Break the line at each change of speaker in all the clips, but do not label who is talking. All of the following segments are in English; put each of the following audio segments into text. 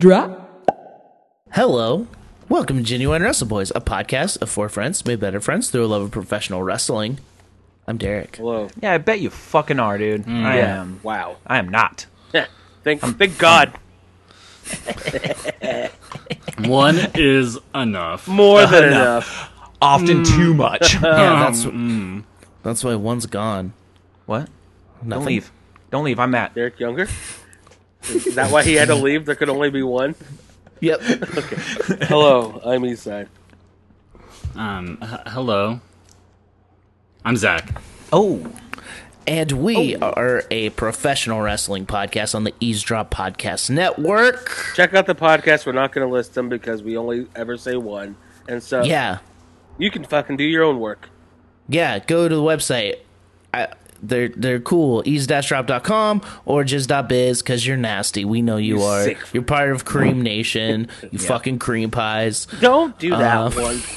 Drop.
Hello. Welcome to Genuine Wrestle Boys, a podcast of four friends made better friends through a love of professional wrestling. I'm Derek.
Hello.
Yeah, I bet you fucking are, dude. I am.
Wow.
I am not.
Thank, thank God.
One is enough.
More than enough.
Often too much.
Yeah, that's that's why one's gone.
what? Don't
Nothing.
leave. Don't leave. I'm Matt.
Derek Younger? Is that why he had to leave? There could only be one?
Yep.
Hello, I'm Eastside.
Um, h- hello. I'm Zach.
Oh,
And we are a professional wrestling podcast on the Eavesdrop Podcast Network.
Check out the podcast. We're not going to list them because we only ever say one. And so
Yeah.
you can fucking do your own work.
Yeah, go to the website. I, they're they're cool. ease-drop.com or just.biz because you're nasty. We know you,
You
are.
sick-
You're part of Cream Nation. You fucking cream pies.
Don't do that
Uh.
one.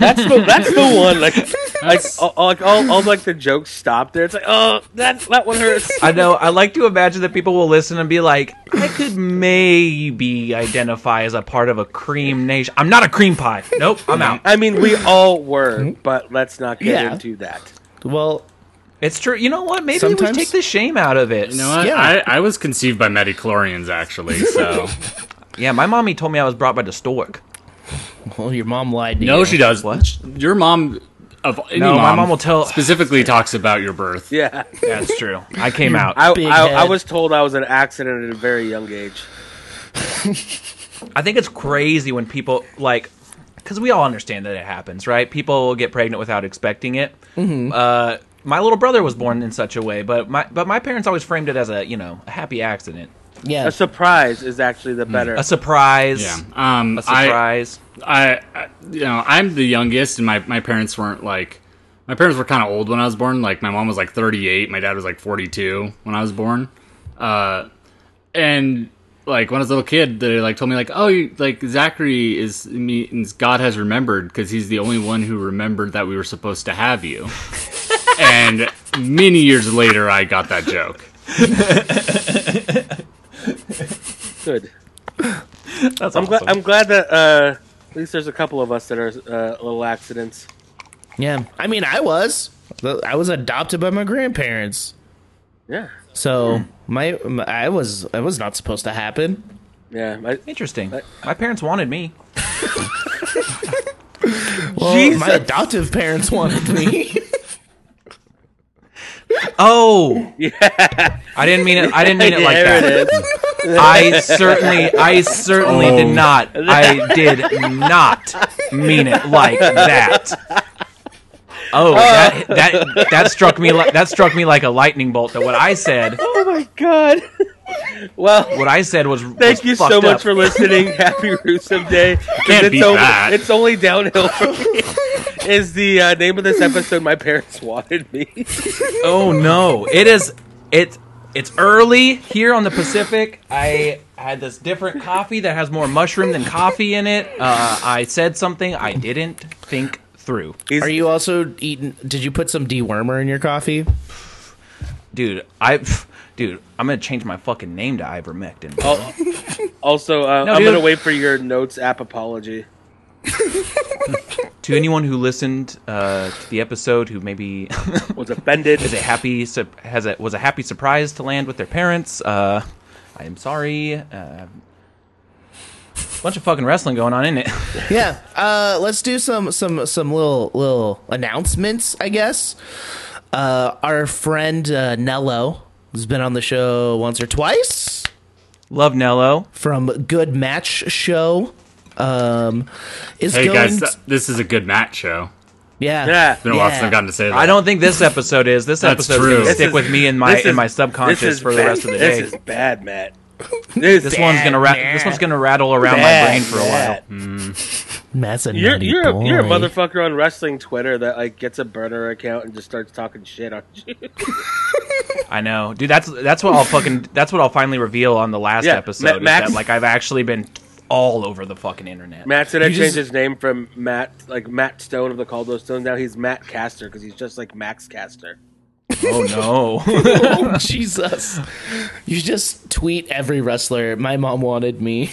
that's the that's the one. Like like all, like all, all like the jokes stop there. It's like oh that that one hurts.
I know. I like to imagine that people will listen and be like, I could maybe identify as a part of a cream nation. I'm not a cream pie. Nope, I'm out.
I mean, we all were, but let's not get
Hmm? Yeah.
into that.
Well,
It's true. You know what? Maybe
Sometimes-
we take the shame out of it.
You know what?
Yeah.
I, I was conceived by Medichlorians, actually, so.
Yeah, my mommy told me I was brought by the stork.
well, your mom lied to you.
no, she does.
What?
Your mom, of any
No,
mom,
my mom will tell-
specifically talks about your birth.
Yeah.
That's true. I came out. I,
I,
Big
I, I
head.
was told I was an accident at a very young age.
I think it's crazy when people like, because we all understand that it happens, right? People will get pregnant without expecting it. Uh, my little brother was born in such a way, but my but my parents always framed it as a you know a happy accident,
Yeah.
A surprise is actually the better.
Hmm. a surprise,
Yeah. Um,
a surprise.
I, I, you know, I'm the youngest, and my, my parents weren't like. My parents were kind of old when I was born. Like, my mom was like 38, my dad was like 42 when I was born. Uh, and like when I was a little kid, they like told me like, oh, you, like Zachary is means God has remembered because he's the only one who remembered that we were supposed to have you. and many years later, I got that joke.
Good.
That's
I'm glad. I'm glad that uh, at least there's a couple of us that are uh, little accidents.
Yeah. I mean, I was. I was adopted by my grandparents.
Yeah.
So, my, my I was I was not supposed to happen.
Yeah. I,
Interesting. My parents wanted me.
Well, my
Jesus.
adoptive parents wanted me.
Oh, yeah. I didn't mean it. I didn't mean it like
there
that.
it is.
I certainly, I certainly did
Oh.
not. I did not mean it like that. Oh,
Uh.
that, that that struck me like that struck me like a lightning bolt. That what I said,
oh my god. well.
what I said was.
Thank you so much for listening. Happy Rusev Day. 'Cause
Can't
it's
beat
only,
that.
It's only downhill from here. Is the uh, name of this episode? My parents wanted me.
Oh no, it is. It it's early here on the Pacific. I had this different coffee that has more mushroom than coffee in it. Uh, I said something I didn't think through.
He's-
Are you also eating? Did you put some dewormer in your coffee?
dude. I, pff, dude, I'm gonna change my fucking name to ivermectin. bro.
Al- also, uh,
No,
I'm
dude.
gonna wait for your notes app apology.
To anyone who listened uh, to the episode, who maybe
Was offended.
is a happy su- has a was a happy surprise to land with their parents, uh, I am sorry. Uh, bunch of fucking wrestling going on in it.
Yeah. Uh, let's do some some some little little announcements, I guess. Uh, our friend uh, Nello has been on the show once or twice
Love Nello.
from Good Match Show. Um, is
Hey
going
guys,
to-
th- this is a good match show.
yeah,
Yeah.
Been a while since I've gotten to say that.
I don't think this episode is. This
That's
episode
true.
is gonna
This
stick
is-
with me in my
this
in
is-
my subconscious for the
bad-
rest of the
this
day.
is bad, Matt. This,
this one's gonna ra- this one's gonna rattle around my brain for a while.
Matt's a
You're
nutty
you're a, you're a
Mm-hmm. boy.
motherfucker on wrestling Twitter that like gets a burner account and just starts talking shit on you.
I know, dude. That's that's what I'll fucking that's what I'll finally reveal on the last
Yeah,
episode.
Ma-
is
Max-
that, like I've actually been all over the fucking internet.
Matt's gonna
You
change
just-
his name from Matt like Matt Stone of the Caldwell Stone. Now he's Matt Caster because he's just like Max Caster.
Oh no.
oh Jesus! You just tweet every wrestler. My mom wanted me.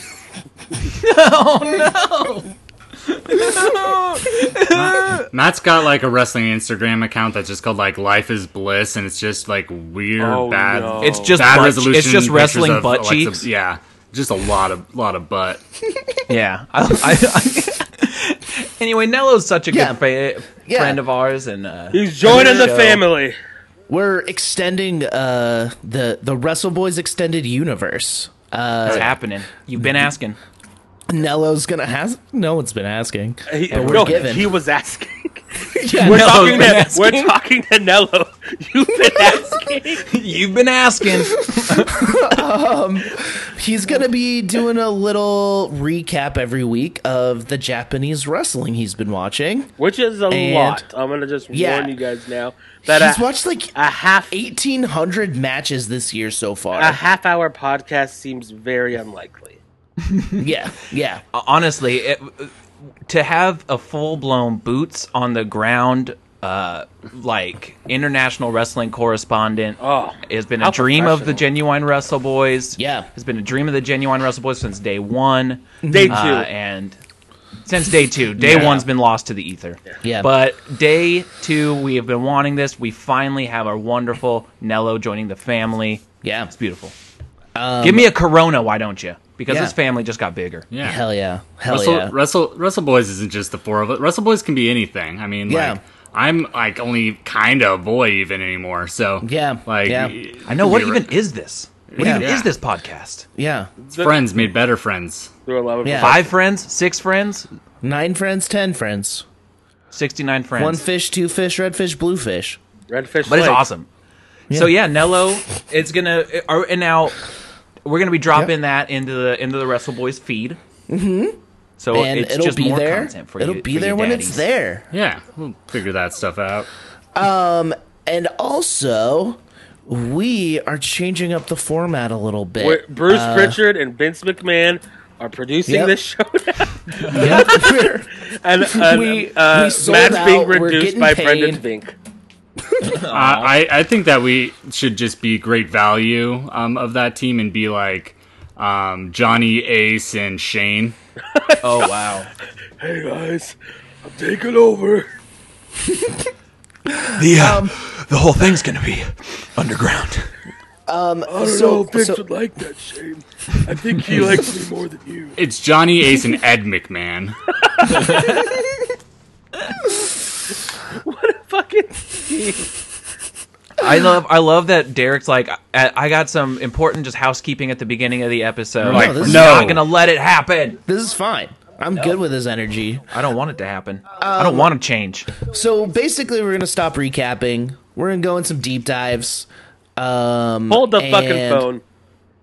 Matt's got like a wrestling Instagram account that's just called like Life is Bliss, and it's just like weird
Oh,
bad.
no.
It's just
bad
butt,
resolution.
It's just
pictures
wrestling
of
butt
Alexa-
cheeks.
Yeah, just a lot of lot of butt.
Yeah. e- I, I- anyway, Nello's such a
Yeah.
good fa-
Yeah.
friend of ours, and uh,
He's joining the
Show.
family.
We're extending uh, the the Wrestle Boys extended universe. Uh,
it's happening. You've been asking.
Nello's gonna has no one's been asking.
He,
but we're
no,
given.
he was asking.
Yeah,
We're
no,
talking
been
to
asking.
we're talking to Nello. You've been asking.
You've been asking.
he's gonna be doing a little recap every week of the Japanese wrestling he's been watching.
Which is a
And-
lot. I'm gonna just
Yeah.
warn you guys now that
he's
a,
watched like
a half
eighteen hundred matches this year so far.
a half hour podcast seems very unlikely.
yeah, yeah.
Honestly, it, to have a full blown boots on the ground, uh, like international wrestling correspondent,
Oh,
has been
how
a dream of the
professional.
genuine Wrestle Boys.
Yeah.
has been a dream of the genuine Wrestle Boys since day one.
Day two.
Uh, and since day two, day one's been lost to the ether.
Yeah.
But day two, we have been wanting this. We finally have our wonderful Nello joining the family.
Yeah.
It's beautiful. Give me a Corona, why don't you? Because
Um, yeah.
this family just got bigger.
Yeah,
Hell yeah. Hell
Wrestle,
yeah.
Wrestle, Wrestle Boys isn't just the four of us. Wrestle Boys can be anything. I mean,
Yeah.
like I'm like only kind of a boy even anymore. So
Yeah,
like
yeah.
it-
I know. What
it-
even is this? What
Yeah.
even
Yeah.
is this podcast?
Yeah.
it's friends made better friends.
Through a lot of
Yeah.
Five friends, six friends,
Nine friends, ten friends.
sixty-nine friends.
One fish, two fish, red fish, blue fish.
redfish.
but it's
Lake.
awesome. So yeah, Nello, it's gonna are, and now we're gonna be dropping that into the into the Wrestle Boys feed. Mm-hmm. So
and
it's
it'll
just
be
more
there.
content for you.
it'll be
for
there
you
when it's
daddies.
there.
Yeah, we'll figure that stuff out.
And also, we are changing up the format a little bit.
Where Bruce Pritchard and Vince McMahon are producing
Uh, Yep.
this show now,
Yeah, we're-
and, and
We-
uh,
we sold
Matt's being
out. We're
reduced
getting
by
paid.
Brendan Vink.
I, I I think that we should just be great value um, of that team and be like um, Johnny Ace and Shane.
Oh wow!
Hey guys, I'm taking over.
The uh,
Um,
the whole thing's gonna be underground.
I don't
Um, So-
know if Vince
so-
would like that, Shane. I think he likes me more than you.
It's Johnny Ace and Ed McMahon.
Fucking
I love I love that Derek's like I, I got some important just housekeeping at the beginning of the episode.
Like,
No, this is
no.
I'm gonna let it happen.
this is fine. I'm good with his energy.
I don't want it to happen. I
Um,
don't want to change.
So basically, we're gonna stop recapping. We're gonna go in some deep dives. Um,
Hold the fucking
and-
phone.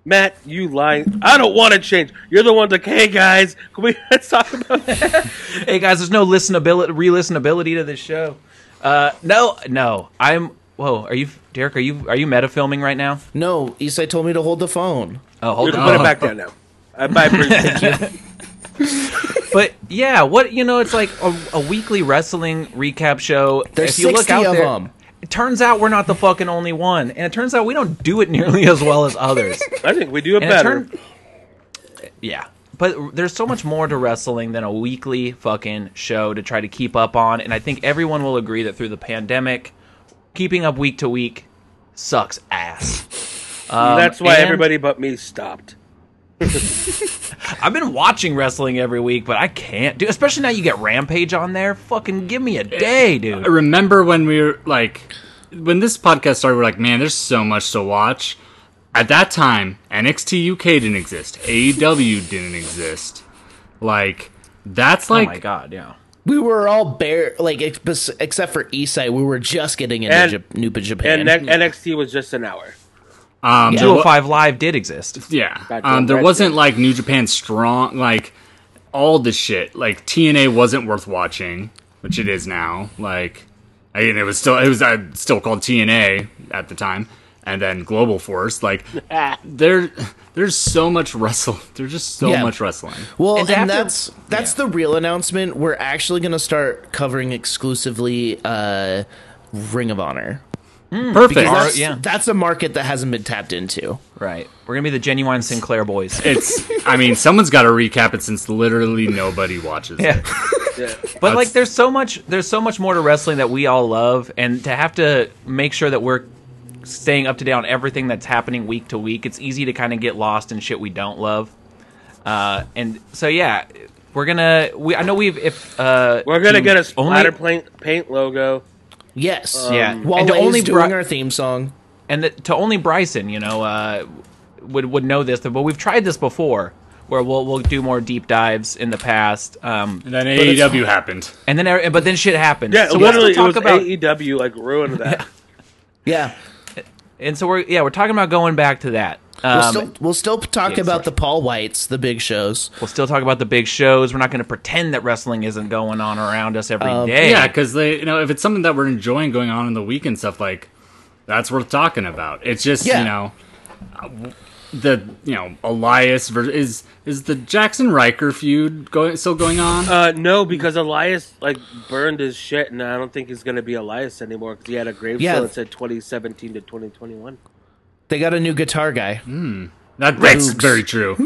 Matt, you lying. I don't want to change. You're the one like, hey guys, can we let's talk about that?
Hey guys, there's no listenability, re-listenability to this show. Uh, no, no, I'm. Whoa, are you, Derek? Are you are you metafilming right now?
No, Isai told me to hold the phone.
Oh,
You
hold
can put
on.
it back down now. I buy Bruce.
But yeah, what you know, it's like a, a weekly wrestling recap show.
There's
if you look
60
out
of
there,
them.
It turns out we're not the fucking only one, and it turns out we don't do it nearly as well as others.
I think we do it
And it
better.
turned, yeah, but there's so much more to wrestling than a weekly fucking show to try to keep up on, and I think everyone will agree that through the pandemic, keeping up week to week sucks ass. Um,
That's why
and
everybody but me stopped.
I've been watching wrestling every week, but I can't do. Especially now you get Rampage on there. Fucking give me a day, dude.
I remember when we were like, when this podcast started, we're like, man, there's so much to watch. At that time, NXT UK didn't exist, AEW didn't exist. Like, that's
oh
like,
my god, yeah.
We were all bare, like ex- except for Isai, we were just getting into
And-
Jap- New Japan.
And ne- NXT was just an hour.
um, there wa-
205 Live did exist.
yeah,
Back to
um, there
Red
wasn't
Bull.
like New Japan strong, like all the shit. Like TNA wasn't worth watching, which it is now. Like, I mean, it was still it was uh, still called TNA at the time, and then Global Force. Like, there, there's so much wrestle. There's just so
Yeah.
much wrestling.
Well,
And
and,
after-
that's that's the real announcement. We're actually going to start covering exclusively uh, Ring of Honor.
Perfect.
Because
That's,
yeah.
that's a market that hasn't been tapped into.
Right. We're gonna be the genuine Sinclair boys.
It's. I mean, someone's got to recap it since literally nobody watches. it.
Yeah. But like there's so much there's so much more to wrestling that we all love and to have to make sure that we're staying up to date on everything that's happening week to week, it's easy to kind of get lost in shit we don't love. Uh, and so yeah, we're gonna we I know we've if uh
We're gonna
to
get a splatter
only,
paint, paint logo.
Yes.
Um, Yeah. And to
While
only
only doing
bri-
our theme song.
and that, to only Bryson, you know, uh, would would know this, but we've tried this before where we'll we'll do more deep dives in the past. Um
And then AEW happened.
and then every- but then shit happens.
Yeah,
so we'll
literally,
still
it was
talk about
AEW like ruined that.
Yeah.
and so we're yeah, we're talking about going back to that. Um,
We'll still we'll still talk
yeah,
about the Paul Whites, the big shows.
We'll still talk about the big shows. We're not going to pretend that wrestling isn't going on around us every day.
Um,
Yeah, because they, you know, if it's something that we're enjoying going on in the week and stuff, like that's worth talking about. It's just,
Yeah.
you know, the you know Elias ver- is is the Jackson Riker feud going still going on?
Uh, no, because Elias like burned his shit, and I don't think he's gonna be Elias anymore because he had a gravestone
Yeah.
that said 2017 to 2021.
They got a new guitar guy.
that, that's very true.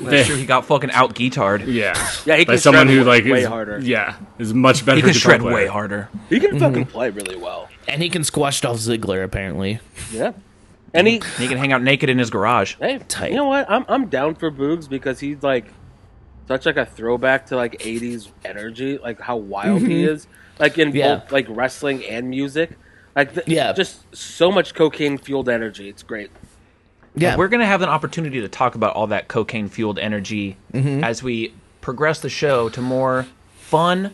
That's true. He got fucking out guitarred.
Yeah,
Yeah, he
By
can
someone
shred
who like
way
is,
harder.
Yeah, is much better.
He can
guitar
shred
player.
way harder.
He can fucking play really well.
And he can squash Dolph Ziggler apparently.
Yeah, and he,
And he can hang out naked in his garage.
hey,
Tight.
you know what? I'm I'm down for Boogs because he's like such like a throwback to like 80s energy, like how wild he is, like in
Yeah.
both like wrestling and music, like th-
Yeah.
just so much cocaine fueled energy. It's great.
Yeah.
We're going to have an opportunity to talk about all that cocaine fueled energy
Mm-hmm.
as we progress the show to more fun,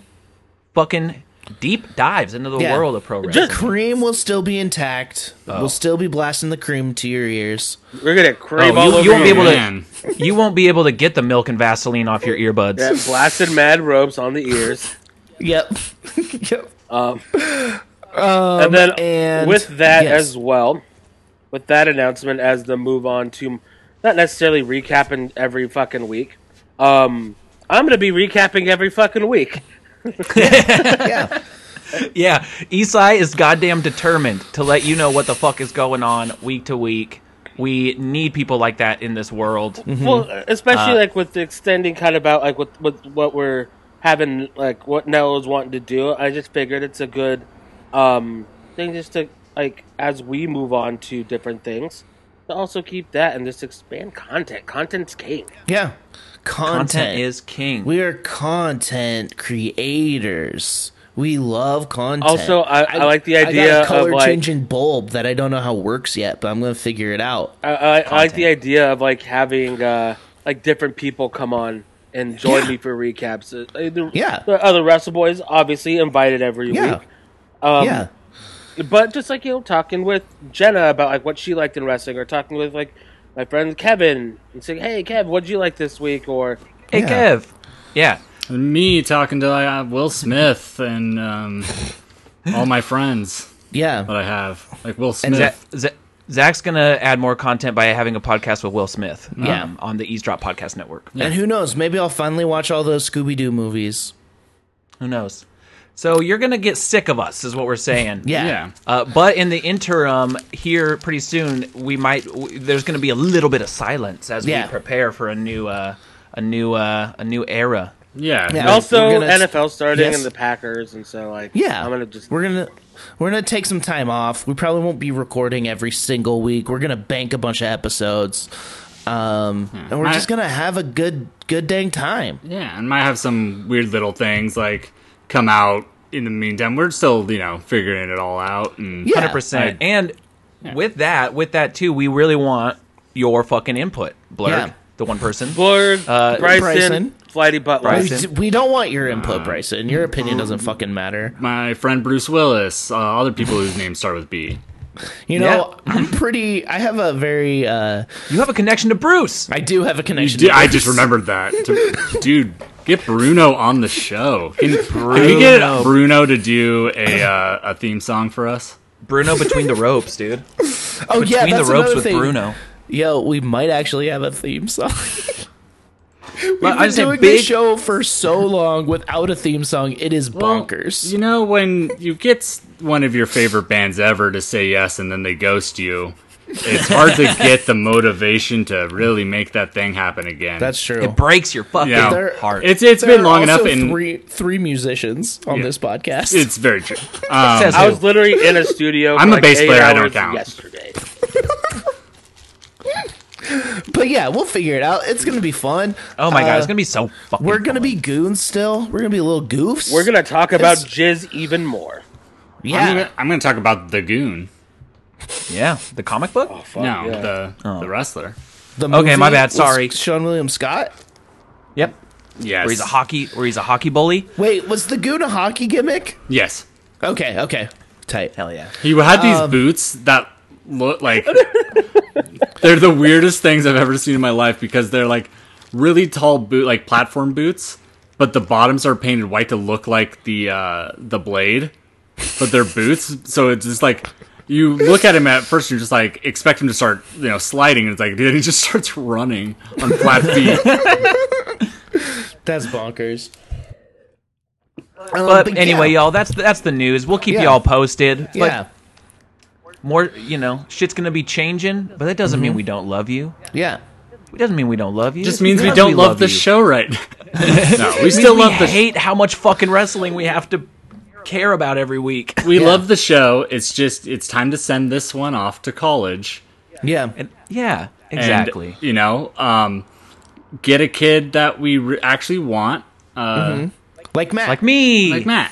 fucking deep dives into the
Yeah.
world of pro wrestling.
Just-
cream will still be intact.
Oh.
We'll still be blasting the cream to your ears.
We're gonna crave
Oh,
all
you-
over
you won't be
your-
able to-
Man.
you won't be able to get the milk and Vaseline off your earbuds.
Yeah, blasted mad ropes on the ears.
Yep. yep.
and then
Um, and-
with that
yes.
as well, with that announcement as the move on to not necessarily recapping every fucking week. Um, I'm gonna be recapping every fucking week.
Yeah.
Yeah, Isai is goddamn determined to let you know what the fuck is going on week to week. We need people like that in this world.
Hmm.
Well, uh, especially
Uh,
like with the extending kind of out like with, with what we're having, like what Nello's wanting to do. I just figured it's a good um, thing just to like as we move on to different things to also keep that and just expand content. Content's king.
Yeah. Content,
Content is king.
We are content creators. We love content.
Also, I- I like the
I
idea
got a
of,
color
like-
changing bulb that I don't know how works yet, but I'm gonna figure it out.
I, I, I like the
Content.
idea of like having uh, like different people come on and join
Yeah.
me for recaps. Uh, uh, The,
Yeah.
the other Wrestle Boys obviously invited every
Yeah.
week, um,
yeah.
but just like you know, talking with Jenna about like what she liked in wrestling, or talking with like my friend Kevin and saying, "Hey, Kev, what'd you like this week?" Or
hey,
Yeah.
Kev. Yeah.
And me talking to uh, Will Smith and um, all my friends
Yeah.
that I have, like Will
And
Smith.
Za- Za- Zach's going to add more content by having a podcast with Will Smith um,
Yeah.
on the Eavesdrop Podcast Network.
And who knows? Maybe I'll finally watch all those Scooby Doo movies.
Who knows? So you're going to get sick of us, is what we're saying.
Yeah.
yeah.
Uh, but in the interim, here pretty soon we might. W- there's going to be a little bit of silence as
Yeah.
we prepare for a new, uh, a new, uh, a new era.
Yeah.
Yeah.
no,
also
we're gonna-
NFL starting
Yes.
and the Packers, and so like
Yeah.
I'm gonna just
we're gonna we're gonna take some time off. We probably won't be recording every single week. We're gonna bank a bunch of episodes. Um and we're
I-
just gonna have a good good dang time.
Yeah, and might have some weird little things like come out in the meantime. We're still, you know, figuring it all out. And
Yeah.
hundred percent.
I-
And with that, with that too, we really want your fucking input, Blurg,
Yeah.
the one person.
Blurg,
Uh,
Bryson,
Bryson.
Flighty Butler.
We,
Bryson.
d- we don't want your input, Bryson. Your opinion doesn't fucking matter.
My friend Bruce Willis, uh, other people whose names start with B.
You know, I'm pretty I have a very uh
You have a connection to Bruce.
I do have a connection
Dude,
to
I
Bruce.
just remembered that. To- Dude, get Bruno on the show. Can, can we get Bruno to do a uh, a theme song for us?
Bruno between the ropes, dude.
Oh yeah, that's
Between the ropes
another
with
thing.
Bruno.
Yo, we might actually have a theme song. We've been
I'm saying
doing
big-
this show for so long without a theme song. It is
Well,
bonkers.
You know when you get s- one of your favorite bands ever to say yes and then they ghost you, it's hard to get the motivation to really make that thing happen again.
That's true.
It breaks your fucking
Yeah.
There-
heart.
it's it's
There
been
are
long
also
enough and
three three musicians on this podcast.
it's very true.
um,
Says
I
who?
was literally in a studio. for
I'm a
like
bass
eight
player, I don't
hours
count.
Yesterday,
but yeah, we'll figure it out. It's gonna be fun.
oh my god, it's
Uh,
gonna be so fucking.
we're gonna
fun.
be goons still. We're gonna be little goofs.
we're gonna talk about
It's-
jizz even more.
yeah.
I'm, gonna, I'm gonna talk about the goon.
yeah the comic book.
Oh.
Fuck,
no,
yeah.
the the wrestler.
The
Okay, my
movie
bad,
with
sorry.
Sean William Scott.
Yep,
Yes.
where he's a hockey, where he's a hockey bully.
Wait, was the goon a hockey gimmick?
yes.
Okay, okay, tight.
Hell yeah.
He had these boots that look like they're the weirdest things I've ever seen in my life because they're like really tall boot like platform boots, but the bottoms are painted white to look like the uh the blade, but they're boots, so it's just like you look at him at first and you're just like expect him to start, you know, sliding and it's like dude, he just starts running on flat feet.
That's bonkers. Um,
But, anyway, y'all, that's that's the news. We'll keep
Yeah.
y'all posted. But
yeah,
more, you know, shit's gonna be changing, but that doesn't
Mm-hmm.
mean we don't love you.
yeah.
It doesn't mean we don't love you.
just
It
means we
does
don't love, the
you.
show right now. No, we
It means
still
we
love the
hate how much fucking wrestling we have to care about every week.
we love the show. It's just it's time to send this one off to college.
yeah.
And- yeah,
and,
exactly.
you know, um, get a kid that we re- actually want,
Like Matt.
like me.
like Matt.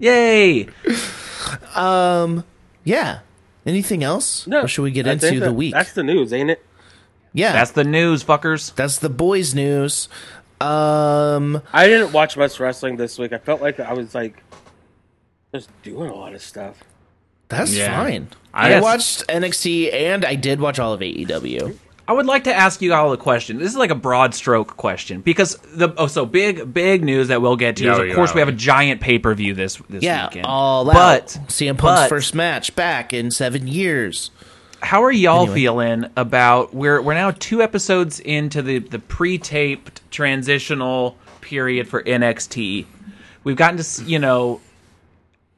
Yay.
yeah. Anything else?
No,
Or should we get
I think
into the
that-
week?
That's the news, ain't it?
yeah.
That's the news, fuckers.
That's the boys' news. Um,
I didn't watch much wrestling this week. I felt like I was like just doing a lot of stuff.
that's
Yeah.
fine.
I-
I watched NXT and I did watch all of E AEW.
I would like to ask you all a question. This is like a broad stroke question because the oh so big big news that we'll get to is
Yeah,
of
yeah.
course we have a giant pay per view this this
Yeah,
weekend.
all out.
but
CM Punk's
but
first match back in seven years.
how are y'all feeling about we're we're now two episodes into the the pre-taped transitional period for NXT. We've gotten to s- you know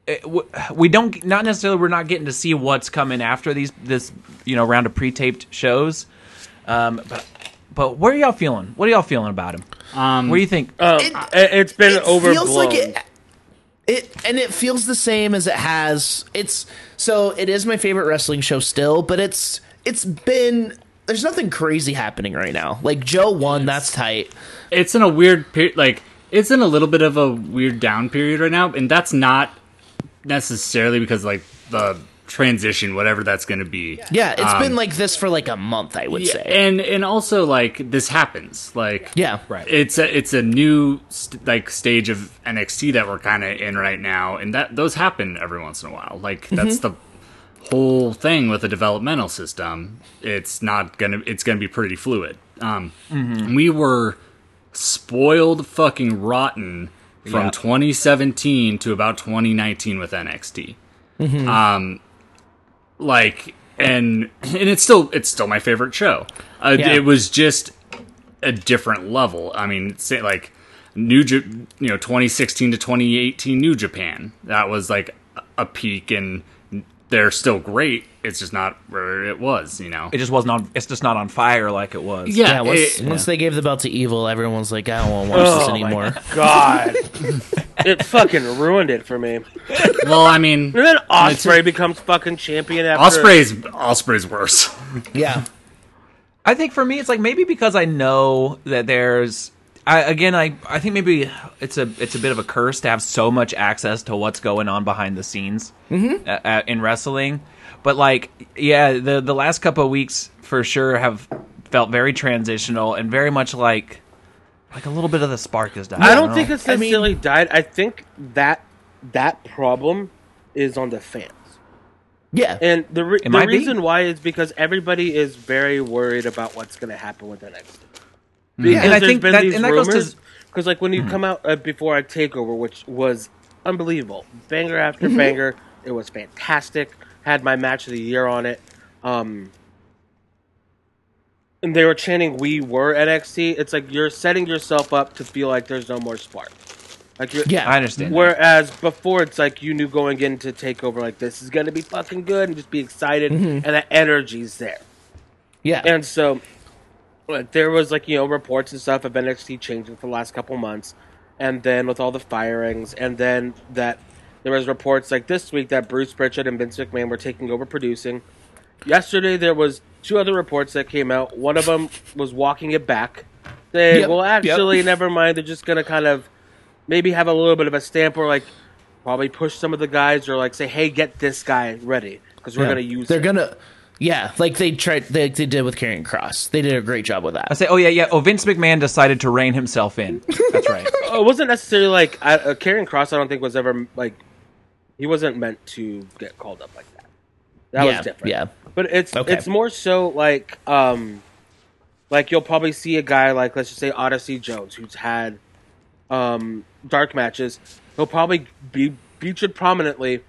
it- w- we don't not necessarily we're not getting to see what's coming after these this you know round of pre-taped shows. Um but but what are y'all feeling? What are y'all feeling about him?
Um,
What do you think?
uh,
Um, it, has been overblown.
feels like it, it and it feels the same as it has it's so it is my favorite wrestling show still but it's it's been there's nothing crazy happening right now like joe won that's tight
it's in a weird period, like it's in a little bit of a weird down period right now, and that's not necessarily because like the transition, whatever that's going to be.
yeah it's
Um,
been like this for like a month i would
Yeah,
say
and and also like this happens, like
yeah
Right.
It's a it's a new st- like stage of NXT that we're kind of in right now, and that those happen every once in a while. Like that's
Mm-hmm.
the whole thing with the developmental system. It's not gonna it's gonna be pretty fluid. Um, We were spoiled fucking rotten from
Yeah.
2017 to about 2019 with NXT. Um, like and and it's still it's still my favorite show. Uh,
Yeah.
It was just a different level. I mean, say like New, Ja- you know, 2016 to 2018 New Japan. That was like a peak, and they're still great. It's just not where it was, you know.
it just wasn't on it's just not on fire like it was.
yeah, once,
it-
once they gave the belt to evil everyone's like i don't want to watch this
Oh my
anymore
God, it fucking ruined it for me. And
well, I mean,
then Osprey becomes fucking champion after
Osprey's Osprey's worse.
yeah
I think for me, it's like maybe because I know that there's. I, again, I, I think maybe it's a it's a bit of a curse to have so much access to what's going on behind the scenes
Mm-hmm.
uh, uh, in wrestling, but like yeah, the the last couple of weeks for sure have felt very transitional and very much like like a little bit of the spark is dying.
I don't think it's
I mean-
necessarily died. I think that that problem is on the fans,
yeah
and the re- the
might be.
reason why is because everybody is very worried about what's going to happen with NXT.
Mm-hmm. And I
Because there's
think that- and that goes to- Mm-hmm.
Because like when you come out uh, before a takeover, which was unbelievable, banger after
Mm-hmm.
banger, it was fantastic. Had my match of the year on it. Um, and they were chanting "We were at NXT," it's like you're setting yourself up to feel like there's no more spark. Like you're,
Yeah.
I understand. that.
Whereas before, it's like you knew going into Takeover, like this is gonna be fucking good, and just be excited,
Mm-hmm.
and that energy's there.
Yeah.
And so, like, there was like you know reports and stuff of NXT changing for the last couple months, and then with all the firings, and then that there was reports like this week that Bruce Pritchard and Vince McMahon were taking over producing. Yesterday there was two other reports that came out. One of them was walking it back. They
Yep,
well
yep.
actually never mind. They're just gonna kind of maybe have a little bit of a stamp or like probably push some of the guys or like say hey get this guy ready because we're
Yeah.
gonna use
They're
him.
gonna. Yeah, like they tried. They, they did with Karrion Cross. They did a great job with
I
that.
say, oh yeah, yeah. Oh, Vince McMahon decided to rein himself in. That's right.
Oh, it wasn't necessarily like I, uh, Karrion Cross. I don't think was ever like he wasn't meant to get called up like that. That
Yeah,
was different.
yeah.
but it's
Okay.
it's more so like um like you'll probably see a guy like let's just say Odyssey Jones who's had um dark matches. He'll probably be featured prominently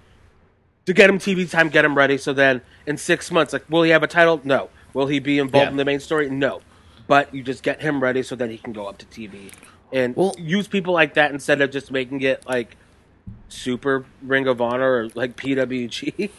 to get him TV time, get him ready. So then in six months, like will he have a title? No. Will he be involved
Yeah.
in the main story? No. But you just get him ready so that he can go up to TV and
Well-
use people like that instead of just making it like super Ring of Honor or like PWG.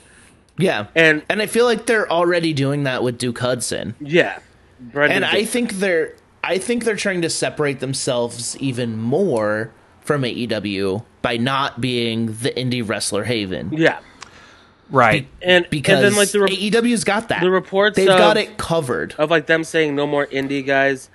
Yeah,
And-
and I feel like they're already doing that with Duke Hudson.
yeah. Brendan
and I
Dix.
think they're I think they're trying to separate themselves even more from AEW by not being the indie wrestler haven.
yeah.
Right.
And
Because E
and then like the re-
AEW's got that.
the reports
they've got
of-
it covered.
of like them saying no more indie guys.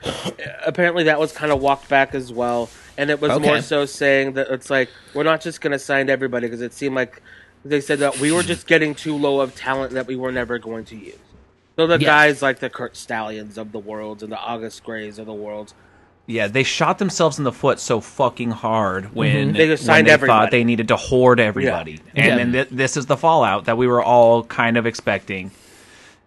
Apparently, that was kind of walked back as well, and it was
Okay.
more so saying that it's like we're not just going to sign everybody because it seemed like they said that we were just getting too low of talent that we were never going to use. So the
Yeah.
guys like the Kurt Stallions of the world and the August Grays of the world,
Yeah, they shot themselves in the foot so fucking hard when
Mm-hmm. They just signed
when they
everybody.
thought they needed to hoard everybody, and
Yeah.
then th- this is the fallout that we were all kind of expecting.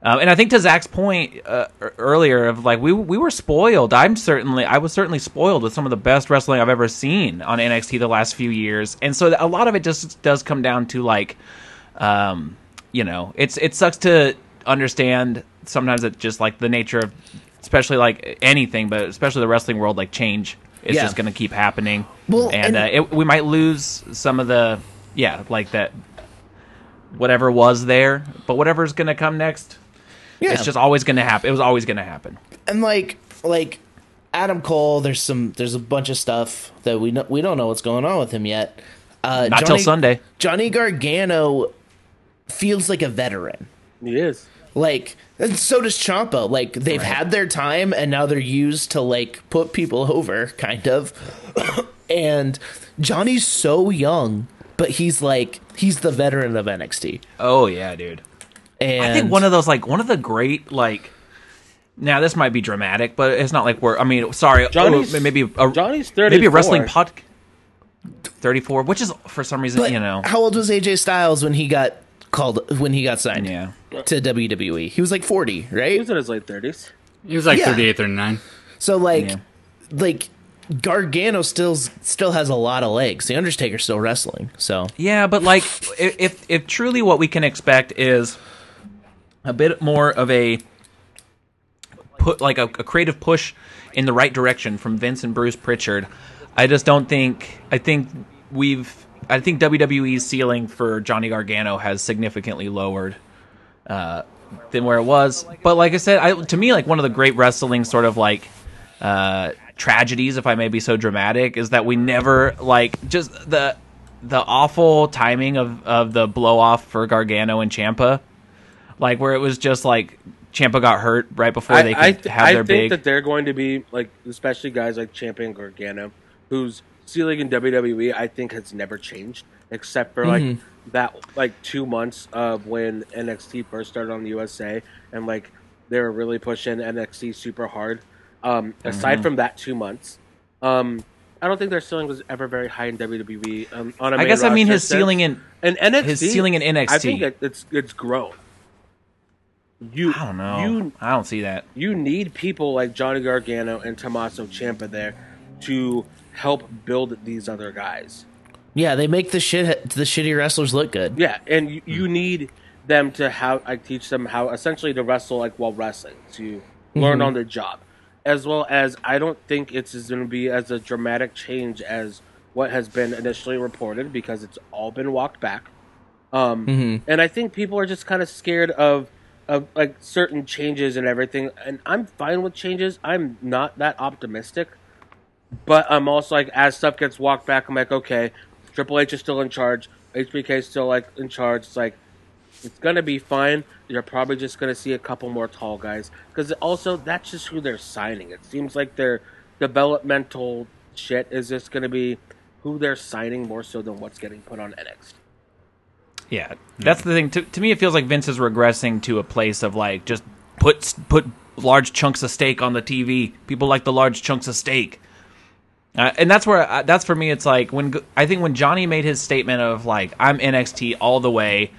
Um, and I think to Zach's point uh, e- earlier of like we we were spoiled. I'm certainly I was certainly spoiled with some of the best wrestling I've ever seen on NXT the last few years, and so a lot of it just does come down to like um, you know, it's it sucks to understand sometimes that just like the nature of, especially like anything, but especially the wrestling world, like change is
Yeah.
just going to keep happening.
Well, and-
and, uh, it, we might lose some of the, yeah, like that, whatever was there, but whatever's going to come next,
Yeah.
it's just always going to happen. It was always going to happen.
and like like Adam Cole, there's some there's a bunch of stuff that we know, we don't know what's going on with him yet. Uh,
Not till Sunday.
Johnny Gargano feels like a veteran.
he is.
Like, and so does Champa. Like, they've had their time, and now they're used to like put people over, kind of. and Johnny's so young, but he's like he's the veteran of NXT.
Oh yeah, dude.
And
I think one of those like one of the great like. Now this might be dramatic, but it's not like we're. I mean, sorry,
Johnny's-
oh, maybe a,
Johnny's
maybe a wrestling
34.
pod. Thirty-four, which is for some reason,
but
you know,
how old was AJ Styles when he got called when he got signed?
Yeah.
to WWE. He was like forty,
He
right?
was in his late thirties.
He was like
Yeah.
thirty eight, thirty nine.
So like,
Yeah.
like Gargano still still has a lot of legs. The Undertaker's still wrestling. So
yeah, but like, i- if if truly what we can expect is a bit more of a put like a, a creative push in the right direction from Vince and Bruce Pritchard. I just don't think. I think we've. I think WWE's ceiling for Johnny Gargano has significantly lowered uh, than where it was. But like I said, I, to me, like one of the great wrestling sort of like uh, tragedies, if I may be so dramatic, is that we never like just the the awful timing of of the blow off for Gargano and Champa, like where it was just like Champa got hurt right before they could
I, th-
have
I
their
think
big.
that they're going to be like, especially guys like Champion Gargano, whose ceiling in WWE E, I think has never changed, except for like
Mm-hmm.
that like two months of when NXT first started on the USA, and like they were really pushing NXT super hard. Um,
Mm-hmm.
aside from that two months, um, I don't think their ceiling was ever very high in WWE. Um, on a
I
main
guess I mean
roster
his
sense.
ceiling in.
and NXT,
his ceiling in
I
NXT.
think it, it's it's grown. You
I don't know.
You
I don't see that.
you need people like Johnny Gargano and Tommaso Ciampa there to help build these other guys.
yeah, they make the shit the shitty wrestlers look good.
Yeah, and you, you need them to how I teach them how essentially to wrestle like while wrestling to learn on the job. As well as, I don't think it's going to be as a dramatic change as what has been initially reported because it's all been walked back. Um, And I think people are just kind of scared of of like certain changes and everything. And I'm fine with changes. I'm not that optimistic, but I'm also like, as stuff gets walked back, I'm like, okay, Triple H is still in charge. HBK is still like in charge. It's like it's gonna be fine. You're probably just gonna see a couple more tall guys because also that's just who they're signing. It seems like their developmental shit is just gonna be who they're signing more so than what's getting put on NXT.
Yeah, that's the thing. To, to me, it feels like Vince is regressing to a place of like just put s- put large chunks of steak on the TV. People like the large chunks of steak, uh, and that's where I, that's for me. It's like when G- I think when Johnny made his statement of like I'm NXT all the way.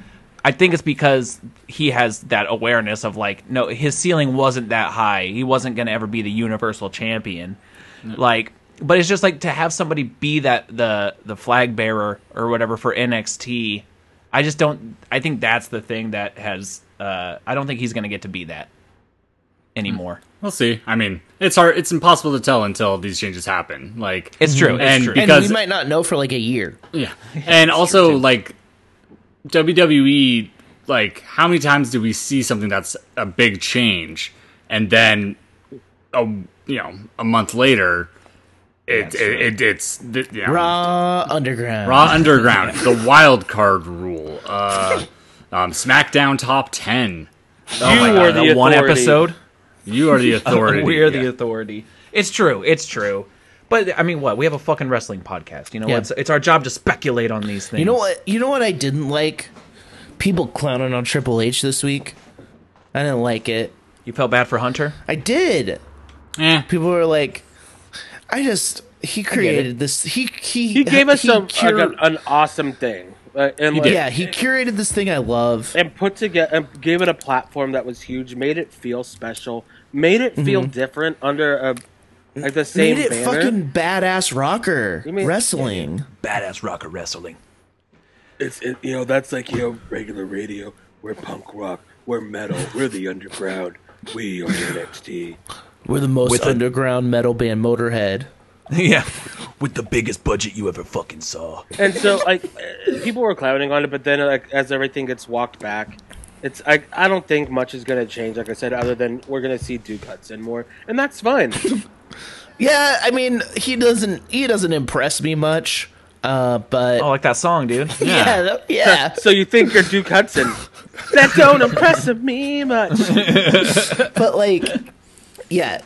I think it's because he has that awareness of like no, his ceiling wasn't that high. He wasn't going to ever be the universal champion like but it's just like to have somebody be that the the flag bearer or whatever for NXT I just don't I think that's the thing that has uh I don't think he's going to get to be that anymore.
We'll see. I mean, it's hard. It's impossible to tell until these changes happen. Like
It's true.
and
it's true.
because-
and we might not know for like a year.
Yeah. And also like WWE like how many times do we see something that's a big change and then a you know a month later it,
That's
it, it it's the, you know,
Raw Underground.
Raw underground the wild card rule uh um smackdown top 10
you
Like,
were
uh,
the
one
authority.
episode
you are the authority
we're
Yeah.
the authority. It's true. It's true. But I mean what? We have a fucking wrestling podcast. You know,
Yeah.
it's it's our job to speculate on these things.
You know what? You know what I didn't like? People clowning on Triple H this week. I didn't like it.
You felt bad for Hunter?
I did.
Eh.
People were like, I just he created this. He he
He gave us some like,
cur-
an, an awesome thing, uh, and like,
yeah. He curated this thing I love.
and put together and gave it a platform that was huge, made it feel special, made it feel different under a like the same
Mm-hmm. Made it
banner.
fucking badass rocker
mean-
wrestling.
Badass rocker wrestling.
it's it, you know that's like you know regular radio. We're punk rock. We're metal. We're the underground. We are NXT.
We're the most
With a-
underground metal band, Motorhead.
yeah.
with the biggest budget you ever fucking saw.
and so like uh, people were clowning on it, but then like as everything gets walked back, it's I I don't think much is gonna change. Like I said, other than we're gonna see Duke Hudson more, and that's fine.
Yeah, I mean he doesn't he doesn't impress me much. Uh, but
Oh, like that song, dude.
yeah, that- yeah.
so you think you're Duke Hudson? That don't impress me much.
but like yeah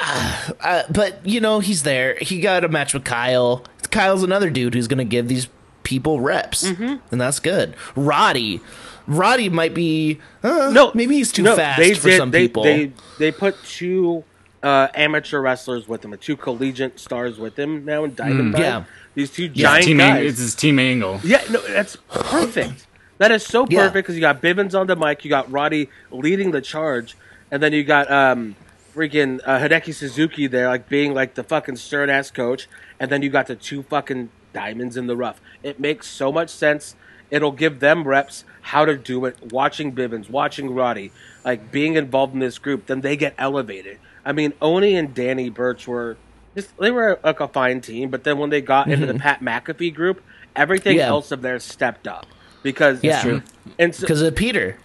Uh, uh, but you know he's there he got a match with kyle kyle's another dude who's gonna give these people reps and that's good roddy roddy might be uh,
No,
maybe he's too
no,
fast
they
for
did-
some
they,
people
They they put two uh, amateur wrestlers with him, two collegiate stars with him now in Diamondback.
Hmm. Yeah.
these two
Yeah,
giant
team Ang-
guys.
it's his team angle
Yeah, no, that's perfect. That is so
Yeah.
perfect because you got Bivens on the mic, you got Roddy leading the charge, and then you got um, freaking uh, Hideki Suzuki there, like being like the fucking stern ass coach, and then you got the two fucking diamonds in the rough. It makes so much sense. It'll give them reps how to do it. Watching Bivens, watching Roddy, like being involved in this group, then they get elevated. I mean, Oni and Danny Birch were just they were like a fine team, but then when they got into the Pat McAfee group, everything
Yeah.
else of theirs stepped up because
Yeah. That's true.
and so
because of peter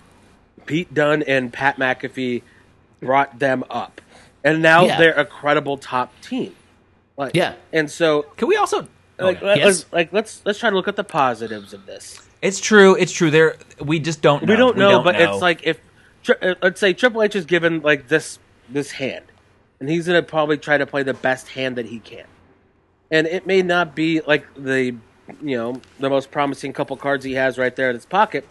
Pete Dunne and Pat McAfee brought them up, and now
Yeah.
they're a credible top team. Like,
Yeah.
and so
Can we also
like,
Okay.
let-
Yes.
let's, like let's let's try to look at the positives of this.
It's true. It's true. There, we just don't. know.
we don't know, but
know.
it's like if tri- uh, let's say Triple H is given like this this hand, and he's gonna probably try to play the best hand that he can, and it may not be like the you know the most promising couple cards he has right there in his pocket,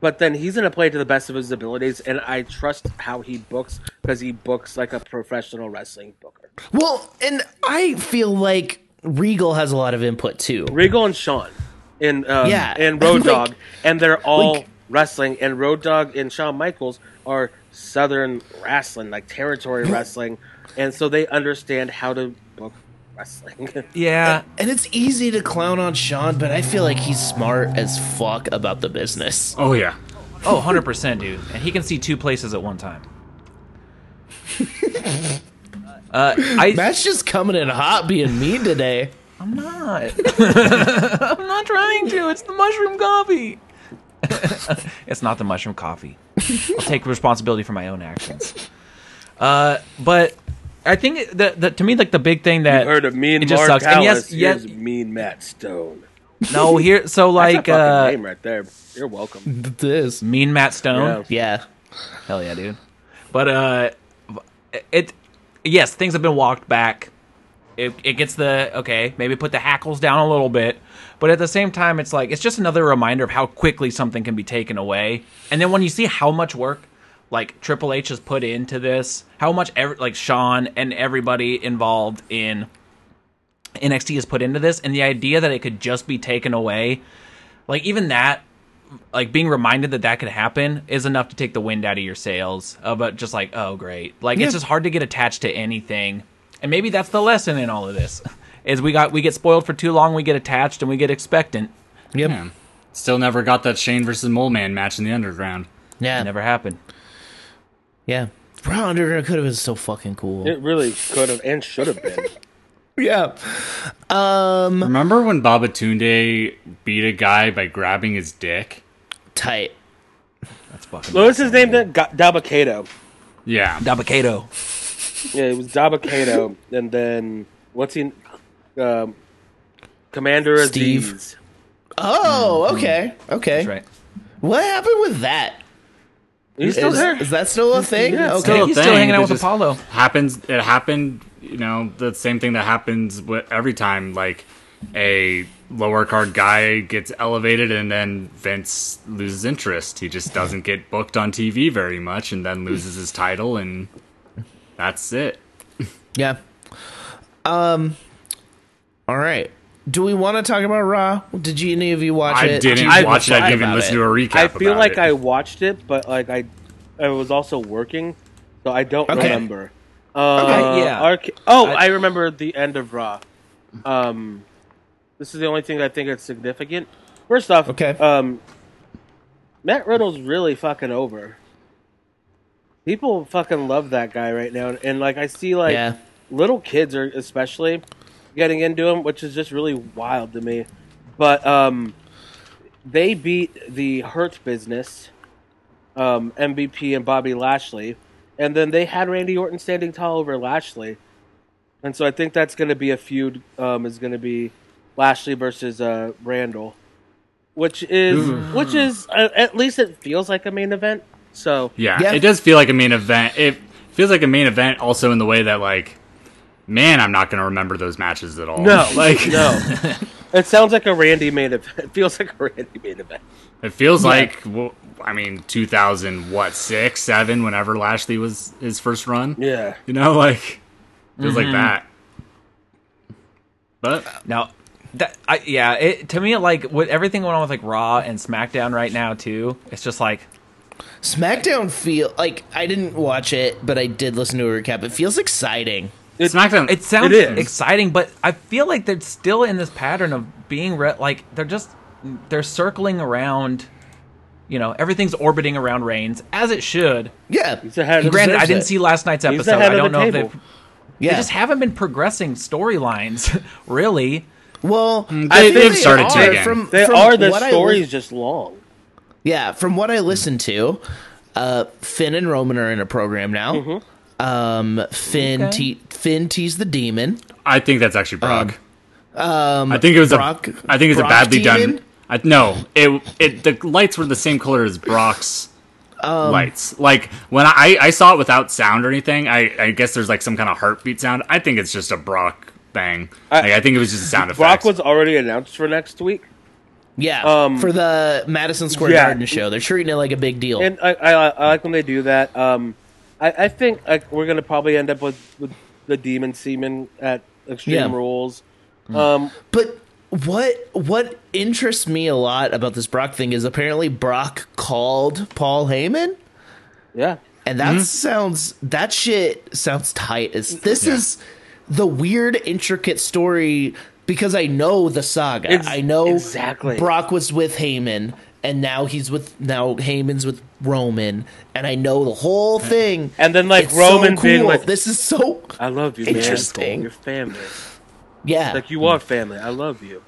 but then he's gonna play to the best of his abilities, and I trust how he books because he books like a professional wrestling booker.
well and i feel like regal has a lot of input too
Regal and Sean, and um,
Yeah.
and Road
Like-
Dog, and they're all
like-
wrestling. And Road Dog and Shawn Michaels are Southern wrestling, like territory wrestling, and so they understand how to book wrestling.
yeah,
and it's easy to clown on sean but i feel like he's smart as fuck about the business
oh yeah
oh, 100 percent, dude. And he can see two places at one time. Uh, I,
That's just coming in hot, being mean today.
I'm not. I'm not trying to. It's the mushroom coffee. it's not the mushroom coffee. I'll take responsibility for my own actions. Uh, but I think that, that to me, like the big thing that
Heard of mean
it just
Mark
sucks.
Hallis?
And yes,
here's
yes,
mean Matt Stone.
no. Here, so
That's
like
a fucking
uh,
name right there. You're welcome.
It is.
mean Matt Stone.
Yeah.
Yeah.
Hell yeah, dude. But uh it yes, things have been walked back. It it gets the okay, maybe put the hackles down a little bit. But at the same time, it's like it's just another reminder of how quickly something can be taken away. And then when you see how much work like Triple H has put into this, how much ev- like Sean and everybody involved in NXT has put into this, and the idea that it could just be taken away, like even that like being reminded that that could happen is enough to take the wind out of your sails about just like oh great like it's just hard to get attached to anything and maybe that's the lesson in all of this is we got we get spoiled for too long we get attached and we get expectant
Yep.
Yeah. Still never got that Shane versus Mole Man match in the underground.
Yeah.
it never happened
Yeah. Raw Underground could have been so fucking cool.
It really could have and should have been.
yeah.
Remember when Babatunde beat a guy by grabbing his dick?
Tight.
that's fucking
What was his name? Then Ga- Dabakato.
Yeah.
Dabakato.
Yeah, it was Dabakato, and then what's he? Um, Commander
Steve.
Aziz.
Oh, okay. Okay.
that's right
What happened with that?
He's still
Is,
there.
is that still a thing?
yeah, it's
okay.
Still a
He's still
thing,
hanging out
it
with
just
Apollo.
Happens. It happened. You know, the same thing that happens wi- every time. Like a lower card guy gets elevated, and then Vince loses interest. He just doesn't get booked on TV very much, and then loses his title, and that's it.
Yeah. Um. All right. Do we want to talk about Raw? Did you, any of you watch
I
it?
didn't
Did you
watch it. I
talk
didn't even
about
listen
it?
to a recap.
I feel
about
like
it.
I watched it, but like I, I was also working, so I don't
Okay.
remember. Uh,
Okay, yeah.
arc- oh, I,
I-
remember the end of Raw. Um, this is the only thing I think is significant. First off,
Okay.
Um, Matt Riddle's really fucking over. People fucking love that guy right now, and like I see, like
Yeah.
little kids are especially getting into him, which is just really wild to me. But um, they beat the Hurt Business, um, MVP and Bobby Lashley, and then they had Randy Orton standing tall over Lashley, and so I think that's going to be a feud. Um, is going to be Lashley versus uh, Randall, which is which is uh, at least it feels like a main event. So
Yeah,
Yeah.
it does feel like a main event. It feels like a main event also in the way that like, man, I'm not going to remember those matches at all.
No,
like
no. It sounds like a Randy main event. It feels like a Randy main event.
It feels like well, I mean 2000 what six seven whenever Lashley was his first run.
Yeah.
You know, like it feels like that. But
Now, that I yeah, it to me like with everything going on with like Raw and SmackDown right now too. It's just like
SmackDown feel like I didn't watch it, but I did listen to a recap. It feels exciting.
SmackDown,
it sounds
It is.
exciting, but I feel like they're still in this pattern of being re- like they're just they're circling around. You know, everything's orbiting around Reigns as it should.
Yeah.
He's ahead of
Granted,
the
I didn't
it.
see last night's
He's
episode.
ahead
I
of
don't
the
know if
table.
they
Yeah.
they just haven't been progressing storylines really.
well, I
they-
think
they've started to
are
again.
From,
They
from
are the
what I li-
stories just long.
yeah, from what I listened
Mm-hmm.
to, uh, Finn and Roman are in a program now.
Mm-hmm.
Um, Finn
Okay.
te- Finn teased the demon.
I think that's actually Brock. Um, I think it was
Brock-
a. I think it was
Brock
a badly
demon?
done. I, no, it it the lights were the same color as Brock's lights. Like when I I saw it without sound or anything. I I guess there's like some kind of heartbeat sound. I think it's just a Brock thing.
I-
like I think it was just a sound effect.
Brock was already announced for next week,
Yeah,
Um,
for the Madison Square
yeah.
Garden show, they're treating it like a big deal.
and I, I, I like when they do that. Um, I, I think like, we're gonna probably end up with, with the Demon Seaman at Extreme
Yeah.
Rules. Um,
But what what interests me a lot about this Brock thing is apparently Brock called Paul Heyman,
yeah,
and that
Mm-hmm.
sounds that shit sounds tight. Is this is the weird intricate story because I know the saga.
Ex-
I know
exactly.
Brock was with Heyman. and now he's with now Heyman's with Roman, and I know the whole thing.
And then, like,
It's
Roman being like-
this is so
I love you,
Interesting.
man. You're family.
yeah.
Like you are family. I love you.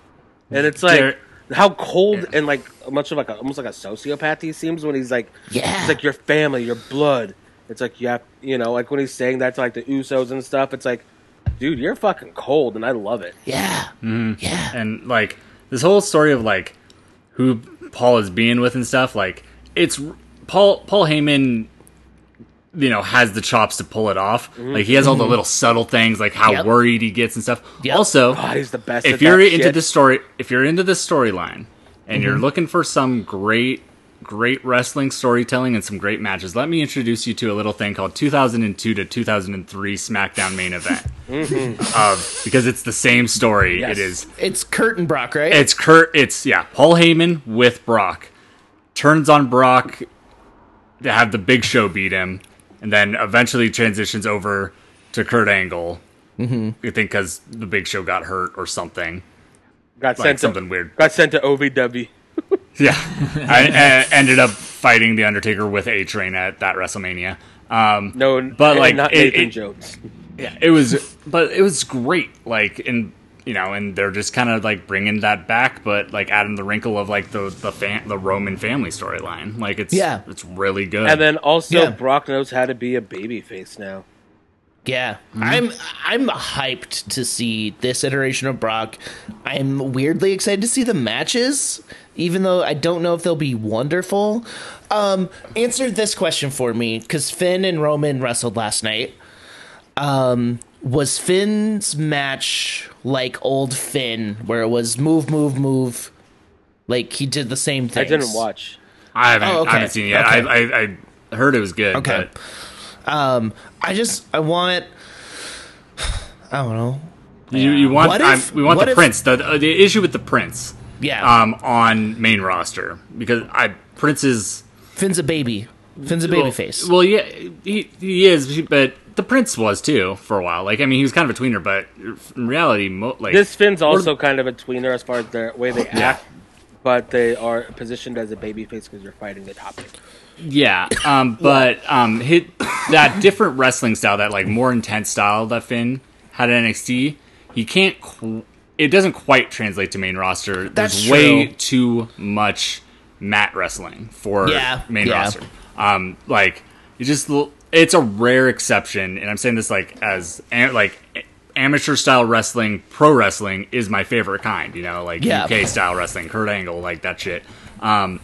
And it's like
There-
how cold and like much of like a, almost like a sociopath he seems when he's like
Yeah.
It's like your family, your blood. It's like you have you know like when he's saying that to like the Usos and stuff. It's like, dude, you're fucking cold, and I love it.
yeah,
mm-hmm.
yeah,
and like this whole story of like who Paul is being with and stuff. Like it's Paul Paul Heyman, you know, has the chops to pull it off.
Mm-hmm.
Like he has all the little subtle things, like how
Yep.
worried he gets and stuff.
Yep.
Also,
God, he's the best.
if
at
you're
that
into
shit. Mm-hmm.
this story, if you're into this storyline, and you're looking for some great, great wrestling storytelling and some great matches, let me introduce you to a little thing called 2002 to 2003 SmackDown main event. of, because it's the same story.
Mm-hmm. Yes.
It is.
It's Curtin Brock, right?
It's Kurt. It's yeah. Paul Heyman with Brock turns on Brock to have the Big Show beat him, and then eventually transitions over to Kurt Angle. Mm-hmm. You think because the Big Show got hurt or something.
got
like
sent
something
to,
weird.
Got sent to OVW.
Yeah, I, I uh, ended up fighting the Undertaker with A Train at that WrestleMania. Um,
No,
but like
not
it,
Nathan
it-
Jones.
yeah, it was, but it was great. Like, and you know, and they're just kind of like bringing that back, but like adding the wrinkle of like the the fan, the Roman family storyline. Like, it's
Yeah.
it's really good.
And then also
Yeah.
Brock knows how to be a babyface now.
yeah, I'm I'm hyped to see this iteration of Brock. I'm weirdly excited to see the matches, even though I don't know if they'll be wonderful. Um, answer this question for me, because Finn and Roman wrestled last night. Um, was Finn's match like old Finn, where it was move, move, move? Like he did the same thing.
I didn't watch.
I haven't
Oh, okay.
I haven't seen it yet.
Okay.
I, I I heard it was good.
Okay.
but
Um, I just I want. I don't know.
you, you want
What
I'm-
if-
we want
what
the
if-
prince. The, the the issue with the prince.
Yeah.
Um, on main roster because I Prince is
Finn's a baby. Finn's a baby
well,
face.
Well, yeah, he he is, but the prince was too for a while. Like, I mean, he was kind of a tweener, but in reality, mo- like
This Finn's also kind of a tweener as far as the way they act, but they are positioned as a babyface because you're fighting the topic.
Yeah, um, but um, hit that different wrestling style, that like more intense style that Finn had in NXT. He can't. Qu- it doesn't quite translate to main roster.
That's
There's way
true.
too much mat wrestling for
Yeah,
main
yeah.
roster. Um, like it just l- it's a rare exception, and I'm saying this like as a- like a- amateur style wrestling, pro wrestling is my favorite kind. You know, like
Yeah.
UK style wrestling, Kurt Angle, like that shit. Um,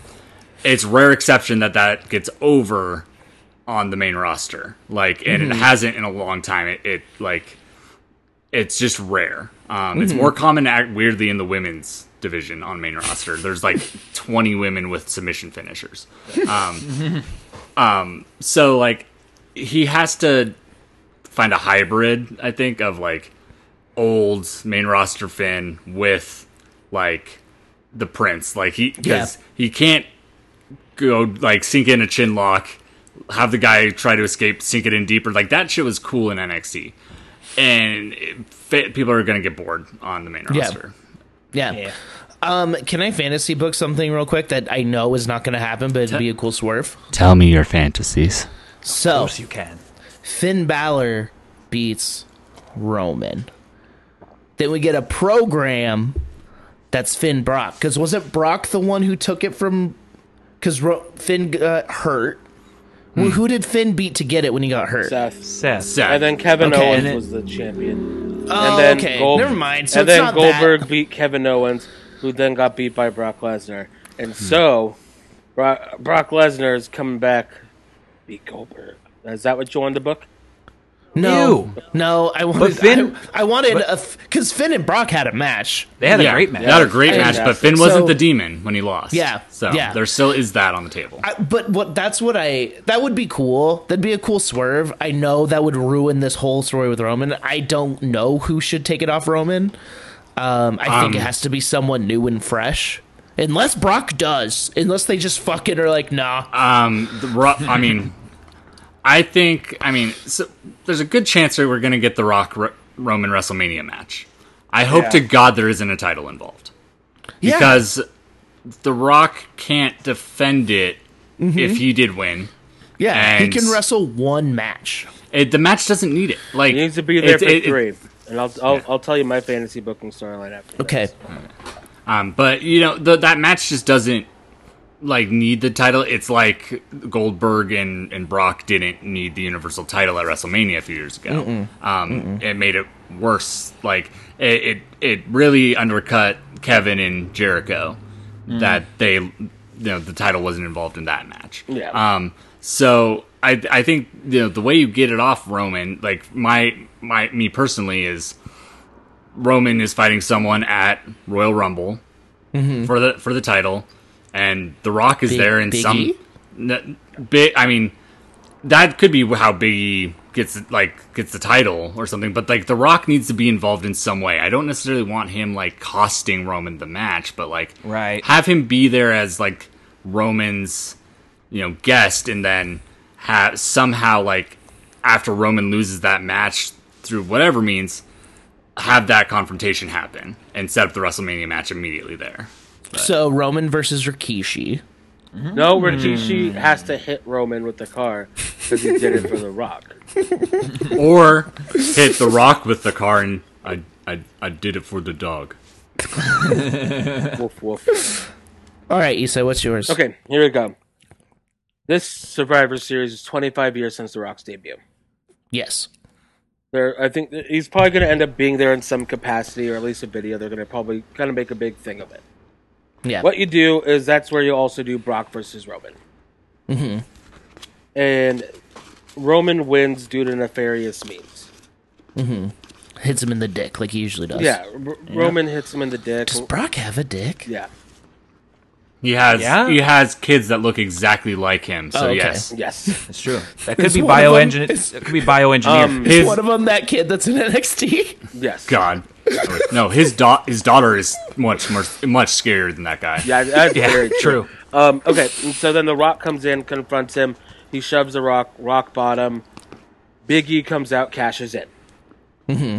it's rare exception that that gets over on the main roster like and it hasn't in a long time it, it like it's just rare um it's more common act weirdly in the women's division on main roster there's like 20 women with submission finishers um um so like he has to find a hybrid i think of like old main roster Finn with like the prince like he because he can't go like sink in a chin lock have the guy try to escape sink it in deeper like that shit was cool in nxt and it, fa- people are gonna get bored on the main
Yeah.
roster
yeah. Um, can I fantasy book something real quick that I know is not going to happen, but it'd be a cool swerve?
tell me your fantasies
So
course you can.
Finn Balor beats Roman. Then we get a program that's Finn Brock. Because wasn't Brock the one who took it from? Because Ro- Finn got hurt. Well, who did Finn beat to get it when he got hurt?
Seth.
Seth.
Seth.
And then Kevin
Okay,
and
Owens
it-
was the champion.
Oh,
and then
okay.
Gold-
Never mind. So
and
it's
then
not
Goldberg
That.
beat Kevin Owens, who then got beat by Brock Lesnar. And
Hmm.
so Brock, Brock Lesnar is coming back, beat Goldberg. Is that what you wanted to book?
No,
Ew.
no. I wanted.
Finn-
I, I wanted because Finn and Brock had a match.
They had a great match.
they had a great
Yeah.
match but finn wasn't
So-
the demon when he lost
Yeah.
so
Yeah.
there still is that on the table
I- but what that's what I that would be cool. That'd be a cool swerve. I know that would ruin this whole story with Roman. I don't know who should take it off Roman. Um, I think it has to be someone new and fresh. Unless Brock does, unless they just fucking are like, nah,
Um, the Rock. I mean, I think. I mean, so there's a good chance that we're gonna get the Rock Ro- Roman WrestleMania match. I hope to God there isn't a title involved
yeah,
because The Rock can't defend it
Mm-hmm.
if he did win.
Yeah, he
And-
can wrestle one match.
It, the match doesn't need it. Like
He needs to be there
it-
for
it- it-
three. and I'll, I'll, I'll tell you my fantasy booking storyline after.
Okay,
Um, but you know the, that match just doesn't like need the title. It's like Goldberg and, and Brock didn't need the Universal title at WrestleMania a few years ago. Um, It made it worse. Like it, it it really undercut Kevin and Jericho that they you know the title wasn't involved in that match.
Yeah.
Um, so I I think you know the way you get it off Roman like my my me personally is Roman is fighting someone at Royal Rumble for the for the title, and The Rock is
Big-
there in
Big
some
E?
n- bit. I mean, that could be how Big E gets like gets the title or something. But like The Rock needs to be involved in some way. I don't necessarily want him like costing Roman the match, but like
Right.
have him be there as like Roman's you know guest, and then have somehow like after Roman loses that match through whatever means. Have that confrontation happen and set up the WrestleMania match immediately there.
so Roman versus Rikishi.
No, Rikishi
Hmm.
has to hit Roman with the car because he did it for The Rock.
or hit the rock with the car and I, I, I did it for the dog.
Woof woof.
All right, Issa, what's yours?
Okay, here we go. This Survivor Series is 25 years since The Rock's debut.
Yes.
There, I think that he's probably going to end up being there in some capacity, or at least a video. They're going to probably kind of make a big thing of it.
Yeah.
What you do is that's where you also do Brock versus Roman. Mm-hmm. And Roman wins due to nefarious means.
Hits him in the dick like he usually does.
Yeah, R- Roman hits him in the dick.
Does Brock have a dick?
yeah,
He has
Yeah.
he has kids that look exactly like him. So
Oh, okay.
yes,
yes.
It's true. That could be
one of them-
bioengineered. It could be bioengineered.
his
One of them, that kid that's in NXT.
Yes.
God, no, his da- his daughter is much more much scarier than that guy.
Yeah, that's
yeah,
very true.
true.
Um, okay, and so then The Rock comes in, confronts him. He shoves The Rock, rock bottom. Big E comes out, cashes in. Mm-hmm.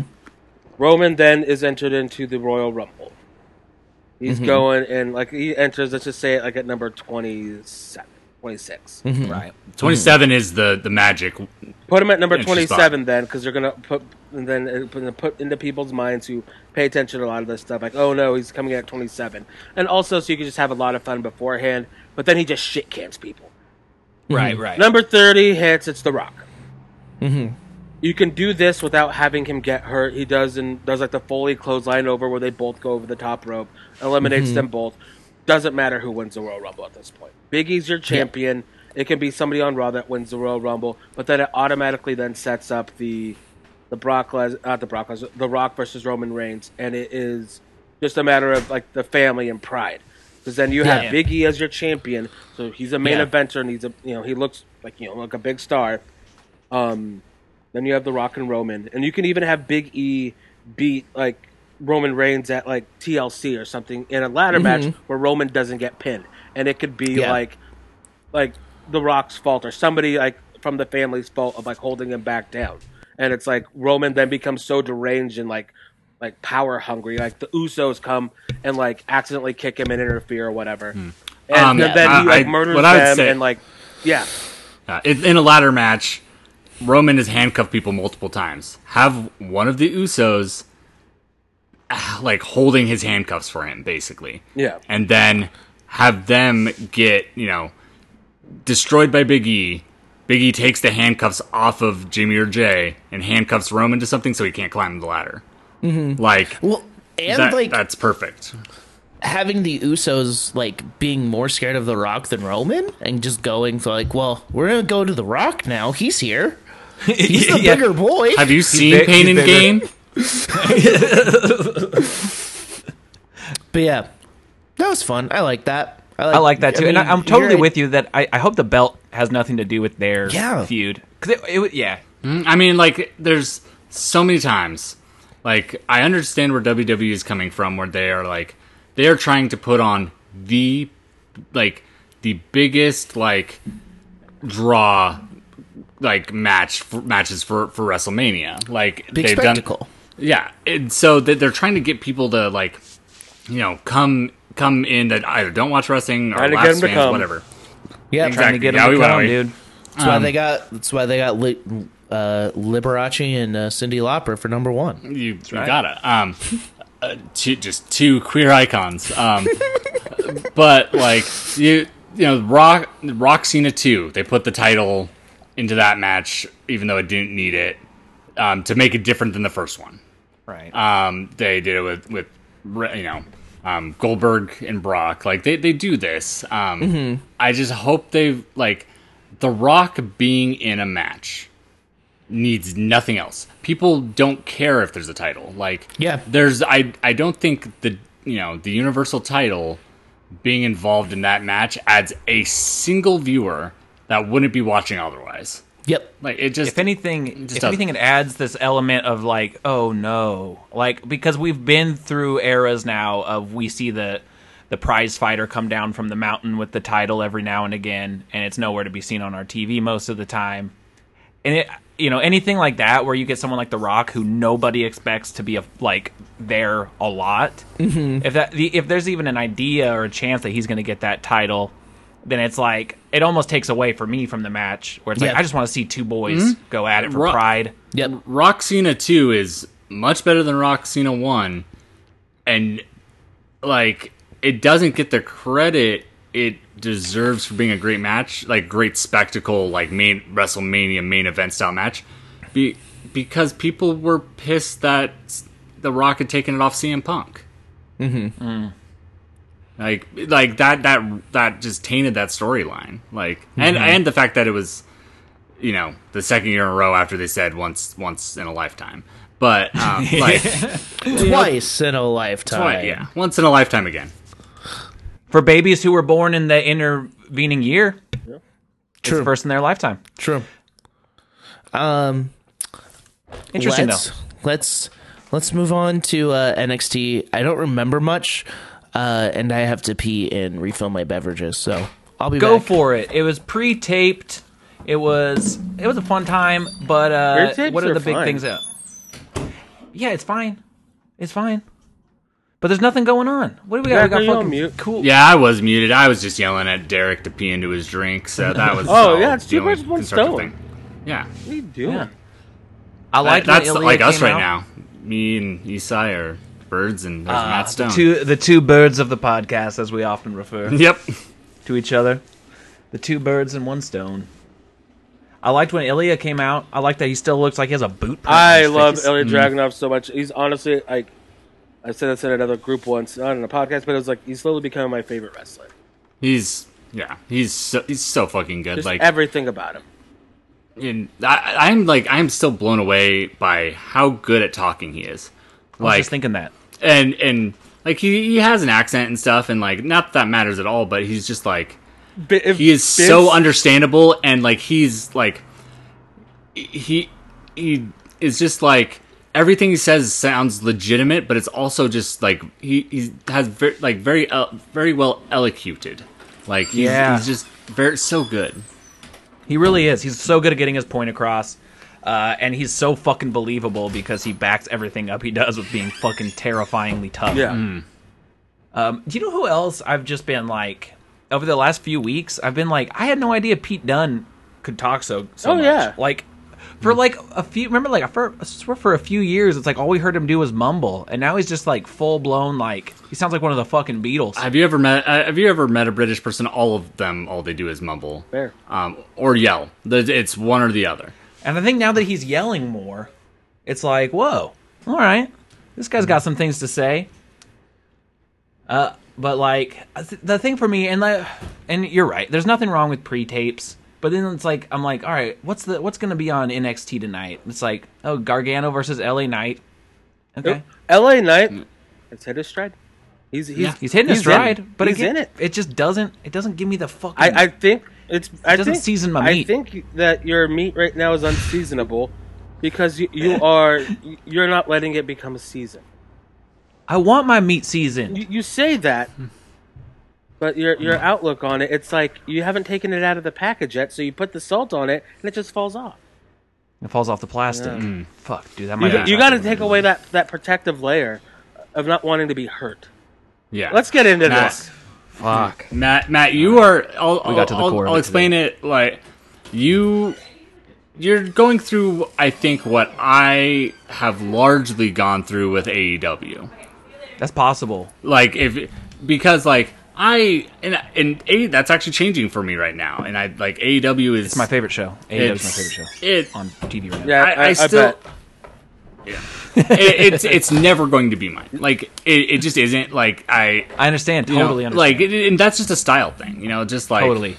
Roman then is entered into the Royal Rumble. He's going and like he enters, let's just say it like at number 27, 26.
Right.
Twenty is the the magic.
Put him at number
Yeah, she's
27 then, because they're gonna put and then it- put- put into people's minds who pay attention to a lot of this stuff. Like, oh no, he's coming in at 27, and also so you can just have a lot of fun beforehand. But then he just shit cans people.
Right. Right.
Number 30 hits. It's The Rock. Mm-hmm. You can do this without having him get hurt. He does and does like the Foley clothesline over where they both go over the top rope, eliminates
Mm-hmm.
them both. Doesn't matter who wins the Royal Rumble at this point. Biggie's your champion. It can be somebody on Raw that wins the Royal Rumble, but then it automatically then sets up the the Brock Les uh, not the Brock Les the Rock versus Roman Reigns, and it is just a matter of like the family and pride. Because then you have
Yeah.
Big E as your champion, so he's a main
Yeah.
eventer, and he's a you know he looks like you know like a big star. Um, then you have the Rock and Roman, and you can even have Big E beat like Roman Reigns at like TLC or something in a ladder
Mm-hmm.
match where Roman doesn't get pinned, and it could be
Yeah.
like like the Rock's fault or somebody like from the family's fault of like holding him back down, and it's like Roman then becomes so deranged and like like power hungry, like the Usos come and like accidentally kick him and interfere or whatever, and
Um,
then
yeah,
he like
I- I-
murders
what I would
them
say-
and like yeah.
Uh, in in a ladder match, Roman has handcuffed people multiple times. Have one of the Usos ah, like holding his handcuffs for him, basically.
Yeah.
And then have them get, you know, destroyed by Big E. Big E takes the handcuffs off of Jimmy or Jay and handcuffs Roman to something so he can't climb the ladder. Mm-hmm. Like,
Well, and
that-
like
that's perfect.
having the Usos like being more scared of The Rock than Roman, and just going for like, well, we're gonna go to The Rock now. He's here. He's the
Yeah.
bigger boy.
Have you seen
big-
Pain
he's
and
bigger.
Gain?
But yeah, that was fun. I like that.
I like that too, and I, I'm totally
with you.
with you that I, I hope the belt has nothing to do with their
Yeah.
feud because it, it would- yeah
I mean, like, there's so many times. Like, I understand where WWE is coming from, where they are like, they are trying to put on the, like, the biggest like draw, like match for, matches for for WrestleMania. Like
Big
they've done,
spectacle.
yeah. And so that they're trying to get people to like, you know, come come in that either don't watch wrestling or
Try to get
lapsed
them to
fans,
come.
whatever.
Yeah,
Trying to
Exactly.
get
Yeah,
him
we
to
went
come,
away.
dude.
That's why
Um,
they got. That's why they got Li- uh, Liberace and uh, Cindy Lauper for number one.
You, you gotta. Um, uh, two, just two queer icons. Um, but like you, you know, Rock Roxina two. They put the title into that match, even though it didn't need it, um, to make it different than the first one.
Right.
Um, they did it with with you know um, Goldberg and Brock. Like they they do this. Um, I just hope they like the Rock being in a match needs nothing else. People don't care if there's a title. Like
Yeah.
there's I I don't think the you know the Universal title being involved in that match adds a single viewer that wouldn't be watching otherwise.
Yep.
Like it just
if anything,
just
if
doesn't.
anything, it adds this element of like, oh no, like because we've been through eras now of we see the the prize fighter come down from the mountain with the title every now and again, and it's nowhere to be seen on our TV most of the time, and it you know anything like that where you get someone like The Rock who nobody expects to be a, like there a lot. Mm-hmm. If that the, if there's even an idea or a chance that he's going to get that title. Then it's like it almost takes away for me from the match, where it's like
Yeah. Mm-hmm.
I just want to see two boys go at it for
Ru-
pride.
Yep.
Roxina 2 is much better than Roxina 1 and like it doesn't get the credit it deserves for being a great match, like great spectacle, like main WrestleMania main event style match. Be- because people were pissed that The Rock had taken it off CM Punk. Mm-hmm. Like, like that, that, that just tainted that storyline. Like, and and the fact that it was you know the second year in a row after they said once once in a lifetime but um, like
Twice in a lifetime.
twi- yeah once in a lifetime again
For babies who were born in the intervening year, it's
True.
the first in their lifetime.
True. Um.
Interesting
let's,
though.
Let's let's move on to uh, NXT. I don't remember much, uh, and I have to pee and refill my beverages, so I'll be
Go
back.
for it. It was pre-taped. It was it was a fun time, but uh,
Pre-tapes
what are
are
the big
fine.
things out? Yeah, it's fine. It's fine. But there's nothing going on. What do we got?
Zach, are
we got
you on
fucking
mute?
cool.
yeah i was muted i was just yelling at derek to pee into his drink so that was
Oh,
all
yeah, it's
the
two
only
birds, one
constructive
stone.
yeah
What are you doing?
Yeah. I like
like that's
when Ilya
like us
came
right
out.
now me and Isai are birds and there's
Uh,
matt stone
The two the two birds of the podcast, as we often refer.
yep
to each other. The two birds in one stone. I liked when Ilya came out. I like that he still looks like he has a boot. print on
I
his
love
face.
Ilya
Mm-hmm.
Dragunov so much. He's honestly like I said this in another group once, not in a podcast, but it was like he's slowly becoming my favorite wrestler.
he's yeah he's so he's so fucking good
Just
like
everything about him.
and I, i'm like i'm still blown away by how good at talking he is
I was
like
just thinking that.
and and like he, he has an accent and stuff and like not that, that matters at all but he's just like
Bi- if
he is
Vince-
so understandable and like he's like he he is just like everything he says sounds legitimate but it's also just like he he has very like very uh, very well elocuted like he's,
Yeah.
he's just very so good
He really is. He's so good at getting his point across. Uh, and he's so fucking believable because he backs everything up he does with being fucking terrifyingly tough.
Yeah.
Mm.
Um, do you know who else I've just been like over the last few weeks? I've been like, I had no idea Pete Dunn could talk so. so
Oh,
much.
yeah.
like for like a few. Remember, like for I swear for a few years, it's like all we heard him do was mumble, and now he's just like full blown. Like he sounds like one of the fucking Beatles.
have you ever met uh, have you ever met a british person all of them all they do is mumble
Fair.
um or yell There's- it's one or the other
and I think now that he's yelling more, it's like, whoa, all right, this guy's got some things to say. Uh, but like I th- the thing for me, and like, and you're right. There's nothing wrong with pre-tapes, but then it's like I'm like, all right, what's the what's gonna be on NXT tonight? It's like, oh, Gargano versus LA Knight. Okay,
LA Knight has hit his stride. He's he's,
Mm. Yeah.
he's hitting his
in
stride,
it.
but
he's
again,
in it.
It just doesn't. It doesn't give me the fucking.
I, I think it's I
doesn't
think,
season my meat.
I think that your meat right now is unseasonable because you, you are you're not letting it become a season.
I want my meat season.
You, you say that, but your your outlook on it, it's like you haven't taken it out of the package yet, so you put the salt on it and it just falls off.
It falls off the plastic. Fuck, dude, that
You,
might. be
you got to
impressive.
take away that that protective layer of not wanting to be hurt.
Yeah.
Let's get into
Matt,
this.
Fuck.
Matt, Matt, you are. I'll,
We got to the
I'll-
core of
I'll
it
explain it like you. You're going through, I think, what I have largely gone through with AEW.
That's possible.
Like if because like I and and A that's actually changing for me right now, and I like AEW is
It's my favorite show. AEW is my favorite show
It
on TV right now.
Yeah,
I, I, still. Yeah, it, it's it's never going to be mine. Like it, it just isn't. Like I
I understand.
you know,
Totally understand.
Like it, and that's just a style thing, you know. Just like
Totally.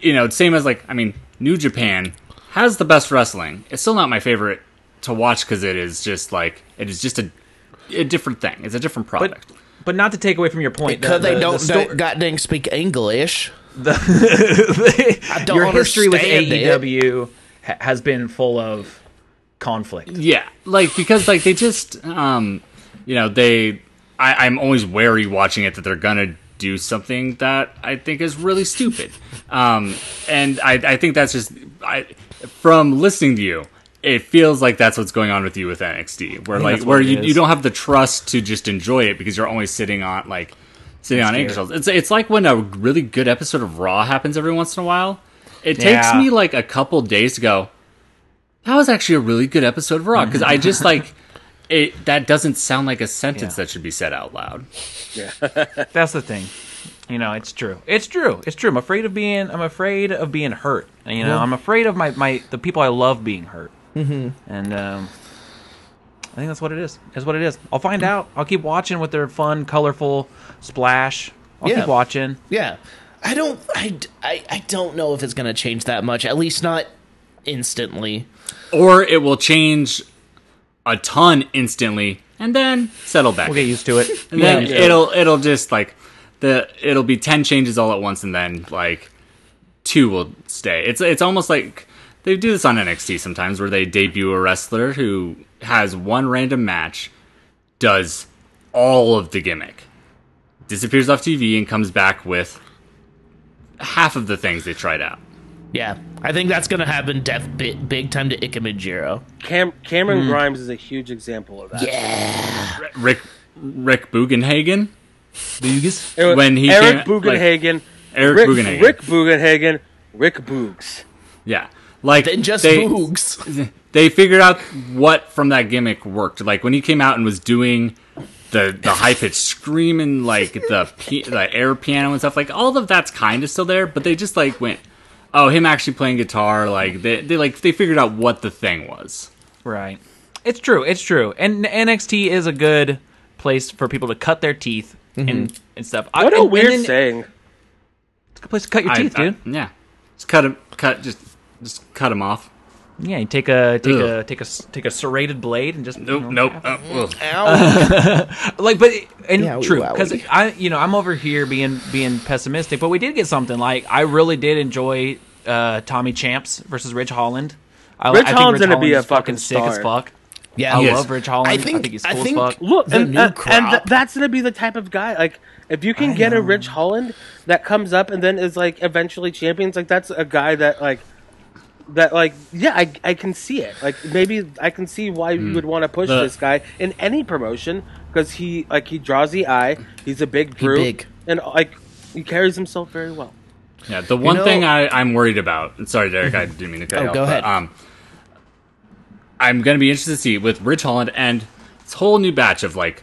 you know, same as like I mean, New Japan has the best wrestling. It's still not my favorite to watch because it is just like it is just a a different thing. It's a different product.
but, but not to take away from your point.
Because
the-
they
the-
don't,
the
don't
sto-
goddamn speak English.
the-
don't
your history with E
understand it.
AEW ha- has been full of conflict.
Yeah, like because like they just um you know they I, I'm always wary watching it that they're gonna do something that I think is really stupid. Um and I, I think that's just I from listening to you, it feels like that's what's going on with you with NXT. Where like
that's
where
what it
you, you
is.
don't have the trust to just enjoy it because you're always sitting on like sitting on eggshells. It's it's like when a really good episode of Raw happens every once in a while. It takes
Yeah.
me like a couple days to go, that was actually a really good episode of Raw because I just like it. That doesn't sound like a sentence
Yeah.
that should be said out loud.
That's the thing. You know, it's true. It's true. It's true. I'm afraid of being. I'm afraid of being hurt. And, You know, I'm afraid of my, my the people I love being hurt. Mm-hmm. And um, I think that's what it is. That's what it is. I'll find out. I'll keep watching with their fun, colorful splash. I'll
Yeah.
keep watching.
Yeah. I don't, I, I, I don't know if it's going to change that much, at least not instantly.
Or it will change a ton instantly and then settle back.
We'll get used to it.
and then
Yeah.
it'll it'll just like the it'll be ten changes all at once and then like two will stay. It's it's almost like they do this on NXT sometimes where they debut a wrestler who has one random match, does all of the gimmick, disappears off TV and comes back with half of the things they tried out.
Yeah. I think that's going to happen def, big, big time to Ikemen Jiro.
Cam-
Hmm.
Cameron Grimes is a huge example of that.
Rick Rick Bugenhagen
Boogs.
It was
When he
Eric
came- like,
Bugenhagen,
Eric
Rick,
Bugenhagen.
Rick Bugenhagen, Rick Boogs.
Yeah. Like
Then just
they-
Boogs.
they figured out what from that gimmick worked. Like when he came out and was doing the the high pitched screaming, like the pi- the air piano and stuff. Like all of that's kind of still there, but they just like went, oh, him actually playing guitar. Like they they like they figured out what the thing was.
Right. It's true. It's true. And NXT is a good place for people to cut their teeth and, and stuff.
Mm-hmm.
I-
What
and-
a
and
weird
then-
saying.
It's a good place to cut your
I-
teeth,
I-
dude.
Yeah, just cut him, cut just just cut him off.
Yeah, you take a take a
Ugh.
take a s- take a serrated blade and just you
Nope,
know,
nope. Oh, ugh.
like but and
Yeah,
true
wowie.
because I you know I'm over here being being pessimistic, but we did get something like I really did enjoy uh, Tommy Champs versus Ridge Holland. I,
Ridge
I think
Holland's gonna be
Holland
a
is fucking
fucking
sick as
star.
fuck.
Yeah.
I
Yes.
love Ridge Holland. I
I
think,
think-
he's
I
cool
think-
as fuck.
Look,
The
and,
new
uh, and, and th-
crop.
that's gonna be the type of guy. Like, if you can get a Rich Holland that comes up and then is like eventually champions, like that's a guy that like that like yeah, I I can see it. Like maybe I can see why
Hmm.
you would want to push
The-
this guy in any promotion because he like he draws the eye. He's a big brute
big.
and like he carries himself very well.
Yeah, the one
know-
thing I, I'm worried about. and Sorry, Derek, I didn't mean to cut
Oh,
you off,
go
but,
ahead.
Um, I'm going to be interested to see with Rich Holland and this whole new batch of like,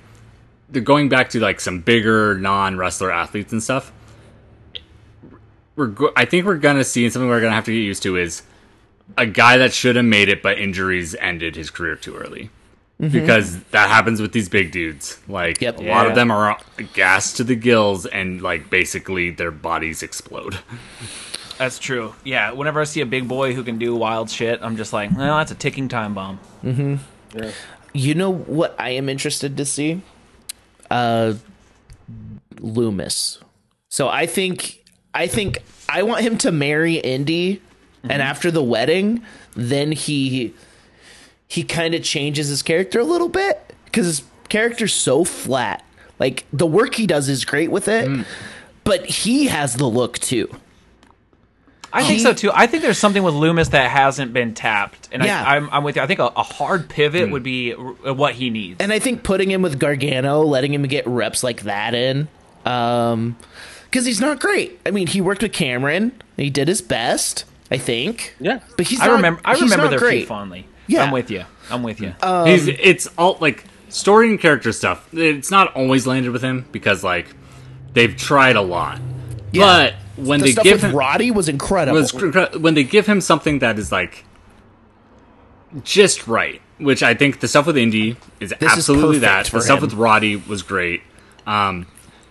they're going back to like some bigger non wrestler athletes and stuff. We're go- I think we're going to see, and something we're going to have to get used to is a guy that should have made it, but injuries ended his career too early. Because that happens with these big dudes. Like
Mm-hmm. Yep.
a lot
Yeah.
of them are gassed to the gills, and like basically their bodies explode.
That's true. Yeah, whenever I see a big boy who can do wild shit, I'm just like, well, that's a ticking time bomb.
You know what I am interested to see? Uh Loomis. So I think I think I want him to marry Indy and after the wedding, then he he kind of changes his character a little bit cuz his character's so flat. Like the work he does is great with it, but he has the look too.
I think so too. I think there's something with Loomis that hasn't been tapped, and
Yeah.
I, I'm, I'm with you. I think a, a hard
Hmm.
pivot would be r- what he needs.
And I think putting him with Gargano, letting him get reps like that in, Um, because he's not great. I mean, he worked with Cameron. He did his best, I think.
Yeah.
but he's.
I
not-
remember. I
he's
remember
not
their
great.
feet fondly.
Yeah. Um,
I'm with you. I'm with you.
He's it's all like story and character stuff. It's not always landed with him because like they've tried a lot,
Yeah.
but when
The
they
stuff
give
with
him
Roddy was incredible.
was cr- when they give him something that is like just right, which I think the stuff with Indy is
is
absolutely that.
perfect
The
for
stuff
him.
with Roddy was great. Um,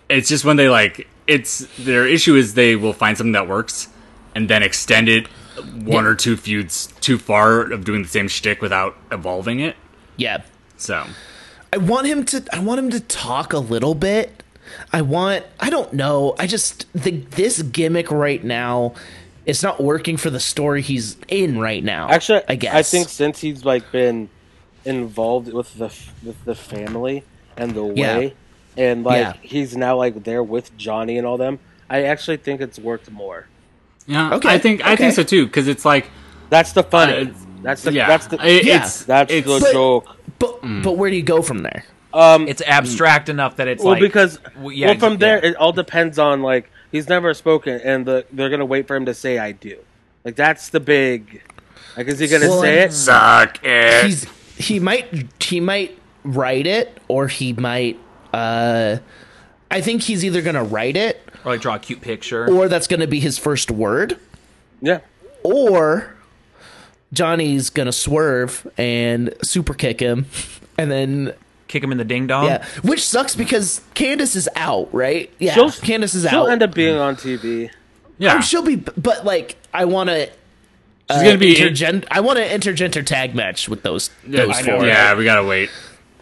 it's just when they like it's their issue is they will find something that works and then extend it one
Yeah.
or two feuds too far of doing the same shtick without evolving it.
yeah.
So
I want him to. I want him to talk a little bit. I want. I don't know. I just think this gimmick right now. It's not working for the story he's in right now.
Actually,
I guess
I think since he's like been involved with the with the family and the
Yeah.
way, and like
Yeah.
he's now like there with Johnny and all them. I actually think it's worked more.
yeah,
Okay,
I think I
okay.
think so too because it's like
That's the fun.
Uh,
that's the
yeah,
that's the
it-
Yeah.
it's
that's
it's,
the
But-
joke.
But but where do you go from there?
it's abstract enough that it's
Well,
like
because
w- yeah,
well, from
exa-
there
yeah.
it all depends on like he's never spoken, and the, they're gonna wait for him to say "I do." Like that's the big. Like, is he gonna
Well,
say
and-
it?
suck it.
He's he might he might write it or he might. uh I think he's either going to write it
or like draw a cute picture.
or that's going to be his first word
Yeah.
or Johnny's going to swerve and super kick him and then
kick him in the ding
Um,
dong.
Yeah, which sucks because Candace is out, right? Yeah,
She'll-
Candace is
She'll
out.
end up being on TV.
yeah,
she'll be, but like, I want to.
she's gonna
Uh,
be
intergen- I want an intergender tag match with those.
Yeah,
those
I
four.
know, yeah, we gotta wait.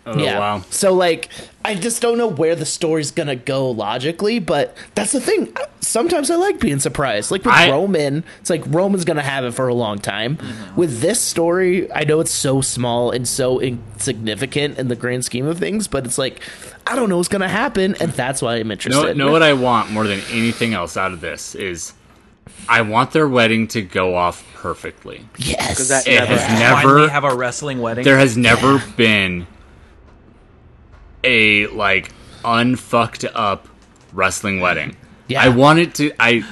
A little
Yeah.
while.
So like, I just don't know where the story's gonna go logically, but that's the thing. Sometimes I like being surprised. Like with
I-
Roman, it's like Roman's gonna have it for a long time. With this story, I know it's so small and so insignificant in the grand scheme of things, but it's like I don't know what's gonna happen, and that's why I'm
Know,
interested.
know what I want more than anything else out of this is I want their wedding to go off perfectly.
yes,
that-
It
Never.
has
Finally
never
have a wrestling wedding.
there has never been a like unfucked up wrestling wedding.
Yeah.
I want it to I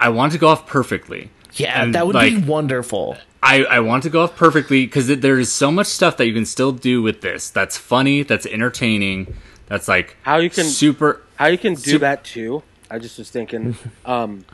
I want it to go off perfectly.
yeah,
And,
that would
like,
be wonderful.
I, I want to go off perfectly because there is so much stuff that you can still do with this. That's funny. That's entertaining. That's like
How you can-
super
How you can do
Sup-
that too? I just was thinking, um,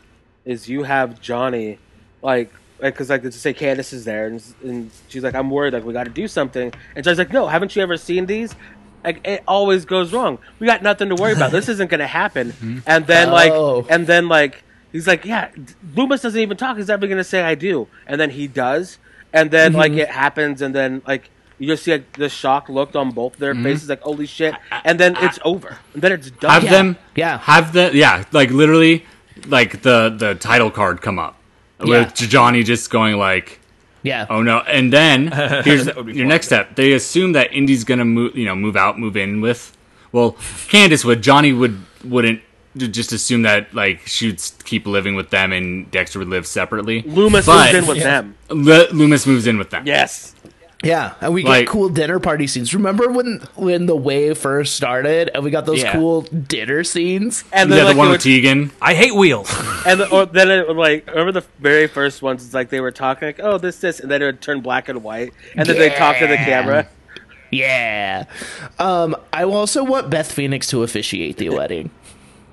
is you have Johnny, like, because like, to say Candace is there, and, and she's like, I'm worried, like, we got to do something, and Johnny's like, No, haven't you ever seen these? Like, it always goes wrong. We got nothing to worry about. This isn't going to happen. and then
Oh.
like, and then like, he's like, Yeah, d- Loomis doesn't even talk. He's never going to say I do, and then he does, and then like
Mm-hmm.
it happens, and then like. You just see like, the shock looked on both their faces, like "Holy shit!" And then it's over. And then it's done.
Mm-hmm. have
Yeah.
them
Yeah.
have the yeah like literally like the the title card come up with johnny just going like
Yeah,
oh no and then here's
would be
your
fun.
next step they assume that indy's gonna move you know move out move in with well candace would johnny would wouldn't j- just assume that like she'd s- keep living with them and dexter would live separately
Loomis
But-
moves in with them.
Lu- loomis moves in with them
Yes.
Yeah, and we
Like-
get cool dinner party scenes. Remember when when the wave first started, and we got those
Yeah.
cool dinner scenes?
And
yeah,
then
the
like,
one
it
with
would,
tegan
I hate wheels.
and the, or then it would, like remember the very first ones it's like they were talking like oh this this and then it would turn black and white and then they talk to the
Yeah.
camera.
Yeah. Um, I also want Beth Phoenix to officiate the wedding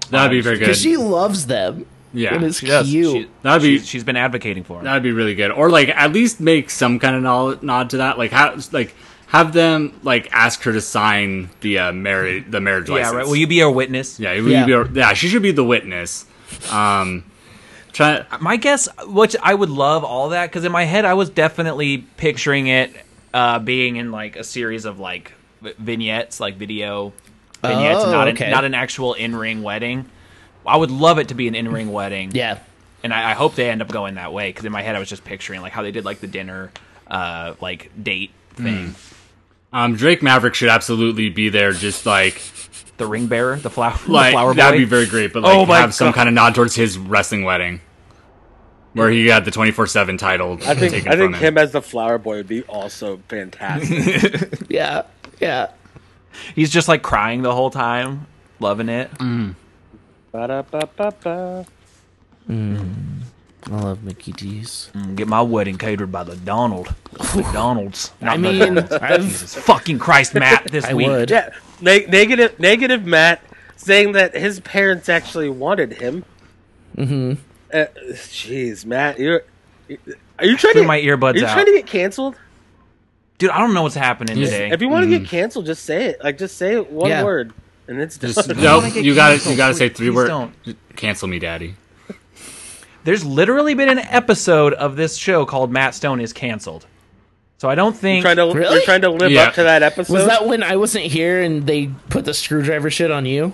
that'd be very good
because she loves them.
Yeah,
and it's
She does.
cute.
She,
That'd
she-
be-
she's been advocating for him.
That'd be really good, or like at least make some kind of nod, nod to that. Like how, like have them like ask her to sign the uh, marriage, the marriage
yeah,
license.
right. Will you be our witness?
Yeah, will
Yeah.
You be a- yeah, she should be the witness. Um, try.
My guess, which I would love all that, because in my head I was definitely picturing it uh, being in like a series of like v- vignettes, like video vignettes,
Oh,
not,
okay.
an, not an actual in-ring wedding. I would love it to be an in-ring wedding.
Yeah.
and I, I hope they end up going that way because in my head I was just picturing like how they did like the dinner, uh, like date
Hmm.
thing,
Um, Drake Maverick should absolutely be there. Just like
the ring bearer, the flower, the
like
flower
that'd
boy.
be very great. But like
Oh my
have some
God.
kind of nod towards his wrestling wedding, where he got the twenty four seven title.
I think
taken
I think
from
him as the flower boy would be also fantastic.
Yeah. Yeah. Mm.
He's just like crying the whole time, loving it.
Ba-da-ba-ba-ba.
I love Mickey D's.
Get my wedding catered by the Donald. McDonald's.
I mean, I've,
Jesus fucking Christ, Matt, this
I
week.
would.
Yeah, neg- negative, negative Matt saying that his parents actually wanted him. Mm-hmm. Uh, jeez, Matt, you're are you trying
Threw
to
my earbuds
Are you
out.
trying to get canceled?
Dude, I don't know what's happening today.
If you want to get canceled, just say it. Like, just say one
Yeah.
word, and it's done.
Just
don't
no,
wanna get
you got to
canceled,
you got to say
please-
three
please
words.
don't.
Cancel me, daddy.
There's literally been an episode of this show called Matt Stone is canceled. So I don't think
trying to
Really?
you're trying to live
Yeah.
up to that episode.
was that when I wasn't here and they put the screwdriver shit on you?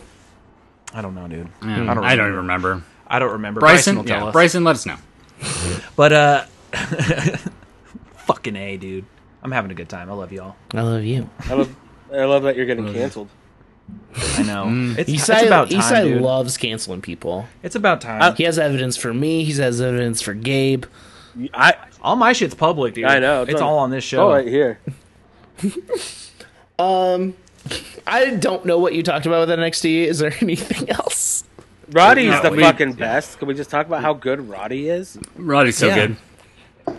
I don't know, dude.
I don't, even remember.
I don't remember.
Bryson,
will
yeah,
tell us.
Bryson, let us know.
But uh fucking A, dude. I'm having a good time. I love y'all.
I love you.
I love, I love that you're getting canceled.
I know. It's, it's
Isai,
about time,
Isai
dude. Uh,
loves canceling people.
it's about time.
He has evidence for me. He has evidence for Gabe.
I
all my shit's public, dude.
I know.
It's,
on-
all on this
Oh,
show.
right here.
I don't know what you talked about with NXT. Is there anything else?
Roddy's
Yeah,
the
we-
fucking best. Can we just talk about how good Roddy is?
Roddy's so
Yeah.
good.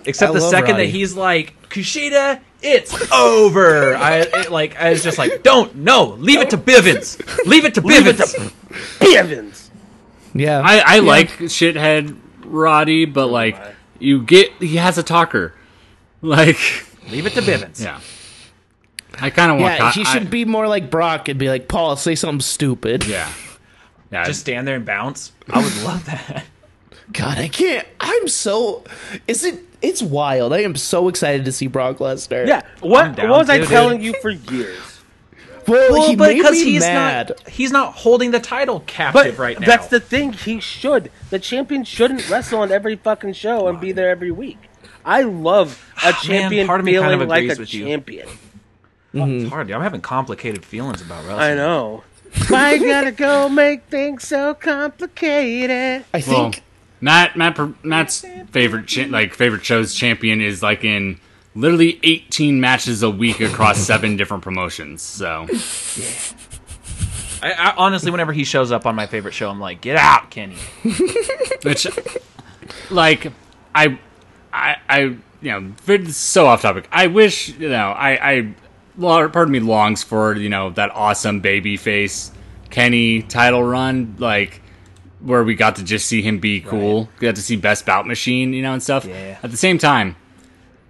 Except
I
the
love
second
Roddy.
that he's like, Kushida, it's over. I it, like I was just like, don't no, leave it to Bivens. Leave it to Bivens.
Evans.
Yeah.
I, I like shithead Roddy, but like you get he has a talker. Like
leave it to Bivens.
yeah, I kind of want.
yeah,
co-
he
I-
should be more like Brock and be like, Paul, say something stupid.
Yeah, yeah.
Just stand there and bounce. I would love that.
God, I can't. I'm so. Is it? It's wild. I am so excited to see Brock Lesnar.
Yeah. What,
down,
what was I
dude.
telling you for years?
Well,
Well,
he
but
made
because
me
he's
mad.
not he's not holding the title captive
But
right now.
that's the thing. He should. The champion shouldn't wrestle on every fucking show and be there every week. I love a champion
Ah, part of me
feeling
kind of
like
agrees
a
with you.
champion.
It's hard. dude. I'm having complicated feelings about wrestling.
I know. Why you gotta go make things so
I
complicated?
well,
think.
Matt Matt per- Matt's favorite cha- like favorite shows champion is like in literally 18 matches a week across seven different promotions. So
I, I honestly, whenever he shows up on my favorite show, I'm like, get out, Kenny.
which like I I I you know it's so off topic. I wish you know I I lo- part of me longs for you know that awesome baby face Kenny title run like where we got to just see him be cool. We got to see best bout machine you know and stuff.
Yeah.
At the same time,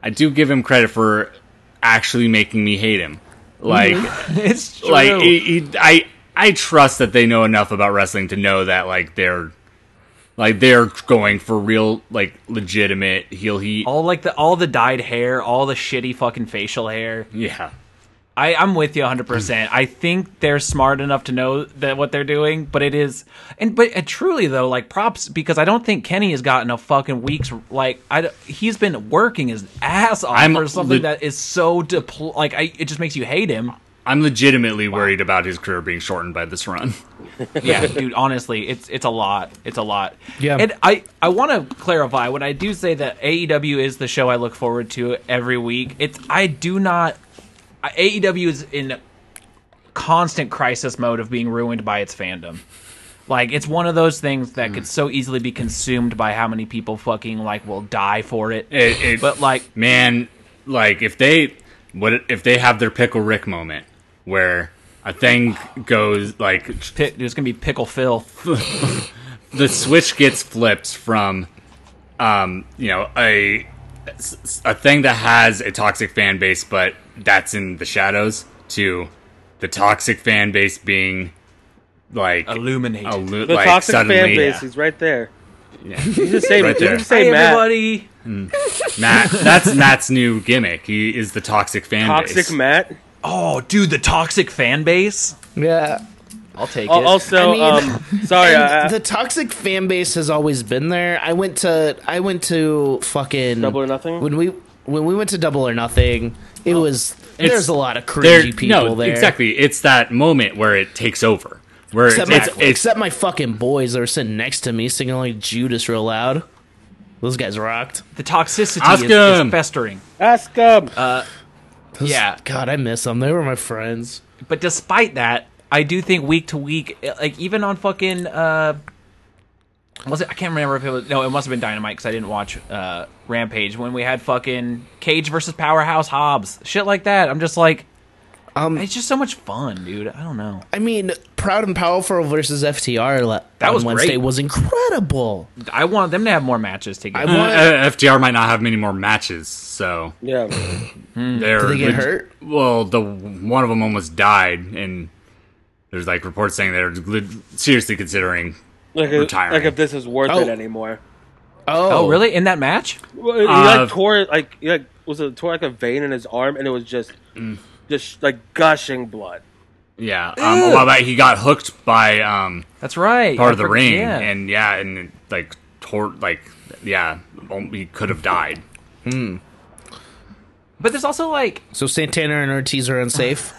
I do give him credit for actually making me hate him. Like
It's true.
like he, he, I I trust that they know enough about wrestling to know that like they're like they're going for real like legitimate heel heat.
all like the all the dyed hair, all the shitty fucking facial hair.
yeah.
I, I'm with you 100. percent I think they're smart enough to know that what they're doing, but it is, and but uh, truly though, like props because I don't think Kenny has gotten a fucking week's like I don't- he's been working his ass off
I'm
for something
le-
that is so depl- like I it just makes you hate him.
I'm legitimately worried about his career being shortened by this run.
yeah, dude. Honestly, it's it's a lot. It's a lot.
Yeah.
And I I want to clarify when I do say that AEW is the show I look forward to every week. It's I do not. I- AEW is in constant crisis mode of being ruined by its fandom. Like it's one of those things that could so easily be consumed by how many people fucking like will die for it.
It, it,
But like
man, like if they what if they have their pickle Rick moment where a thing goes like
pi- there's gonna be pickle Phil.
the switch gets flipped from um you know a a thing that has a toxic fan base but that's in the shadows to the toxic fan base being like
Illuminated.
allu-
The
like
toxic fan
suddenly
base. He's right there. You just say,
Right
you
there.
just
Hey
say Matt.
everybody!
Matt that's Matt's new gimmick he is the toxic fan base
Toxic Matt.
Oh, dude, the toxic fan base.
yeah.
I'll take
Al-
it.
Also,
I mean-
um, sorry. I, I,
the toxic fan base has always been there. I went to I went to fucking
Double or Nothing?
when we when we went to Double or Nothing. It was
It's-
there's a lot of
There-
cringy people
no
there.
exactly it's that moment where it takes over where it's,
Except,
it's,
my,
it's
except my fucking boys that were sitting next to me singing like Judas real loud. Those guys rocked.
the toxicity
Ask
is,
him.
is festering.
ask um, him.
Uh,
Those-
Yeah.
God, I miss them. They were my friends.
But despite that, I do think week to week, like even on fucking uh, was it? I can't remember if it was. No, it must have been Dynamite because I didn't watch uh Rampage when we had fucking Cage versus Powerhouse Hobbs, shit like that. I'm just like, um, it's just so much fun, dude. I don't know.
I mean, Proud and Powerful versus FTR le-
That
on
was
Wednesday
great.
was incredible.
I want them to have more matches
I
together.
want.
Uh, FTR might not have many more matches, so
Yeah.
they're
Mm. they get hurt?
Well, the one of them almost died, and there's like reports saying they're le- seriously considering.
Like, if-
Retiring.
like if this is worth
Oh.
it anymore.
oh,
oh, really? In that match?
Well, he
Uh,
like tore like he, like was it tore like a vein in his arm and it was just just like gushing blood.
Yeah, um, a while back he got hooked by um,
That's right.
part
I
of the
forg-
ring,
yeah.
and yeah, and it, like tore like yeah, um, he could have died.
but there's also like
So Santana and Ortiz are unsafe.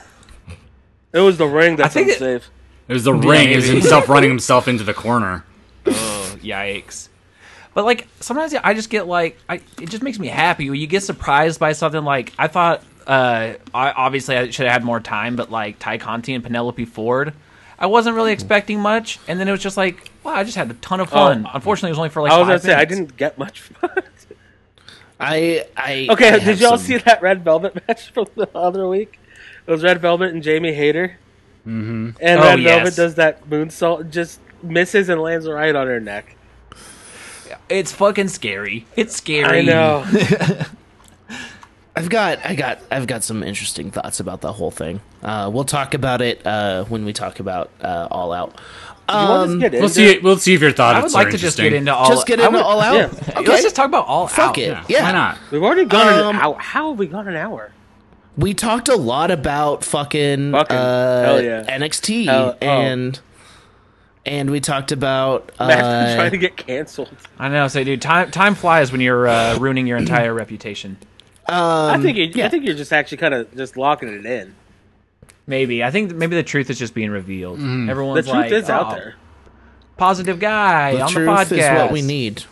It was the ring that's
think it-
unsafe.
It was the ring. It was
maybe.
himself running himself into the corner.
Yikes. But like sometimes I just get like I, it just makes me happy when you get surprised by something like I thought uh I obviously I should have had more time but like Ty Conti and Penelope Ford I wasn't really expecting much and then it was just like wow I just had a ton of fun. Unfortunately it was only for like
Oh. I was gonna
five
say I
minutes.
didn't get much. From it.
I, I. I
Okay,
have
did y'all
some-
see that red velvet match from the other week? It was red velvet and Jamie Hayter. Mm-hmm. And
Oh,
red
yes.
velvet does that moonsault, and just misses and lands right on her neck.
It's fucking scary. It's scary.
I know.
I've got, I got, I've got some interesting thoughts about the whole thing. Uh, we'll talk about it uh, when we talk about uh, All Out.
Um, get
We'll
into
see. We'll see if your thoughts.
I would
are
like to just
interesting.
get into all
Just get
I
into
would-
All Out.
yeah.
Okay.
Let's just talk about all
Fuck
out.
it.
Yeah.
Yeah.
Why not?
We've already gone
Um,
an hour. How have we gone an hour?
We talked a lot about fucking,
Fucking.
uh,
Hell yeah.
NXT
Hell- oh.
and and we talked about uh,
Matt's been trying to get canceled.
I know. So, dude, time time flies when you're uh, ruining your entire reputation.
I think you, I think you're just actually kind of just locking it in.
Maybe I think maybe the truth is just being revealed.
The
Mm.
Everyone's
truth
like,
is out
"Oh,
there.
Positive guy
the
on
truth
the podcast.
is what we need.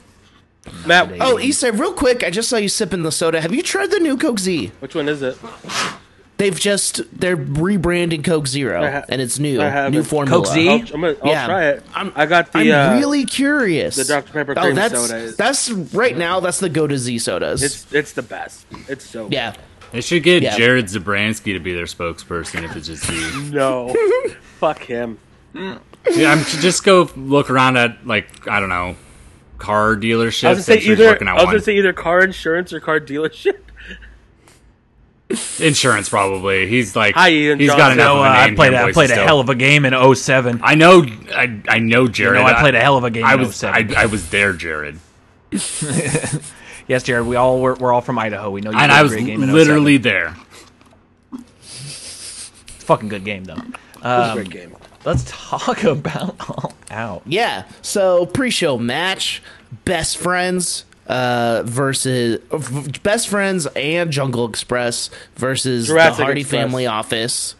Matt,
Oh, Issa, real quick, I just saw you sipping the soda. Have you tried the new Coke Z?
which one is it?
They've just they're rebranding Coke Zero,
ha-
and it's new,
I haven't.
new formula.
Coke Z?
I'll, I'm gonna, I'll
Yeah.
try it. I'm, I got the.
I'm
uh,
really curious. Oh,
the Dr. Pepper cream
that's,
soda is-
That's right now. That's the go to Z sodas.
It's it's the best. It's so.
yeah.
They should get
Yeah.
Jared Zabransky to be their spokesperson if it's just you.
No. Fuck him.
yeah, I'm just go look around at like I don't know car dealerships.
I was
I'm
gonna say
sure he's
either.
working
I
at
was
one.
gonna say either car insurance or car dealership.
insurance probably. He's like
Hi, Ian
he's got
Johnson.
enough
No,
of a
uh,
name.
I played, a,
Him
I
voice
played a
still.
hell of a game in 07.
I know. I I know Jared.
know, I played a hell of a game
I
in
was I,
07.
I was there, Jared,
yes, Jared, we all were, we're all from Idaho. We know you
and
played
I
a
was
great game in
literally there.
07. fucking good game though.
Um,
Great game.
Let's talk about all out.
Yeah. So pre-show match, best friends uh versus v- best friends and Jungle Express versus the
Jurassic
Hardy
Express.
Family Office.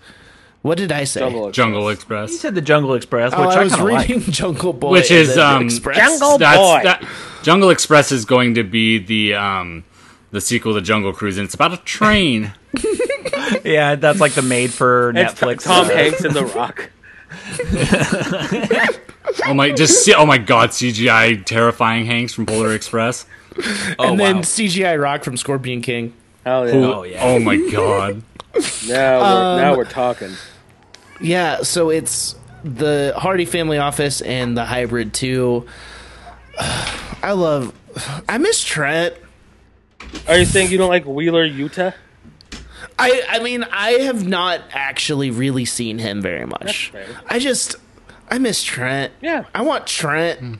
What did I say?
Jungle.
Jungle
You
Express.
said the Jungle Express,
Oh,
which
I
I,
was
kind of
reading
like.
Jungle Boy,
Which
and
is,
then
um,
Express.
Jungle Boy.
that- Jungle Express is going to be the um the sequel to Jungle Cruise, and it's about a train.
Yeah, that's like the made for
It's Tom-
Netflix.
Tom
uh,
Hanks and The Rock.
oh my! Just see, oh my God! CGI terrifying Hanks from Polar Express.
Oh,
and
wow.
then CGI Rock from Scorpion King.
Hell yeah.
Oh, yeah.
Oh my God!
Now we're, now we're talking.
Yeah, so it's the Hardy Family Office and the Hybrid 2. I love I miss Trent.
Are you saying you don't like Wheeler Utah?
I I mean I have not actually really seen him very much.
That's fair.
I just I miss Trent.
Yeah.
I want Trent.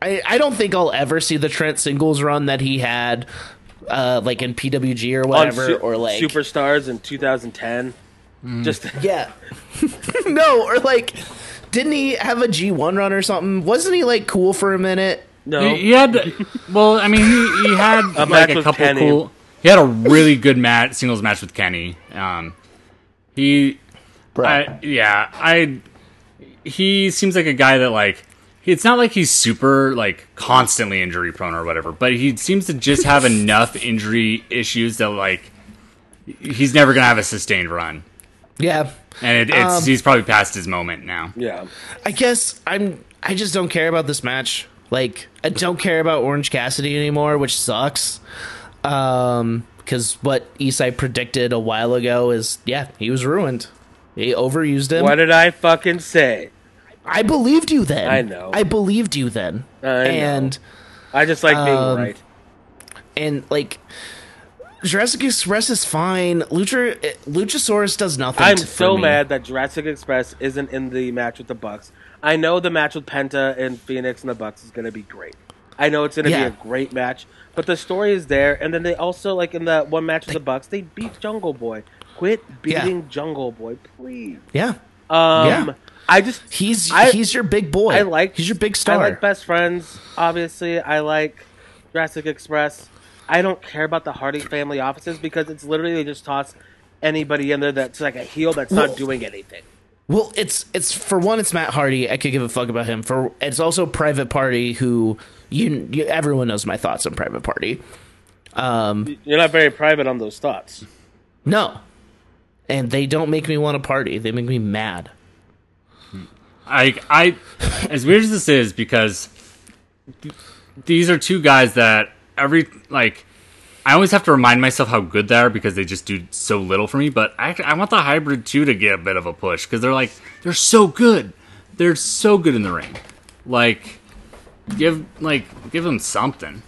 I I don't think I'll ever see the Trent singles run that he had uh like in PWG or whatever
Su-
or like
Superstars in 2010. Just
Yeah. no, or like didn't he have a G1 run or something? Wasn't he like cool for a minute?
no.
He, he had well, I mean, he, he had like
match
a
with
couple
Kenny.
cool. He had a really good match, singles match with Kenny. Um, he, I, yeah, I. He seems like a guy that like. It's not like he's super like constantly injury prone or whatever, but he seems to just have enough injury issues that like he's never gonna have a sustained run.
Yeah.
and it, it's he's probably past his moment now.
Yeah.
I guess I'm. I just don't care about this match. Like, I don't care about Orange Cassidy anymore, which sucks. Um, because what Isai predicted a while ago is, yeah, he was ruined. He overused him.
What did I fucking say?
I believed you then.
I know.
I believed you then.
I know.
and
I just like being
Um,
right.
and like Jurassic Express is fine. Lucha Luchasaurus does nothing.
I'm
to- for
so
me.
mad that Jurassic Express isn't in the match with the Bucks. I know the match with Penta and Phoenix and the Bucks is going to be great. I know it's going to
Yeah.
be a great match, but the story is there. And then they also like in that one match with the Bucks, they beat Jungle Boy. Quit
Yeah.
beating Jungle Boy, please.
Yeah,
Um,
Yeah.
I just
he's
I-
he's your big boy.
I like
he's your big star.
I like Best Friends. Obviously, I like Jurassic Express. I don't care about the Hardy family offices because it's literally they just toss anybody in there that's like a heel that's
Well-
not doing anything.
Well, it's it's for one, it's Matt Hardy. I could give a fuck about him. For it's also Private Party, who you, you everyone knows my thoughts on Private Party.
You're not very private on those thoughts.
No, and they don't make me want to party. They make me mad.
I, I, as weird as this is, because th- these are two guys that every like, I always have to remind myself how good they are because they just do so little for me. But I, I want the hybrid two to get a bit of a push because they're like they're so good, they're so good in the ring. Like, give like give them something.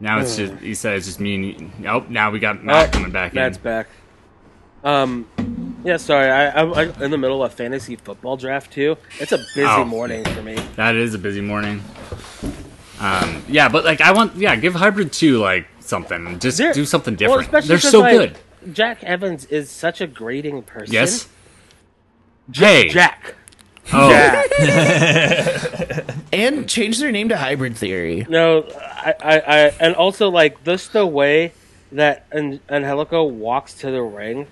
Now it's just he says it's just me and nope. Now we got Matt
Oh,
coming back
Matt's
in.
back. Um, yeah, sorry. I, I, I'm in the middle of fantasy football draft too. It's a busy
Oh.
morning for me.
That is a busy morning. Um, yeah, but like I want, yeah, give Hybrid two like something, just
They're-
do something
Well,
different.
especially
They're
'cause,
so
like,
good.
Jack Evans is such a grating person.
Yes. Hey.
Jack.
Oh.
Jack.
And change their name to Hybrid Theory.
No, I, I, I, and also like just the way that An- Angelico walks to the ring,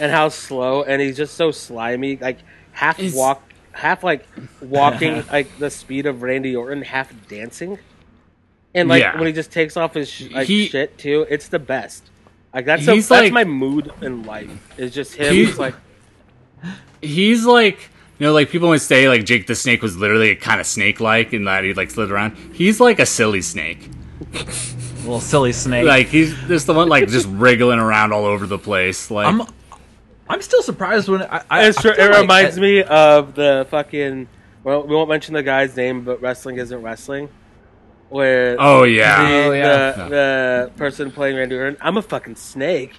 and how slow, and he's just so slimy, like half
He's-
walk, half like walking like the speed of Randy Orton, half dancing, and like
Yeah.
when he just takes off his sh- like,
He-
shit too, it's the best. Like that's the,
He's,
that's
like-
my mood in life. Is just him.
He-
just, like
He's like, you know, like people always say, like Jake the Snake was literally kind of snake-like in that he like slid around. He's like a silly snake.
Little silly snake.
Like he's just the one like just wriggling around all over the place. Like
I'm, I'm still surprised when I. I,
It's
I
true.
feel
It
like
reminds
I-
me of the fucking. Well, we won't mention the guy's name, but wrestling isn't wrestling. Where
oh
the,
yeah,
Oh, yeah.
the, the person playing Randy Orton, I'm a fucking snake.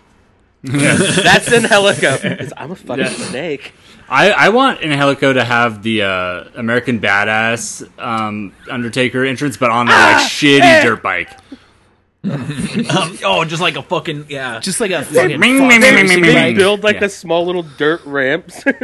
That's in Helico. It's, I'm a fucking
Yeah.
snake.
I, I want Angelico to have the uh, American Badass um, Undertaker entrance, but on a like
Ah!
shitty
Eh!
dirt bike.
Oh, just like a fucking yeah.
Just like a fucking
Ming,
fuck
ming, ming,
racing
ming,
They
ming,
bike.
ming.
build like
Yeah.
the small little dirt ramps.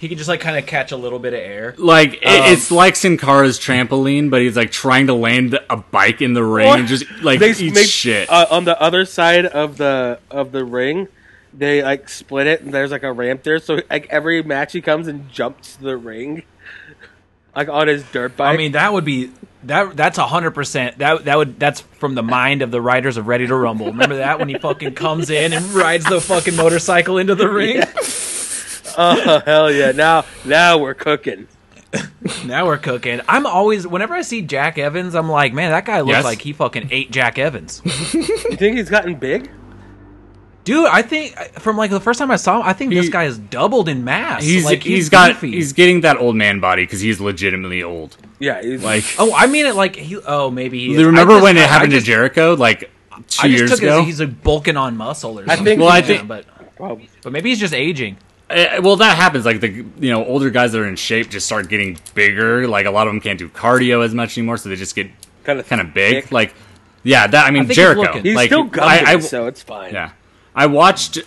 He could just like kind of catch a little bit of air.
Like it,
Um,
it's like Sin Cara's trampoline, but he's like trying to land a bike in the ring
Or
and just like
they
eats
make-
shit.
uh, on the other side of the of the ring. They like split it, and there's like a ramp there. So like every match, he comes and jumps to the ring, like on his dirt bike.
I mean, that would be that. That's hundred percent. That that would that's from the mind of the writers of Ready to Rumble. Remember that when he fucking comes in and rides the fucking motorcycle into the ring.
oh hell yeah! Now now we're cooking.
Now we're cooking. I'm always whenever I see Jack Evans, I'm like, man, that guy looks
Yes.
like he fucking ate Jack Evans.
You think he's gotten big?
Dude, I think from like the first time I saw him, I think this
He-
guy is doubled in mass.
he's
like
he's got
beefy.
he's getting that old man body because he's legitimately old.
Yeah, he's
Like
Oh, I mean it like he. Oh, maybe he. is.
remember
I just-
when
I-
it
I
happened
just-
to Jericho like two
I just
years
took it
ago?
as he's like bulking on muscle or something.
think
well, I
Yeah,
think
but
oh,
but maybe he's just aging.
Uh, well, that happens. Like the you know older guys that are in shape just start getting bigger. Like a lot of them can't do cardio as much anymore, so they just get
kind of
kind of big. Like yeah, that I mean
think he's
Jericho.
looking.
he's
like,
still gumping,
I, I,
so it's fine.
yeah, I watched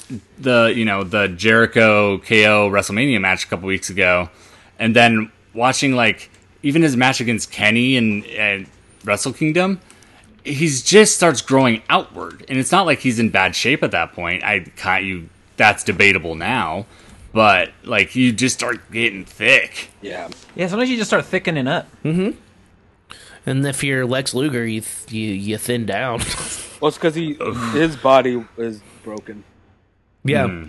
the you know the Jericho KO WrestleMania match a couple weeks ago, and then watching like even his match against Kenny and, and Wrestle Kingdom. He's just starts growing outward, and it's not like he's in bad shape at that point. I can't you. That's debatable now, but like you just start getting thick.
Yeah.
Yeah, sometimes you just start thickening up.
And if you're Lex Luger, you th- you you thin down.
Well, it's because he his body is broken.
Yeah.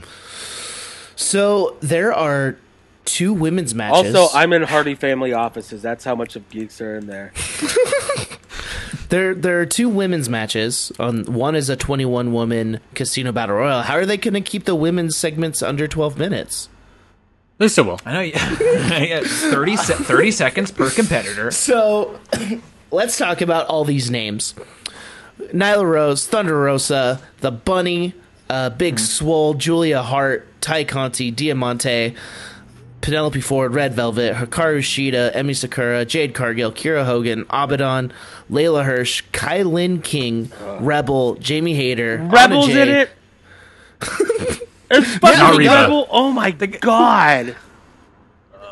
So there are two women's matches.
Also, I'm in Hardy family offices. That's how much of geeks are in there.
there there are two women's matches. On one is a 21 woman casino battle royal. How are they going to keep the women's segments under 12 minutes?
They still will.
I know. Yeah, yeah 30, se- 30 seconds per competitor.
So let's talk about all these names. Nyla Rose, Thunder Rosa, The Bunny, uh, Big
Hmm.
Swole, Julia Hart, Ty Conti, Diamante, Penelope Ford, Red Velvet, Hikaru Shida, Emi Sakura, Jade Cargill, Kira Hogan, Abaddon, Layla Hirsch, Kai Lynn King, Rebel, Jamie Hayter, Anna
Rebel
Jay.
did it. it's fucking
Reba.
Rebel. Oh my god.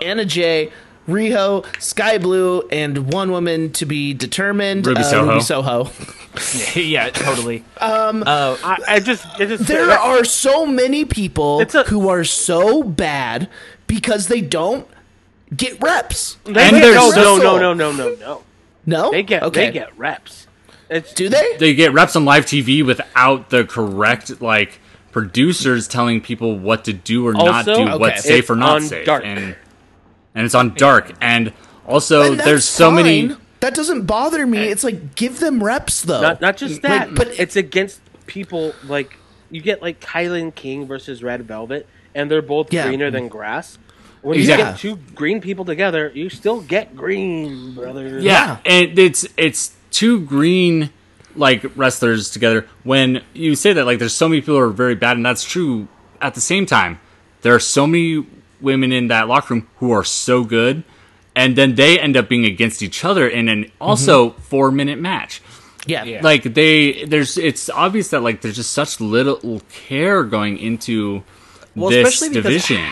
Anna J, Riho, Sky Blue, and one woman to be determined,
Ruby
uh,
Soho.
Ruby Soho.
yeah, totally.
Oh, I, I just, I just
There are so many people
It's a-
who are so bad because they don't get reps.
They
And
get-
there's
no,
so-
no, no, no, no, no, no.
No,
They get,
okay.
they get reps. It's
Do they?
They get reps on live TV without the correct like producers telling people what to do or not
Also,
do,
Okay.
what's safe or
it's
not
on
safe,
Dark.
and and it's on dark. And also,
And that's
Oh, there's so many.
fine. That doesn't bother me. It's like give them reps though.
not, not just that,
Like,
but
but-
it's against people like you get like Kylan King versus Red Velvet, and they're both
Yeah.
greener than grass. When
Exactly.
you get two green people together, you still get green, brother.
Yeah, and it's it's two green like wrestlers together. When you say that, like, there's so many people who are very bad, and that's true. At the same time, there are so many women in that locker room who are so good, and then they end up being against each other in an
Mm-hmm.
also four minute match.
yeah,
Like they, there's it's obvious that like there's just such little care going into
Well,
this
especially because
division.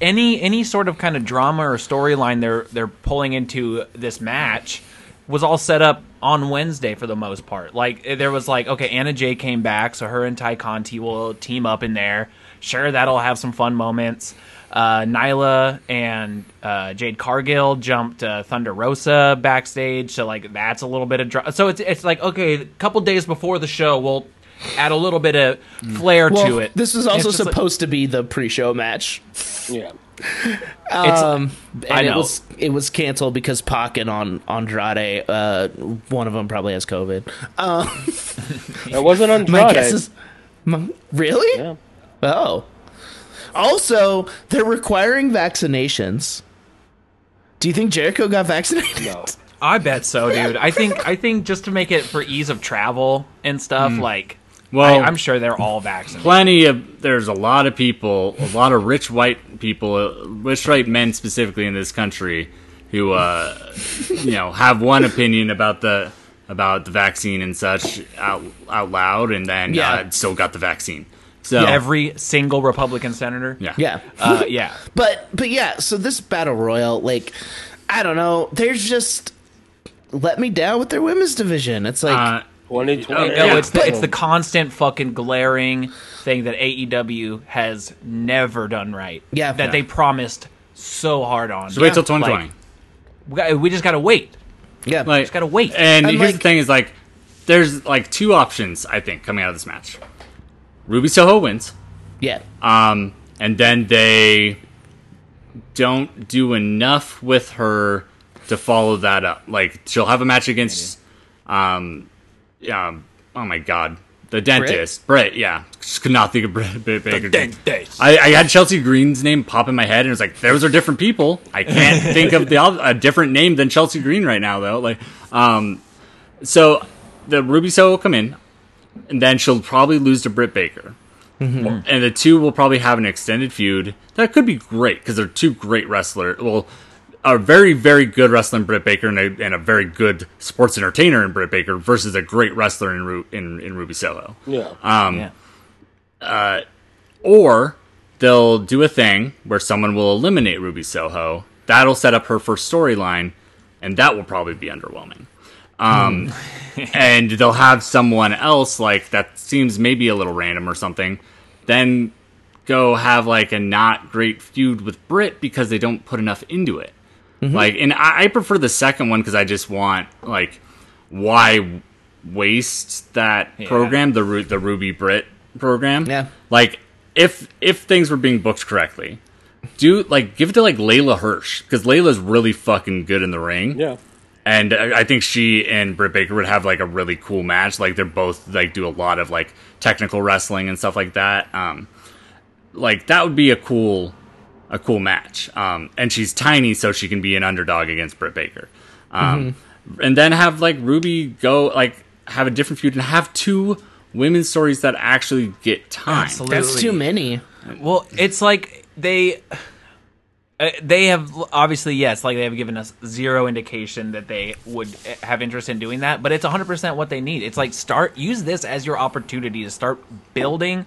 any any sort of kind of drama or storyline they're they're pulling into this match was all set up on Wednesday for the most part. Like eh, there was like okay, Anna Jay came back, so her and Ty Conti will team up in there. Sure, that'll have some fun moments. Uh, Nyla and uh, Jade Cargill jumped uh, Thunder Rosa backstage, so like that's a little bit of drama. So it's it's like okay, a couple days before the show, we'll add a little bit of flair
Well,
to it.
This is
And
also
it's just like-
supposed to be the pre-show match. Um,
yeah.
it's-
And
I know.
it was it was canceled because Pac and on Andrade, uh, one of them probably has COVID.
It wasn't
My
Andrade.
guess is, my, really?
yeah.
Oh. Also, they're requiring vaccinations. Do you think Jericho got vaccinated?
No.
I bet so, dude. I think I think just to make it for ease of travel and stuff, like
Mm. Well-
I, I'm sure they're all vaccinated.
plenty of there's a lot of people a lot of rich white people uh, rich white men specifically in this country who uh you know have one opinion about the about the vaccine and such out out loud and then
Yeah.
uh, still got the vaccine so
Every single Republican senator.
yeah
Yeah.
Uh, yeah.
But but yeah, so this battle royal, like, I don't know. They're just let me down with their women's division. It's like
uh,
2020.
No,
Yeah.
it's the, it's the constant fucking glaring thing that AEW has never done right.
Yeah.
That
Yeah.
they promised so hard on.
so wait till 2020
Like, we got- we just gotta wait.
yeah.
like
just gotta wait.
And,
and here's
like-
the thing is like there's like two options i think coming out of this match ruby soho wins
yeah.
Um, and then they don't do enough with her to follow that up. Like she'll have a match against, um, um, oh my god, the dentist Britt. yeah, just could not think of Britt, Britt Baker.
dentist.
I, I had Chelsea Green's name pop in my head, and it was like those are different people. I can't think of the oth- a different name than Chelsea Green right now, though. Like, um, so the Ruby Soho will come in, and then she'll probably lose to Britt Baker and the two will probably have an extended feud. That could be great because they're two great wrestlers. Well, a very, very good wrestler in Britt Baker and a, and a very good sports entertainer in Britt Baker versus a great wrestler in Ru- in, in Ruby Solo.
yeah.
Um,
yeah.
Or they'll do a thing where someone will eliminate Ruby Soho. That'll set up her first storyline, and that will probably be underwhelming. Um, and they'll have someone else like that seems maybe a little random or something. Then go have like a not great feud with Brit because they don't put enough into it. Like, and I, I prefer the second one because I just want like why waste that program, the Ru- the Ruby Brit program.
Yeah.
Like if if things were being booked correctly, do like give it to like Layla Hirsch because Layla's really fucking good in the ring.
Yeah.
And I I think she and Britt Baker would have like a really cool match. Like they're both like do a lot of like technical wrestling and stuff like that. Um, like that would be a cool, a cool match. Um, and she's tiny, so she can be an underdog against Britt Baker. Um, and then have like Ruby go like have a different feud and have two women's stories that actually get time.
Absolutely.
That's too many.
Well, it's like they uh, they have obviously yes, like they have given us zero indication that they would uh, have interest in doing that, but it's 100% what they need. It's like start use this as your opportunity to start building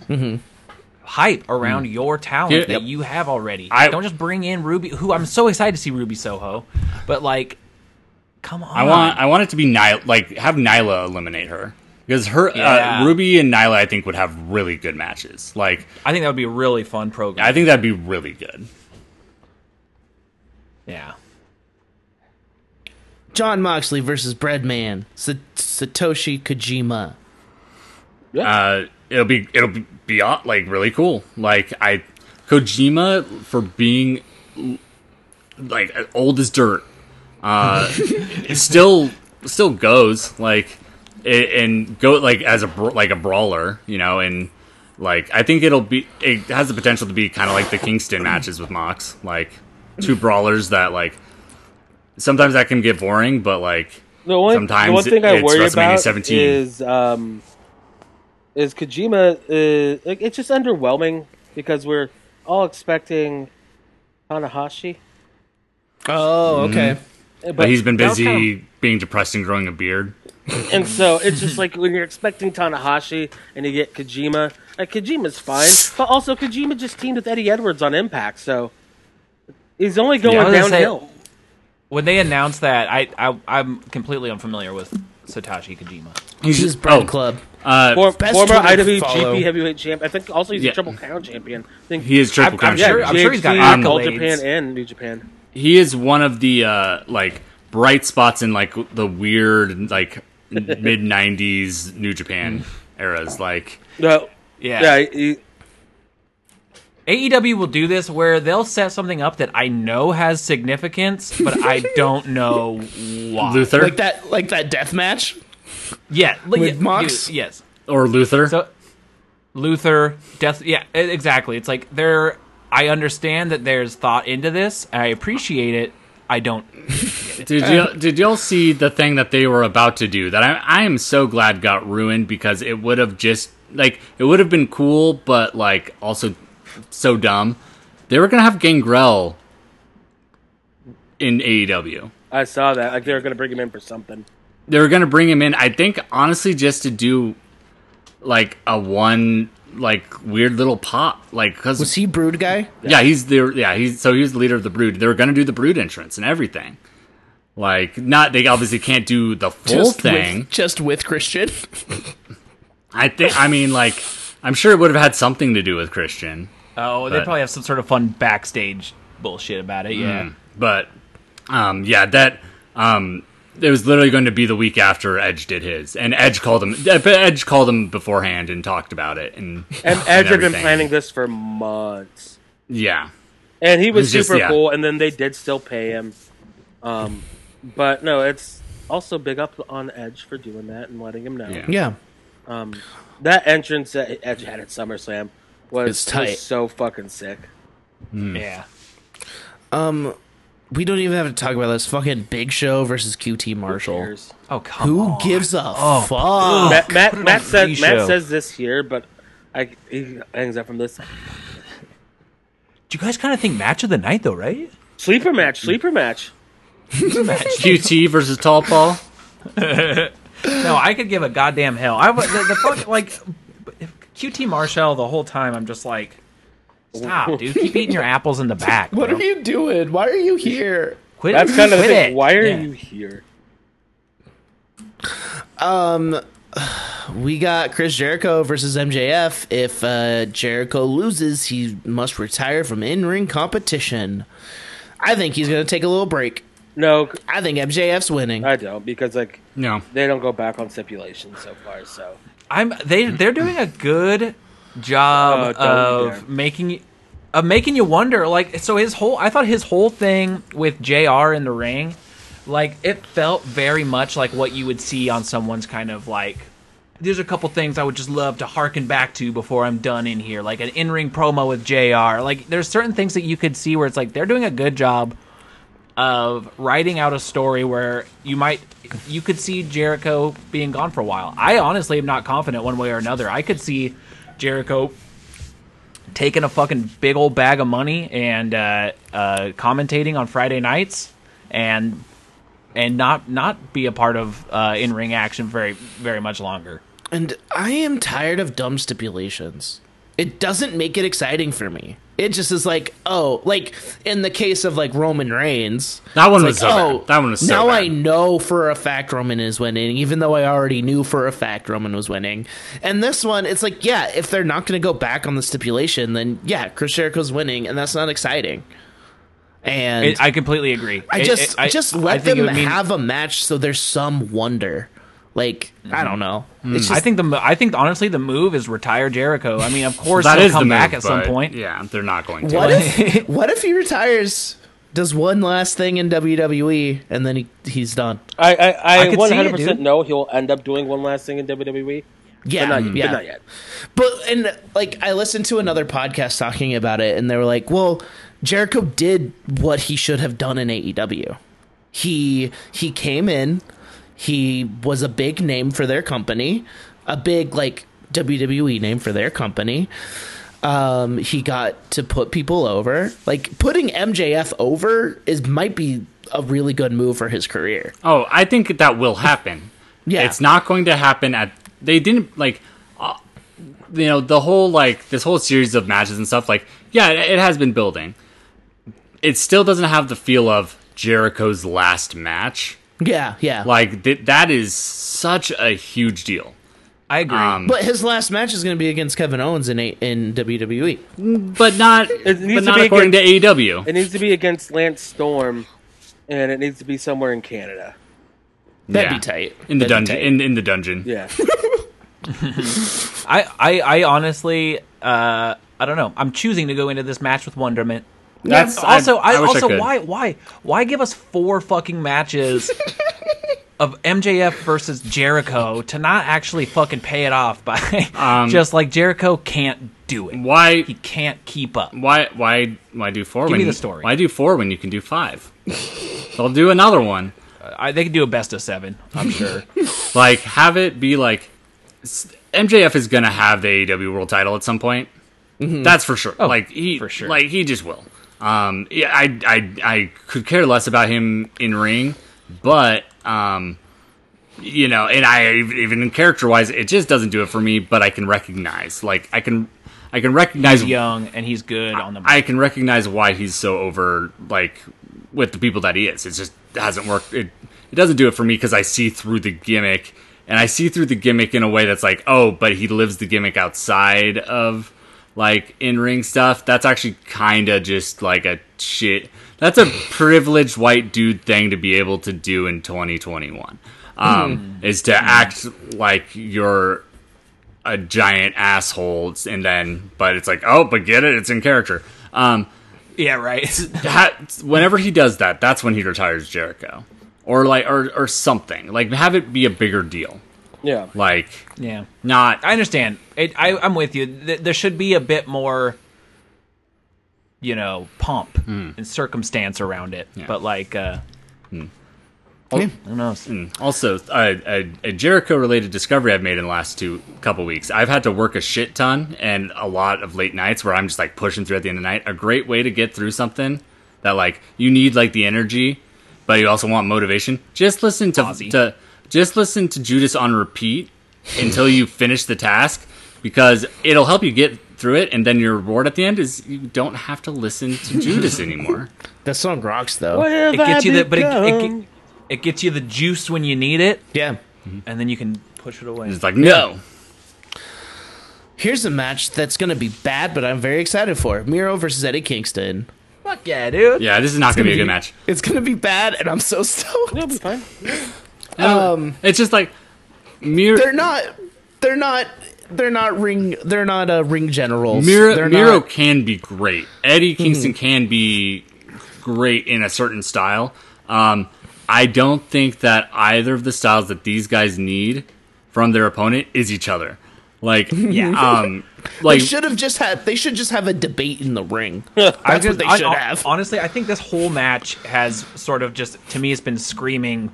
hype around your talent
Yeah.
that
Mm-hmm. Yep.
you have already.
I-
Don't just bring in Ruby who I'm so excited to see Ruby Soho, but like come on.
I want I want it to be Nyla, like have Nyla eliminate her because her
Yeah.
uh, Ruby and Nyla I think would have really good matches. Like
I think that would be a really fun program.
I think that'd be really good.
yeah.
John Moxley versus Breadman. Sa- Satoshi Kojima.
Uh, it'll be it'll be, be uh, like really cool. Like I Kojima for being like old as dirt. Uh, still still goes like a- and go like as a bra- like a brawler, you know, and like I think it'll be it has the potential to be kind of like the Kingston matches with Mox, like two brawlers that like sometimes that can get boring, but like
The one,
Sometimes
the one thing I
it's
worry
WrestleMania
about
17.
is um, is Kojima. Uh, like, it's just underwhelming because we're all expecting Tanahashi,
Oh, okay.
but,
he's been
that was
busy
kind of
being depressed and growing a beard.
And so it's just like when you're expecting Tanahashi and you get Kojima. Like Kojima's fine, but also Kojima just teamed with Eddie Edwards on Impact, so he's only going
I was gonna say,
downhill.
when they announced that, I, I I'm completely unfamiliar with Satoshi Kojima.
He's
She's Bread
oh,
Club.
Uh,
For,
Best
former
Twitter
IWGP
follow.
Heavyweight Champ. I think also he's
Yeah.
a Triple Crown Champion. I think
he is triple
I'm
crown
sure-
champion.
I'm sure he's got
GHC, All
accolades.
Japan and New Japan.
He is one of the uh, like bright spots in like the weird like mid '90s New Japan eras. Like
No,
Yeah.
yeah, he-
AEW E will do this where they'll set something up that I know has significance, but I don't know why.
Luther
Like that like that death match?
Yeah, li-
With
yeah,
Mox?
you- yes.
or Luther.
So Luther, death. Yeah, e- exactly. It's like there. I understand that there's thought into this. I appreciate it. I don't. uh,
did you did y'all see the thing that they were about to do that I I am so glad got ruined because it would have just like it would have been cool but like also so dumb. They were gonna have Gangrel in E AEW.
I saw that. Like they were going to bring him in for something.
they were gonna bring him in. I think honestly, just to do like a one like weird little pop, like because
Was he Brood guy?
yeah, he's the yeah he's so he was the leader of the brood. They were gonna do the brood entrance and everything. Like not they obviously can't do the full thing.
With, just with Christian.
I think I mean like I'm sure it would have had something to do with Christian,
Oh, they
But-
probably have some sort of fun backstage bullshit about it. Yeah.
Hmm. but um yeah that um. It was literally going to be the week after Edge did his, and Edge called him. Edge called him beforehand and talked about it, and
And Edge had been
everything.
planning this for months,
yeah,
and he was
It was just-
super
yeah.
cool. And then they did still pay him, um, but no, it's also big up on Edge for doing that and letting him know.
Yeah.
Yeah.
That entrance that Edge had at SummerSlam was,
It's tight.
was so fucking sick.
Yeah.
We don't even have to talk about this fucking Big Show versus QT Marshall.
Cheers.
Oh come
Who
on.
gives a fuck?
Matt, Matt,
put it
Matt
on
says
pre-show.
Matt says this here, but I he hangs up from this
Do you guys kind of think match of the night though, right?
sleeper match. Sleeper match.
QT versus Tall Paul.
No, I could give a goddamn hell. I would- the, the fuck like QT Marshall the whole time. I'm just like, stop, dude. Keep eating your apples in the back.
What
bro.
are you doing? Why are you here?
Quit.
That's kind of the
quit
thing.
it.
Why are
Yeah.
you here?
We got Chris Jericho versus MJF. If uh, Jericho loses, he must retire from in-ring competition. I think he's going to take a little break.
No,
I think MJF's winning.
I don't because like
No.
They don't go back on stipulation so far. So
I'm they they're doing a good job
Oh, don't
of
care.
making y- of making you wonder. Like so, his whole I thought his whole thing with Jr. in the ring, like it felt very much like what you would see on someone's kind of like. There's a couple things I would just love to harken back to before I'm done in here, like an in-ring promo with Jr. Like there's certain things that you could see where it's like they're doing a good job of writing out a story where you might you could see Jericho being gone for a while. I honestly am not confident one way or another. I could see Jericho taking a fucking big old bag of money and uh, uh, commentating on Friday nights and and not not be a part of uh, in ring action very very much longer.
And I am tired of dumb stipulations. It doesn't make it exciting for me. It just is like, oh, like in the case of like Roman Reigns,
That one was
it's like,
so
oh,
bad. That one was so
now I
bad.
know for a fact Roman is winning, even though I already knew for a fact Roman was winning. And this one, it's like, yeah, if they're not going to go back on the stipulation, then yeah, Chris Jericho's winning, and that's not exciting. And
It, I completely agree.
I
It-
just
it- I-
just
I
let
think it
them
would mean-
have a match so there's some wonder. Like I don't know. It's
I
just
think the mo- I think honestly the move is retire Jericho. I mean, of course
That
he'll
is the
come back
move,
at some
but
point.
Yeah, they're not going to.
what if what if he retires, does one last thing in WWE, and then he he's done.
I I,
I
I
could see it,
100%
dude.
know he'll end up doing one last thing in WWE.
Yeah,
But not,
yeah.
but not yet.
But and like I listened to another podcast talking about it, and they were like, "Well, Jericho did what he should have done in AEW. He he came in, he was a big name for their company, a big like WWE name for their company. Um, he got to put people over. Like putting MJF over is might be a really good move for his career.
Oh, I think that will happen.
Yeah.
It's not going to happen at. They didn't, like. Uh, you know, the whole, like, this whole series of matches and stuff, like, yeah, it, it has been building. It still doesn't have the feel of Jericho's last match.
Yeah, yeah.
Like, th- that is such a huge deal.
I agree.
Um,
but his last match is going to be against Kevin Owens in a- in E. WWE.
but not, but
needs to
not
be
according to E AEW.
It needs to be against Lance Storm, and it needs to be somewhere in Canada.
That'd
Yeah.
be tight.
In the
That'd be
dungeon.
tight.
In, in the dungeon.
Yeah,
I, I, I honestly, uh, I don't know. I'm choosing to go into this match with wonderment.
That's
Also, I,
wish
also
could.
why, why, why give us four fucking matches of MJF versus Jericho to not actually fucking pay it off by just like Jericho can't do it.
Why?
He can't keep up.
Why why why do four?
me
when
the
you-
story.
Why do four when you can do five? They'll do another one.
I, they could do a best of seven, I'm sure.
Like have it be like s- MJF is gonna have the AEW World Title at some point. That's for sure. like he
Mm-hmm. Oh, for sure.
Like he just will. Um, yeah, I I I could care less about him in ring, but um, you know, and I even in character wise, it just doesn't do it for me. But I can recognize, like I can, I can recognize
he's young and he's good on the.
I can recognize why he's so over like with the people that he is. It just hasn't worked. It it doesn't do it for me because I see through the gimmick, and I see through the gimmick in a way that's like, oh, but he lives the gimmick outside of like in ring stuff. That's actually kind of just like a shit. That's a privileged white dude thing to be able to do in 2021. Um, is to act like you're a giant asshole, and then but it's like, oh, but get it, it's in character. Um,
yeah, right.
that, whenever he does that, that's when he retires Jericho, or like or or something. Like have it be a bigger deal.
yeah.
Like
yeah.
not
I understand. It, I, I'm with you. Th- there should be a bit more, you know, pomp and circumstance around it. But like, uh, oh, who knows?
Also, a, a, a Jericho related discovery I've made in the last two couple weeks. I've had to work a shit ton and a lot of late nights where I'm just like pushing through at the end of the night. A great way to get through something that like you need like the energy, but you also want motivation. Just listen to,
Ozzy.
to just listen to Judas on repeat until you finish the task because it'll help you get through it. And then your reward at the end is you don't have to listen to Judas anymore.
That song rocks though.
It gets you the, but it, it, ge- it gets you the juice when you need it,
Yeah.
and then you can push it away.
It's like no,
Here's a match that's going to be bad, but I'm very excited for Miro versus Eddie Kingston.
Fuck yeah, dude.
yeah, this is not going to be a good match.
It's going to be bad, and I'm so stoked.
It'll be fine.
Um, it's just like Mir-
They're not. They're not. They're not ring. They're not uh, ring generals.
Miro,
They're
Miro
not- Hmm.
can be great. Eddie Kingston can be great in a certain style. Um, I don't think that either of the styles that these guys need from their opponent is each other. Like, yeah, um, like
they should have just had. They should just have a debate in the ring.
I
That's what
just-
they
I-
should
hon-
have.
Honestly, I think this whole match has sort of just to me, it's been screaming.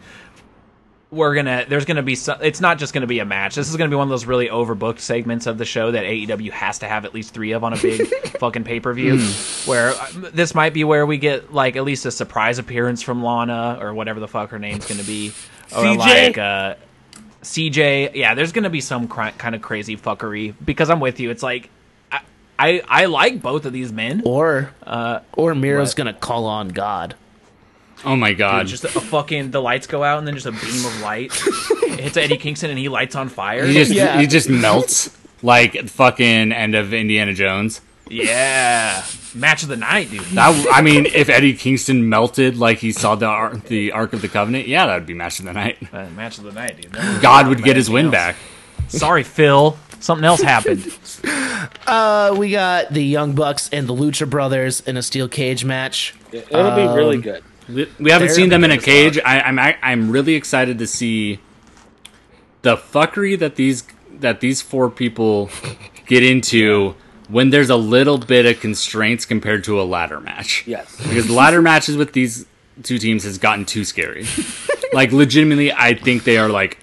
We're gonna. There's gonna be. Some, it's not just gonna be a match. This is gonna be one of those really overbooked segments of the show that AEW has to have at least three of on a big fucking pay per view.
Hmm.
Where um, this might be where we get like at least a surprise appearance from Lana or whatever the fuck her name's gonna be, or
CJ?
like uh, CJ. Yeah, there's gonna be some cr- kind of crazy fuckery because I'm with you. It's like I I, I like both of these men.
Or
Uh,
or Miro's gonna call on God.
oh my god,
It's just a fucking the lights go out and then just a beam of light hits Eddie Kingston and he lights on fire.
he just
Yeah.
he just melts like the fucking end of Indiana Jones.
Yeah, match of the night, dude.
That I mean, if Eddie Kingston melted like he saw the Ar- the Ark of the Covenant, yeah, that would be match of the night.
Uh, match of the night, dude. That was-
God would get his win back.
Sorry, Phil. Something else happened.
Uh, we got the Young Bucks and the Lucha Brothers in a steel cage match.
It'll be really good.
We we haven't seen them in a
Daredevil is
cage. I, I'm I, I'm really excited to see the fuckery that these that these four people get into when there's a little bit of constraints compared to a ladder match.
Yes.
because ladder matches with these two teams has gotten too scary. like legitimately, I think they are like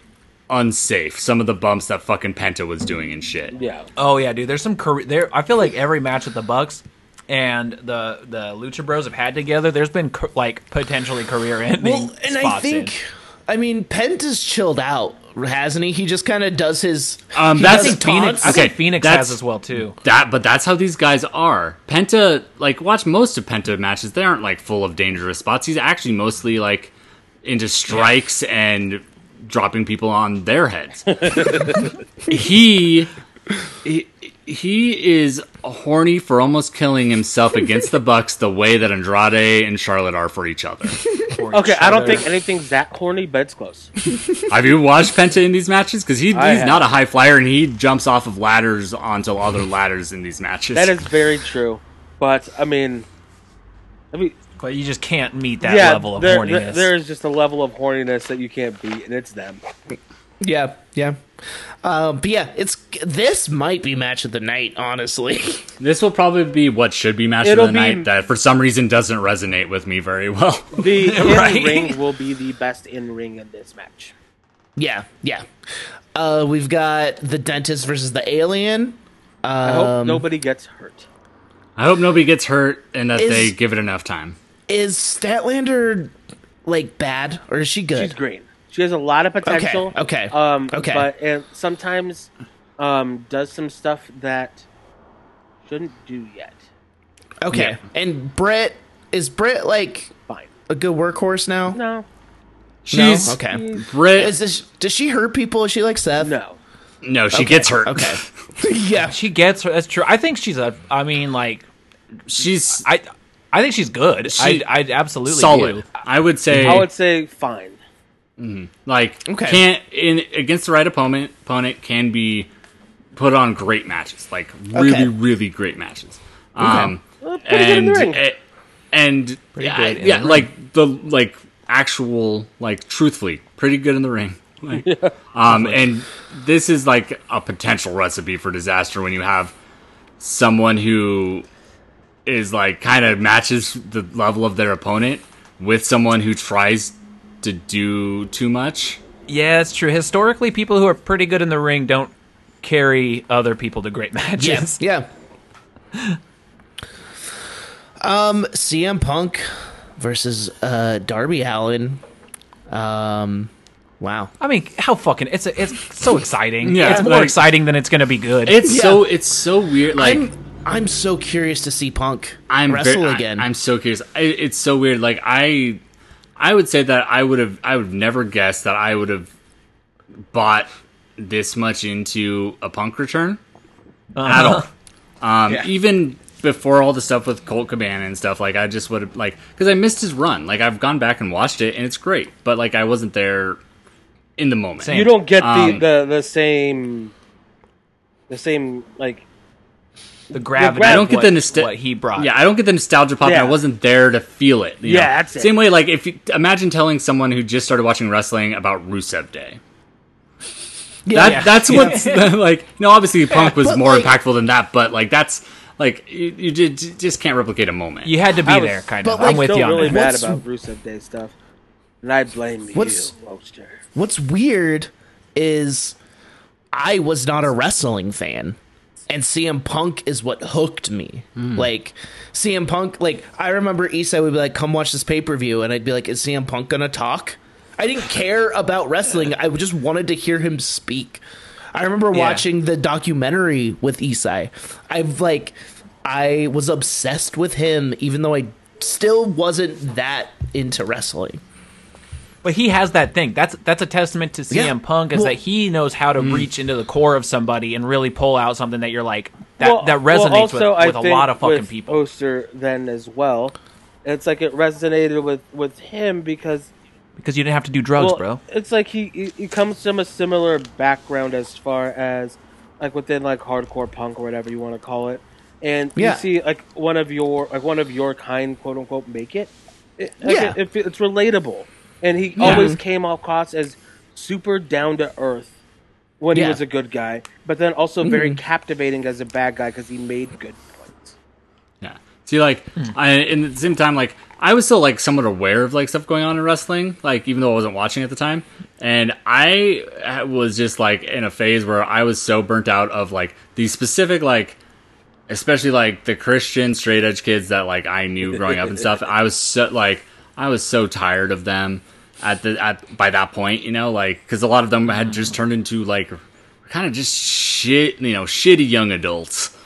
unsafe. Some of the bumps that fucking Penta was doing and shit.
Yeah.
Oh yeah, dude. There's some career. There, I feel like every match with the Bucks and the the Lucha Bros have had together. There's been ca- like potentially career ending.
Well, and I
spots in.
think, I mean, Penta's chilled out, hasn't he? He just kind of does his.
Um,
he
that's
does his
Phoenix-
taunts.
okay,
Phoenix
that's-
has as well too.
That, but that's how these guys are. Penta, like, watch most of Penta matches. They aren't like full of dangerous spots. He's actually mostly like into strikes and dropping people on their heads. he, he, he is horny for almost killing himself against the Bucks the way that Andrade and Charlotte are for each other.
Okay, I don't think anything's that horny, but it's close.
Have you watched Penta in these matches? Because he, he's
I have.
not a high flyer and he jumps off of ladders onto other ladders in these matches.
That is very true. But I mean, I mean,
But you just can't meet that
yeah,
level of
there,
horniness.
there- there is just a level of horniness that you can't beat, and it's them.
Yeah, yeah. Um, but yeah, it's this might be match of the night, honestly.
This will probably be what should be match
It'll
of the
be-
night that for some reason doesn't resonate with me very well.
The in
Right.
ring will be the best in ring in this match.
yeah, yeah. Uh, we've got the dentist versus the alien.
I hope nobody gets hurt.
I hope nobody gets hurt and that
Is-
they give it enough time.
Is Statlander like bad or is she good?
She's green. She has a lot of potential.
okay,
Um,
okay.
But and sometimes um, does some stuff that shouldn't do yet.
okay, and Britt is Britt like
Fine.
a good workhorse now?
No.
She's
okay.
Brit.
Is this does she hurt people? Is she like Seth?
No.
no, she gets hurt.
Okay. yeah.
She gets her. That's true. I think she's a. I mean, like
she's
I, I think she's good.
She-
I, I absolutely
solid.
do.
I would say
I would say fine.
like
Okay.
can't in against the right opponent opponent can be put on great matches, like really
Okay.
really great matches. Um,
pretty good in the ring.
eh, and yeah,
good in
yeah
the
like the like actual like truthfully pretty good in the ring. Like, um, and this is like a potential recipe for disaster when you have someone who is like kind of matches the level of their opponent with someone who tries to do too much.
Yeah, it's true. Historically, people who are pretty good in the ring don't carry other people to great
Yeah.
matches.
Yeah. Um, CM Punk versus uh Darby Allen. Um, wow.
I mean, how fucking it's a, it's so exciting.
Yeah,
it's more
like-
exciting than it's gonna be good.
It's
Yeah.
so it's so weird. Like
I'm I'm so curious to see Punk
I'm
wrestle
very- I-
again.
I'm so curious. I, it's so weird. Like I, I would say that I would have. I would have never guessed that I would have bought this much into a punk return
Uh-huh.
at all. Um, Even before all the stuff with Colt Cabana and stuff, like I just would have like because I missed his run. Like I've gone back and watched it, and it's great. But like I wasn't there in the moment.
Same.
You don't get the,
Um,
the, the same, the same like
The gravity.
I
don't
of
get
what,
the nostal-
what he brought.
Yeah, I don't get the nostalgia pop.
Yeah.
and I wasn't there to feel it. you
Yeah,
know?
that's it.
Same way, like if you, imagine telling someone who just started watching wrestling about Rusev Day. That, That's what's like. No, obviously, Punk was
But,
more
like-
impactful than that, but like that's like you, you ju- ju- just can't replicate a moment.
you had to be
I was-
there, kind
but,
of.
like,
I'm with
still
you on
really
that.
mad
What's-
about Rusev Day stuff, and I blame
What's-
you, Lobster.
What's weird is I was not a wrestling fan. And CM Punk is what hooked me. Like CM Punk, like I remember Isai would be like, "Come watch this pay per view," and I'd be like, "Is CM Punk gonna talk?" I didn't care about wrestling. I just wanted to hear him speak. I remember watching the documentary with Isai. I've like, I was obsessed with him, even though I still wasn't that into wrestling.
But he has that thing. That's that's a testament to CM
Yeah.
Punk is
Well-
that he knows how to reach into the core of somebody and really pull out something that you're like that
Well-
that
well,
resonates
also,
with,
I
with a
think
lot of fucking
with
people.
Oster then as well. It's like it resonated with with him because
because you didn't have to do drugs,
well,
bro.
it's like he, he he comes from a similar background as far as like within like hardcore punk or whatever you want to call it, and
Yeah.
you see like one of your like one of your kind quote unquote make it. It- like,
Yeah.
it- it- it's relatable, and he always came across as super down to earth when
Yeah.
he was a good guy, but then also very
Mm.
captivating as a bad guy because he made good points.
Yeah. See, like, I, and at the same time, like, I was still like somewhat aware of like stuff going on in wrestling, like even though I wasn't watching at the time, and I uh, was just like in a phase where I was so burnt out of like the specific like, especially like the Christian straight edge kids that like I knew growing up and stuff. I was so like I was so tired of them at the at by that point, you know, like because a lot of them had just turned into like kind of just shit, you know, shitty young adults.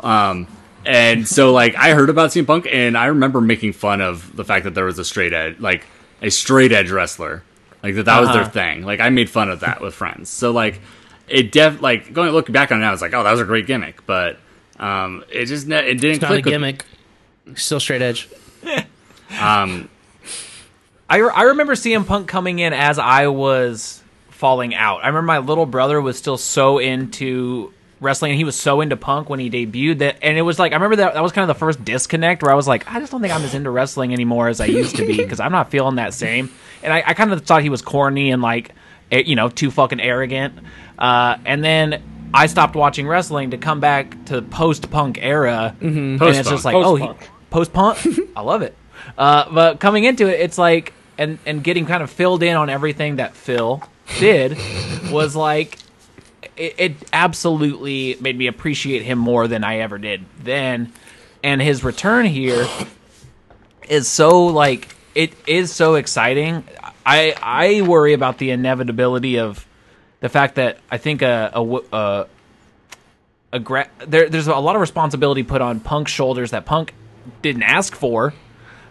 Um, and so like I heard about CM Punk, and I remember making fun of the fact that there was a straight edge, like a straight edge wrestler, like that that was their
Uh-huh.
thing. Like I made fun of that with friends. So like it def like going looking back on it now, it's like oh that was a great gimmick, but um, it just ne- it
It's
didn't
not a
click. with-
gimmick. Still straight edge.
um,
I, I remember CM Punk coming in as I was falling out. I remember my little brother was still so into wrestling and he was so into punk when he debuted that and it was like I remember that that was kind of the first disconnect where I was like I just don't think I'm as into wrestling anymore as I used to be because I'm not feeling that same and I, I kind of thought he was corny and like eh, you know too fucking arrogant uh, and then I stopped watching wrestling to come back to post punk era and it's
Post-punk.
just like oh he,
Post-punk.
post punk. I love it. Uh, but coming into it, it's like and and getting kind of filled in on everything that Phil did was like it, it absolutely made me appreciate him more than I ever did then, and his return here is so like it is so exciting. I I worry about the inevitability of the fact that I think a a, w- a a gra- there, there's a lot of responsibility put on Punk's shoulders that Punk didn't ask for,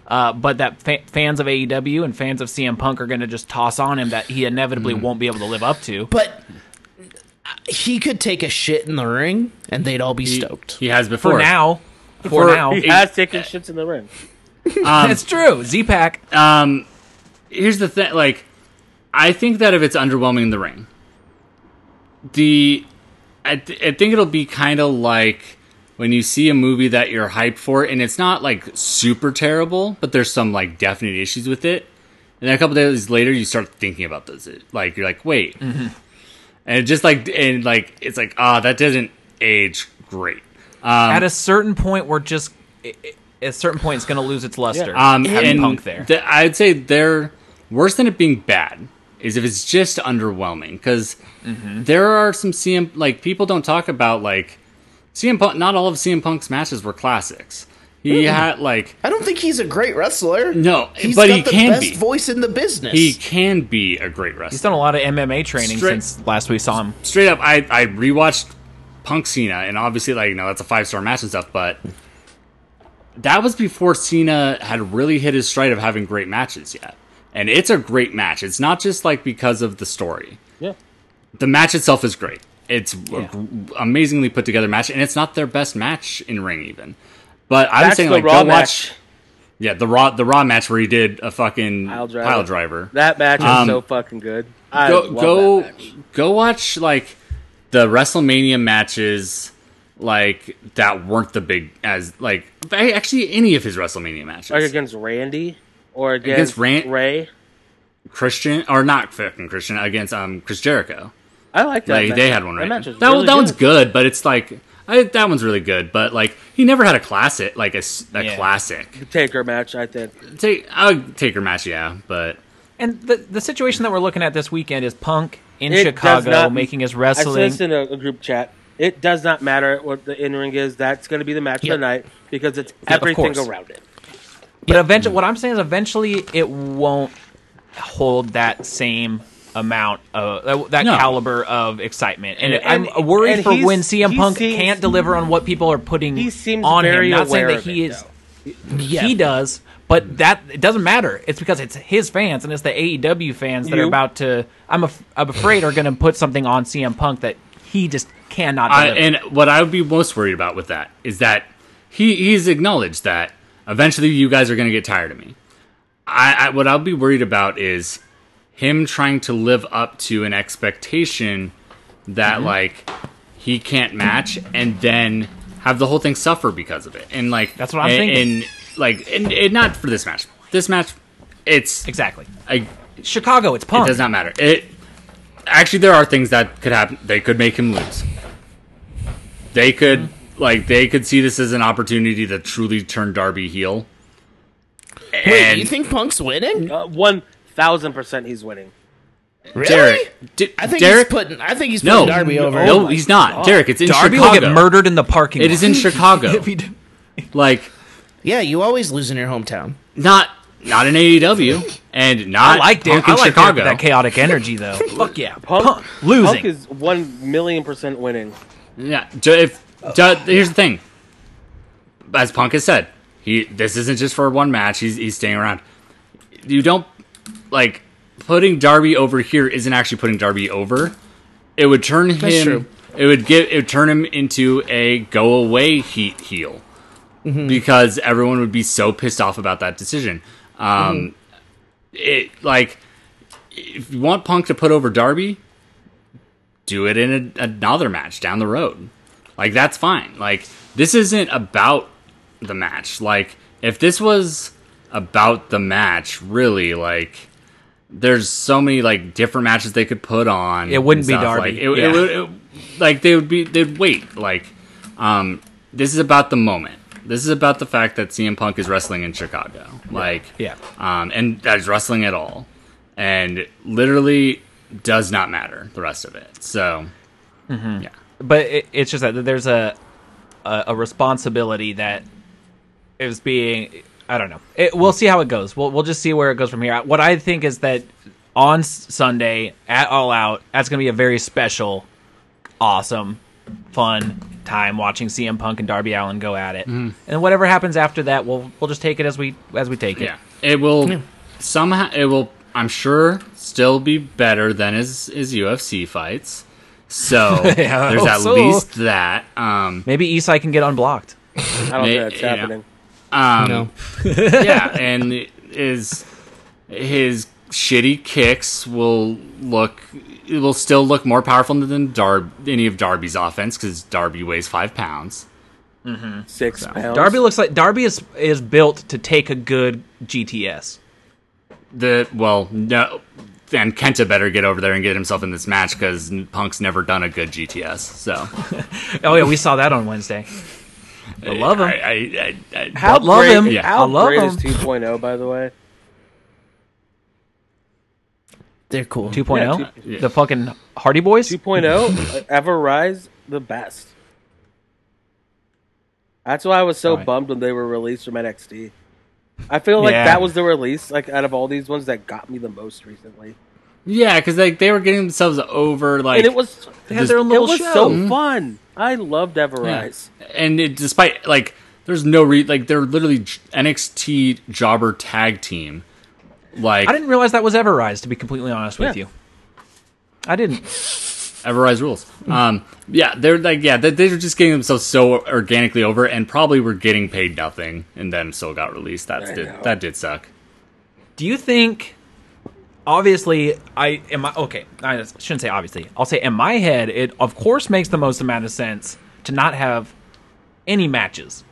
uh, but that fa- fans of AEW and fans of CM Punk are going to just toss on him that he inevitably
Hmm.
won't be able to live up to.
But he could take a shit in the ring, and they'd all be stoked.
he has
For
before
now, for,
For-
now,
He has taken shits in the ring.
Um,
it's true. Z Pack,
um, here's the thing like i think that if it's underwhelming in the ring the i, th- I think it'll be kind of like when you see a movie that you're hyped for and it's not like super terrible but there's some like definite issues with it and then a couple days later you start thinking about those like you're like wait and it just like and like it's like ah that doesn't age great
at a certain point, we're just i i- at a certain point, it's going to lose its luster.
Um,
having
and
Punk there.
th- I'd say they're worse than it being bad is if it's just underwhelming because
Mm-hmm.
there are some CM like people don't talk about like CM Punk. Not all of CM Punk's matches were classics. He had like
I don't think he's a great wrestler.
No,
He's
but
got
he
the
can
best
be.
voice in the business.
he can be a great wrestler.
He's done a lot of MMA training
Straight-
since last we saw him.
straight up, I, I rewatched Punk Cena, and obviously, like, you know, that's a five star match and stuff, but that was before Cena had really hit his stride of having great matches yet. And it's a great match. It's not just like because of the story.
Yeah.
The match itself is great. It's a gr- amazingly put together match, and it's not their best match in ring even. But I'm
That's
saying
the
like
Raw
go
match.
watch, yeah, the raw the raw match where he did a fucking
Pile driver.
pile driver.
That match is
Um,
so fucking good. I
go
love
go
that match.
go watch like the WrestleMania matches like that weren't the big as like a- actually any of his WrestleMania matches.
Like against Randy or against,
Against Ran-
Ray.
Christian or not fucking Christian against um Chris Jericho.
I like that.
Like
match.
they had one right.
That, match was
that one-
really
that one's
good.
good, but it's like I, that one's really good, but like he never had a classic like a, s- a
Yeah.
classic.
Taker match, I think.
Take I'll take her match, yeah, but
And the the situation that we're looking at this weekend is Punk in
It does
Chicago
not-
making his
I said
wrestling.
this in a, a group chat. It does not matter what the in ring is. That's going to be the match
Yeah.
of the night because it's
of
everything
course.
around it.
But eventually, what I'm saying is, eventually, it won't hold that same amount of that, that
No.
caliber of excitement. And,
And-
I'm worried
and
for
he's-
when CM
he
Punk
seems-
can't deliver on what people are putting
He seems
on
very
him. Not
aware
saying that
of
he
it,
is. He does, but that it doesn't matter. It's because it's his fans and it's the AEW fans that are
You-
about to. I'm af- I'm afraid are going to put something on CM Punk that he just cannot.
I,
deliver.
and what I would be most worried about with that is that he he's acknowledged that eventually you guys are going to get tired of me. I, I what I'll be worried about is him trying to live up to an expectation
Mm-hmm.
that like he can't match and then have the whole thing suffer because of it. And like
That's what I'm
and,
thinking.
And like and, and not for this match. This match, it's
exactly.
I,
Chicago, it's
it
Punk.
does not matter. It actually there are things that could happen. They could make him lose. They could like they could see this as an opportunity to truly turn Darby heel.
Wait,
And
you think Punk's winning?
Uh, One thousand percent, he's winning.
Really?
Derek, D-
I think
Derek,
he's putting. I think he's putting
no,
Darby over.
no, he's not. Derek, it's in
Darby
Chicago.
will get murdered in the parking lot.
It is in Chicago.
If he d-
like
Yeah, you always lose in your hometown.
not not in AEW and not
I like Derek.
Punk in
I like Derek
Chicago.
with that chaotic energy, though. Fuck yeah,
Punk,
Punk, losing.
Punk is one million percent winning.
Yeah. ju- If ju- here's the thing, as Punk has said, he this isn't just for one match. He's he's staying around. You don't like putting Darby over here isn't actually putting Darby over. It would turn him.
true.
It would get it would turn him into a go away heat heel because everyone would be so pissed off about that decision. Um, It like if you want Punk to put over Darby, do it in a, another match down the road. Like that's fine. Like this isn't about the match. Like if this was about the match, really, like there's so many like different matches they could put on.
It wouldn't
and
be
stuff.
Darby.
Like, it, it
Yeah.
would, it, like they would be. They'd wait. Like um, this is about the moment. This is about the fact that CM Punk is wrestling in Chicago. Like
Yeah.
um, and that is wrestling at all, and literally does not matter the rest of it. So yeah.
but it, it's just that there's a, a a responsibility that is being I don't know. It, we'll see how it goes. We'll we'll just see where it goes from here. What I think is that on S- Sunday at All Out, that's going to be a very special, awesome, fun time watching CM Punk and Darby Allen go at it. And whatever happens after that, we'll we'll just take it as we as we take it.
Yeah, it will somehow. It will, I'm sure, still be better than his his UFC fights. So
Yeah, I
there's
hope
at
so.
least that. Um,
Maybe Isai can get unblocked.
I don't
Yeah,
think that's
yeah.
happening.
um,
No.
yeah, and his his shitty kicks will look it will still look more powerful than Dar- any of Darby's offense because Darby weighs five pounds.
Six pounds.
Darby looks like Darby is is built to take a good GTS.
The well, no, and Kenta better get over there and get himself in this match because Punk's never done a good GTS. So.
Oh yeah, we saw that on Wednesday. I love him.
I, I, I,
How
I love
great-
him.
Yeah.
How
I love
great
him.
is 2.0, oh, by the way?
They're cool.
2.0,
Yeah,
two-
oh? the fucking Hardy Boys.
2.0, oh, Ever Rise, the best. That's why I was so
Alright.
bummed when they were released from NXT. I feel like
Yeah.
that was the release, like out of all these ones, that got me the most recently.
yeah, because like they were getting themselves over, like
and it was
They had their own
it
little
was
show.
so fun. I loved Ever
yeah.
Rise.
and it, despite like there's no re like they're literally j- NXT jobber tag team. Like
I didn't realize that was ever Rise. To be completely honest with
Yeah.
you, I didn't.
Everrise rules. Um, yeah, they're like yeah, they, they were just getting themselves so organically over, and probably were getting paid nothing, and then still got released. That's
I
did,
know.
that did suck.
Do you think? obviously I am I, okay. I shouldn't say obviously. I'll say in my head, it of course makes the most amount of sense to not have any matches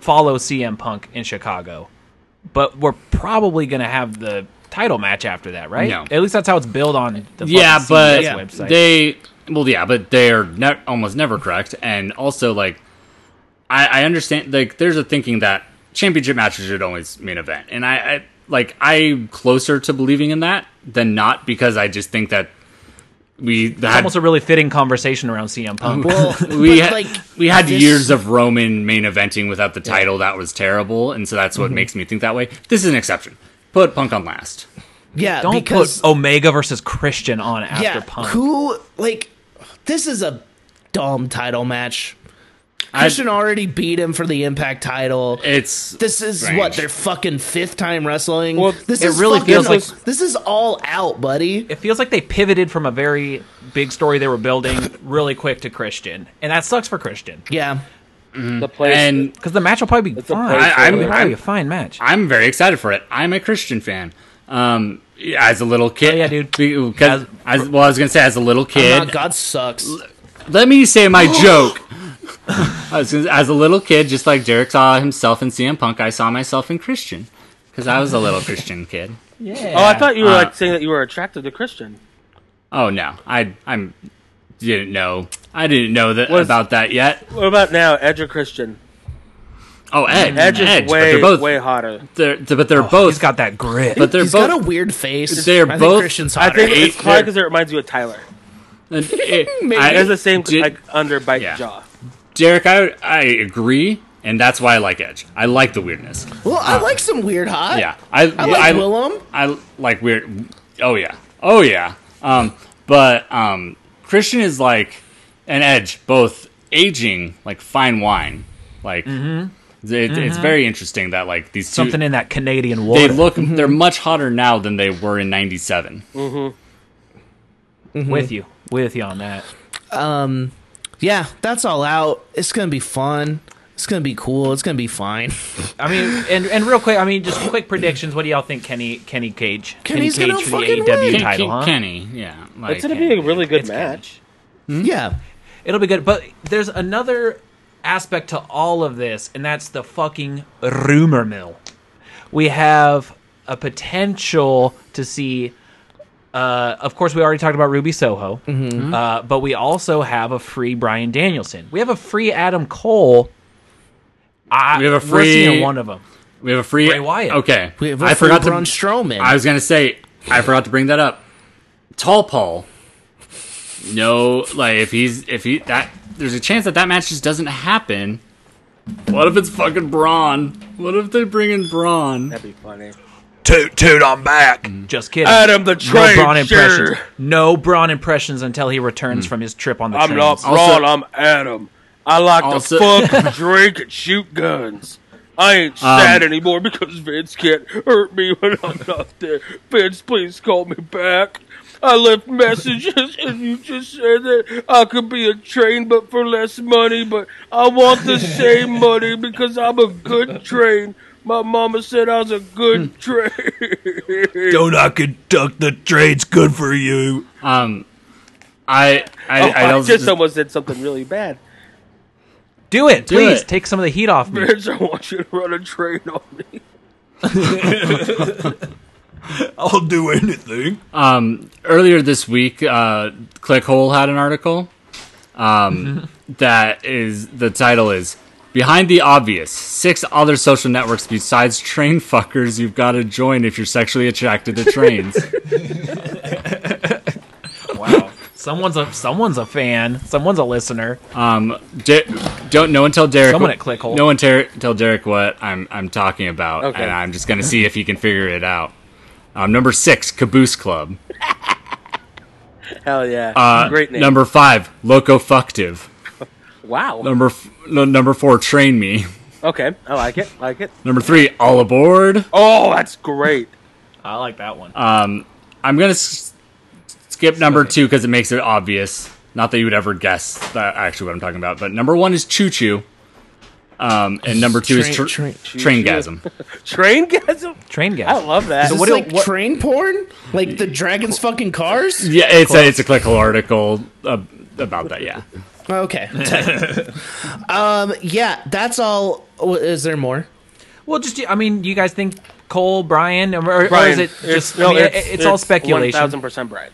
follow CM Punk in Chicago, but we're probably gonna have the title match after that, right?
No.
At least that's how it's built on the
yeah,
fucking
but
CBS website.
they well, yeah, but they are ne- almost never correct. And also, like, I, I understand like there's a thinking that championship matches should always main event, and I, I like I'm closer to believing in that than not because I just think that we
it's
had
almost a really fitting conversation around CM Punk.
Well,
we
but,
had,
like
we had
this-
years of Roman main eventing without the title. That was terrible, and so that's
Mm-hmm.
what makes me think that way. This is an exception. Put Punk on last.
yeah.
Don't
because,
put Omega versus Christian on after
yeah,
Punk.
who like this is a dumb title match. Christian already beat him for the Impact title.
It's
This is
strange.
what their fucking fifth time wrestling.
Well,
this
it
is
really
fucking-
feels like-
this is all out, buddy.
it feels like they pivoted from a very big story they were building really quick to Christian, and that sucks for Christian
Yeah,
The place
and
because the match will probably be
a
fine.
place
I,
I-
am
I'm-
probably a
I'm-
fine match.
I'm very excited for it. I'm a Christian fan. Um, yeah, as a little kid,
Oh, yeah, dude.
Be- 'cause- as, well, I was gonna say as a little
Nah,
kid.
God sucks.
let me say my joke. I was gonna, as a little kid, just like Derek saw himself in CM Punk, I saw myself in Christian because I was a little Christian kid.
Oh, I thought you
uh,
were like saying that you were attracted to Christian.
Oh no, I I'm didn't know. I didn't know that
Was-
about that yet.
What about now, Edge or Christian?
Oh, Edge,
Edge is
Edge,
way
but they're both,
way hotter.
they're, but they're
He's
both,
got that grit.
but they're
He's
both.
got a weird face.
They're
I think
both-
Christian's
I
hotter.
think
eight-
it's probably because it reminds you of Tyler.
and it-
It
I-
has the same
did-
like underbite
Yeah.
jaw.
Derek, I I agree, and that's why I like Edge. I like the weirdness.
well, I like some weird hot.
Yeah,
I
I
like
I,
Willem.
I like weird. Oh yeah, oh yeah. Um, but um, Christian is like an Edge, both aging like fine wine. Like it, it's very interesting that like these two,
Something in that Canadian water.
they look they're much hotter now than they were in '97.
with you, with you on that.
Yeah, that's all out. It's gonna be fun. It's gonna be cool. It's gonna be fine.
I mean, and, and real quick, I mean, just quick predictions. What do y'all think, Kenny Kenny Cage?
Kenny's
Kenny
gonna
Cage
fucking
for the AEW
win.
title,
Ken-
huh?
Kenny, yeah, like,
It's gonna be a really good match.
Yeah,
It'll be good. But there's another aspect to all of this, and that's the fucking rumor mill. We have a potential to see. Uh, of course, we already talked about Ruby Soho, uh, but we also have a free Brian Danielson. We have a free Adam Cole. I,
We have a
We're
free-
seeing one of them.
we have a free
Bray Wyatt.
Okay,
we have
I forgot
Braun
to
Strowman.
I was gonna say I forgot to bring that up. Tall Paul. No, like if he's if he that there's a chance that that match just doesn't happen. What if it's fucking Braun? What if they bring in Braun?
That'd be funny.
Toot, toot, I'm back.
Just kidding.
Adam the
no
Train.
Braun impressions.
sure.
No Braun impressions until he returns from his trip on the
I'm
trains.
not
Also-
Braun. I'm Adam. I like
Also-
to fuck, drink, and shoot guns. I ain't
Um,
sad anymore because Vince can't hurt me when I'm not there. Vince, please call me back. I left messages, and you just said that I could be a train, but for less money. But I want the same money because I'm a good train. My mama said I was a
Hmm.
good train.
Don't conduct the trade's good for you.
Um, I I, I
Oh, I,
don't
just almost did something really bad.
Do it, please.
it.
Take some of the heat off me.
Vince, I want you to run a train on me.
I'll do anything.
um earlier this week. Uh, Clickhole had an article. Um,
Mm-hmm.
that is the title is behind the obvious. Six other social networks besides train fuckers you've got to join if you're sexually attracted to trains.
Wow. Someone's a someone's a fan. Someone's a listener.
Um, De- don't no one tell Derek.
Someone at Clickhole.
No one ter- tell Derek what I'm I'm talking about,
Okay.
and I'm just gonna see if he can figure it out. Um, number six, Caboose Club.
Hell yeah!
Uh,
Great name.
Number five, Locofuctive.
wow.
Number f- no, number four, Train Me.
okay, I like it. Like it.
Number three, All Aboard.
Oh, that's great.
I like that one. Uh,
I'm gonna s- skip number two because it makes it obvious. Not that you would ever guess that actually what I'm talking about, but number one is Choo Choo. Um, and number two is tr-
Train-
traingasm.
Train gasm?
Train gas.
I love that.
So
Is
what
this
do-
like
what-
train porn? Like the dragons fucking cars?
Yeah, it's a it's a clickable article uh, about that. Yeah,
Okay. um, yeah, that's all. w- Is there more?
Well, just I mean, you guys think Cole, Brian, or, or is
Brian,
it just?
it's- no,
I mean,
it's,
it's, all speculation.
One thousand percent Brian.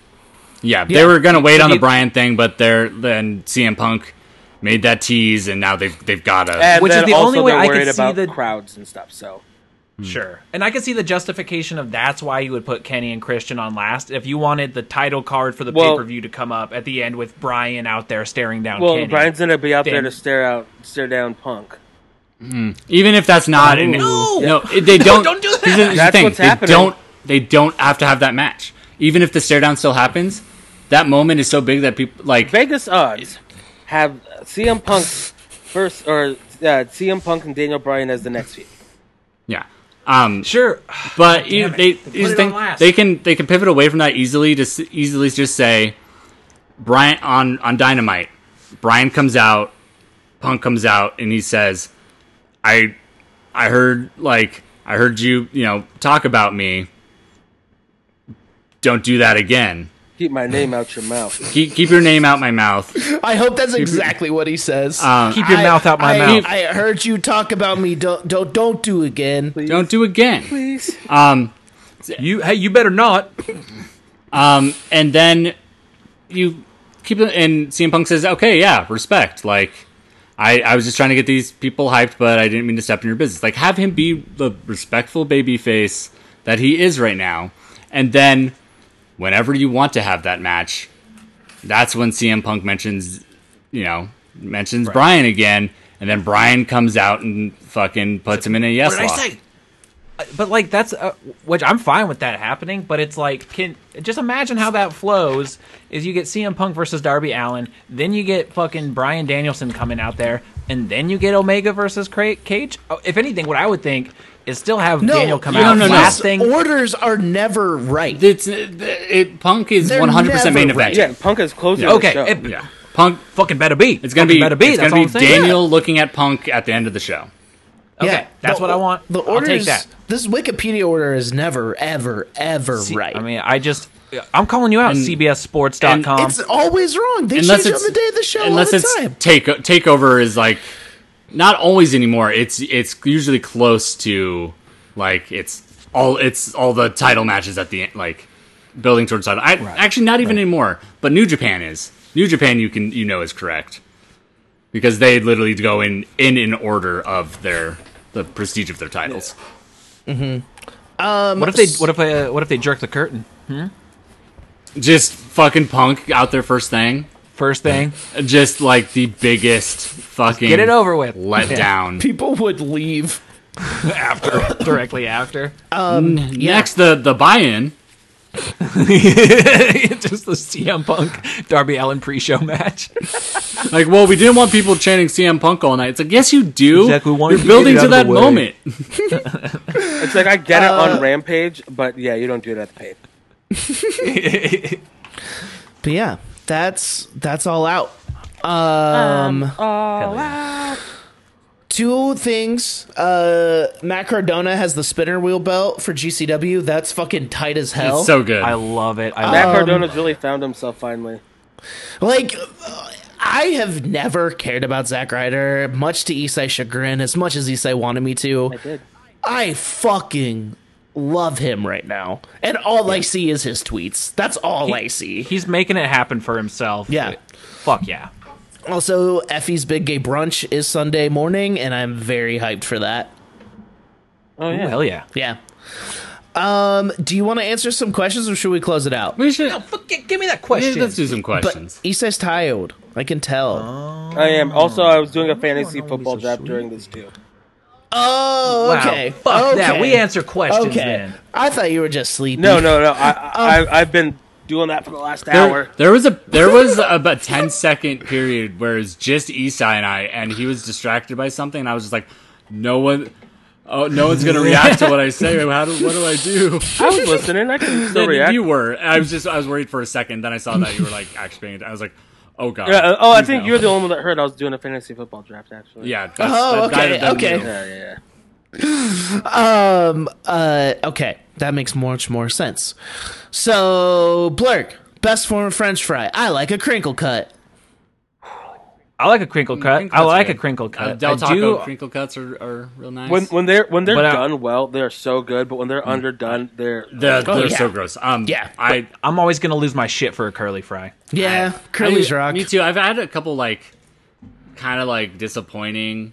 yeah.
Yeah.
They were gonna wait on the
you-
Brian thing, but they're then CM Punk made that tease, and now they've they've got to.
And
Which is
then
the
also
only way
they're
I could
worried
see
about
the-
crowds and stuff. So
Sure. And I can see the justification of that's why you would put Kenny and Christian on last if you wanted the title card for the
Well-
pay per view to come up at the end with Brian out there staring down.
well,
Kenny.
Brian's gonna be out there
Damn.
to stare out, stare down Punk.
Even if that's not an
No!
no, it- they don't
don't do
Here's the- here's the
That's
thing,
what's
they
happening.
don't they don't have to have that match. Even if the stare down still happens, that moment is so big that people like
Vegas odds have CM Punk first, or uh, CM Punk and Daniel Bryan as the next few.
yeah. Um,
sure.
But you,
it.
they
They put
is
it
they,
on last.
they can they can pivot away from that easily to s- easily just say Brian on on Dynamite. Brian comes out, Punk comes out, and he says, "I I heard like I heard you you know talk about me. Don't do that again.
Keep my name out your mouth.
Keep keep your name out my mouth."
I hope that's exactly what he says.
Uh,
Keep your
I-
mouth out my
I-
mouth.
I heard you talk about me. Don't don't don't do again.
Don't do again.
Please.
Um,
you hey, you better not.
Um, and then you keep it, and CM Punk says, "Okay, yeah, respect. Like, I, I was just trying to get these people hyped, but I didn't mean to step in your business. Like, have him be the respectful baby face that he is right now. And then, whenever you want to have that match, that's when CM Punk mentions, you know, mentions Brian again." And then Brian comes out and fucking puts him in a yes
What did
lock.
I say? Uh, But like that's uh, which I'm fine with that happening. But it's like can just imagine how that flows. Is you get CM Punk versus Darby Allen, then you get fucking Brian Danielson coming out there, and then you get Omega versus Cra- Cage. Oh, if anything, what I would think is still have Daniel come
you-
out
no, no.
last
His
thing.
Orders are never right.
It's, it, Punk is
They're
100% main
never
event.
Yeah, Punk is closing. The
okay,
show.
it-
yeah. Punk
fucking better be.
It's gonna
Fucking
be,
better be.
It's
that's
gonna
all
be
I'm saying.
Daniel looking at Punk at the end of the show.
Okay,
Yeah,
that's
the-
what I want.
The
I'll
orders.
take that.
This Wikipedia order is never, ever, ever right.
I mean, um, I just I'm calling you out,
And-
CBSSports.com.
it's always wrong. They
Unless
change it on
it's
the day of the show all
unless
the
it's
time.
take takeover is like not always anymore. It's it's usually close to like it's all it's all the title matches at the end, like building towards title. I, Actually, not even anymore. But New Japan is New Japan. You can you know is correct because they literally go in in in order of their the prestige of their titles.
What if they what if uh, what if they jerk the curtain
Just fucking Punk out there first thing.
first thing?
Just like the biggest fucking
Get it over with.
let down.
People would leave.
directly after.
Next, the the buy-in.
Just the CM Punk Darby Allen pre-show match.
Like, well, we didn't want people chanting CM Punk all night. It's like, yes, you do.
Exactly, we wanted
You're
to get
building
it out
to
of the
that
way.
moment.
It's like I get it
uh,
on Rampage, but yeah, you don't do it at the pay.
But yeah, that's that's all out.
Um,
Um,
Hell yeah.
Two things. Uh, Matt Cardona has the spinner wheel belt for GCW. That's fucking tight as hell.
It's so good.
I love it. I
Matt
Um,
love
Cardona's really found himself finally.
Like, uh, I have never cared about Zack Ryder, much to Isai's chagrin, as much as Isai wanted me to.
I did.
I fucking love him right now. And all I see is his tweets. That's all I see.
He's making it happen for himself.
Yeah.
Fuck yeah.
Also, Effie's Big Gay Brunch is Sunday morning, and I'm very hyped for that.
Oh
Ooh, hell yeah.
Yeah. Um, do you want to answer some questions or should we close it out?
we should.
give me that
yeah,
question.
let's do some
But
questions.
Isai's tired. I can tell.
I am. Also, I was doing a fantasy football draft during this too.
Oh,
wow.
okay.
Fuck that.
Okay.
We answer questions
Okay.
then.
I thought you were just sleepy.
No, no, no. I, I, I, I've been doing that for the last hour.
Um, there, there was a there was about 10 second period where it's just Isai and I, and he was distracted by something, and I was just like, no one. Oh, no one's gonna react to what I say. How do, what do I do?
I was listening. I couldn't still
Then
react.
you were. I was just. I was worried for a second. Then I saw that you were like actually. paying attention. I was like, Oh god.
Yeah, uh, oh, I
Please
think
no.
you're the only one that heard I was doing a fantasy football draft, actually.
Yeah. That's,
Oh,
that-
okay,
that- that-
okay.
Yeah, yeah, yeah.
Um. Uh. Okay, that makes much more sense. So, blurk, best form of French fry. I like a crinkle cut.
I like a crinkle cut.
crinkle
I
cut's
like a
good.
crinkle cut.
Uh, Del
I do.
Taco crinkle cuts are, are real nice.
When when they're when they're
But I-
done well, they're so good. But when they're
Mm.
underdone, they're
they're they're
yeah.
so gross. Um,
Yeah.
I
I'm always gonna lose my shit for a curly fry.
Yeah, curly's
I-
rock.
Me too. I've had a couple like kind of like disappointing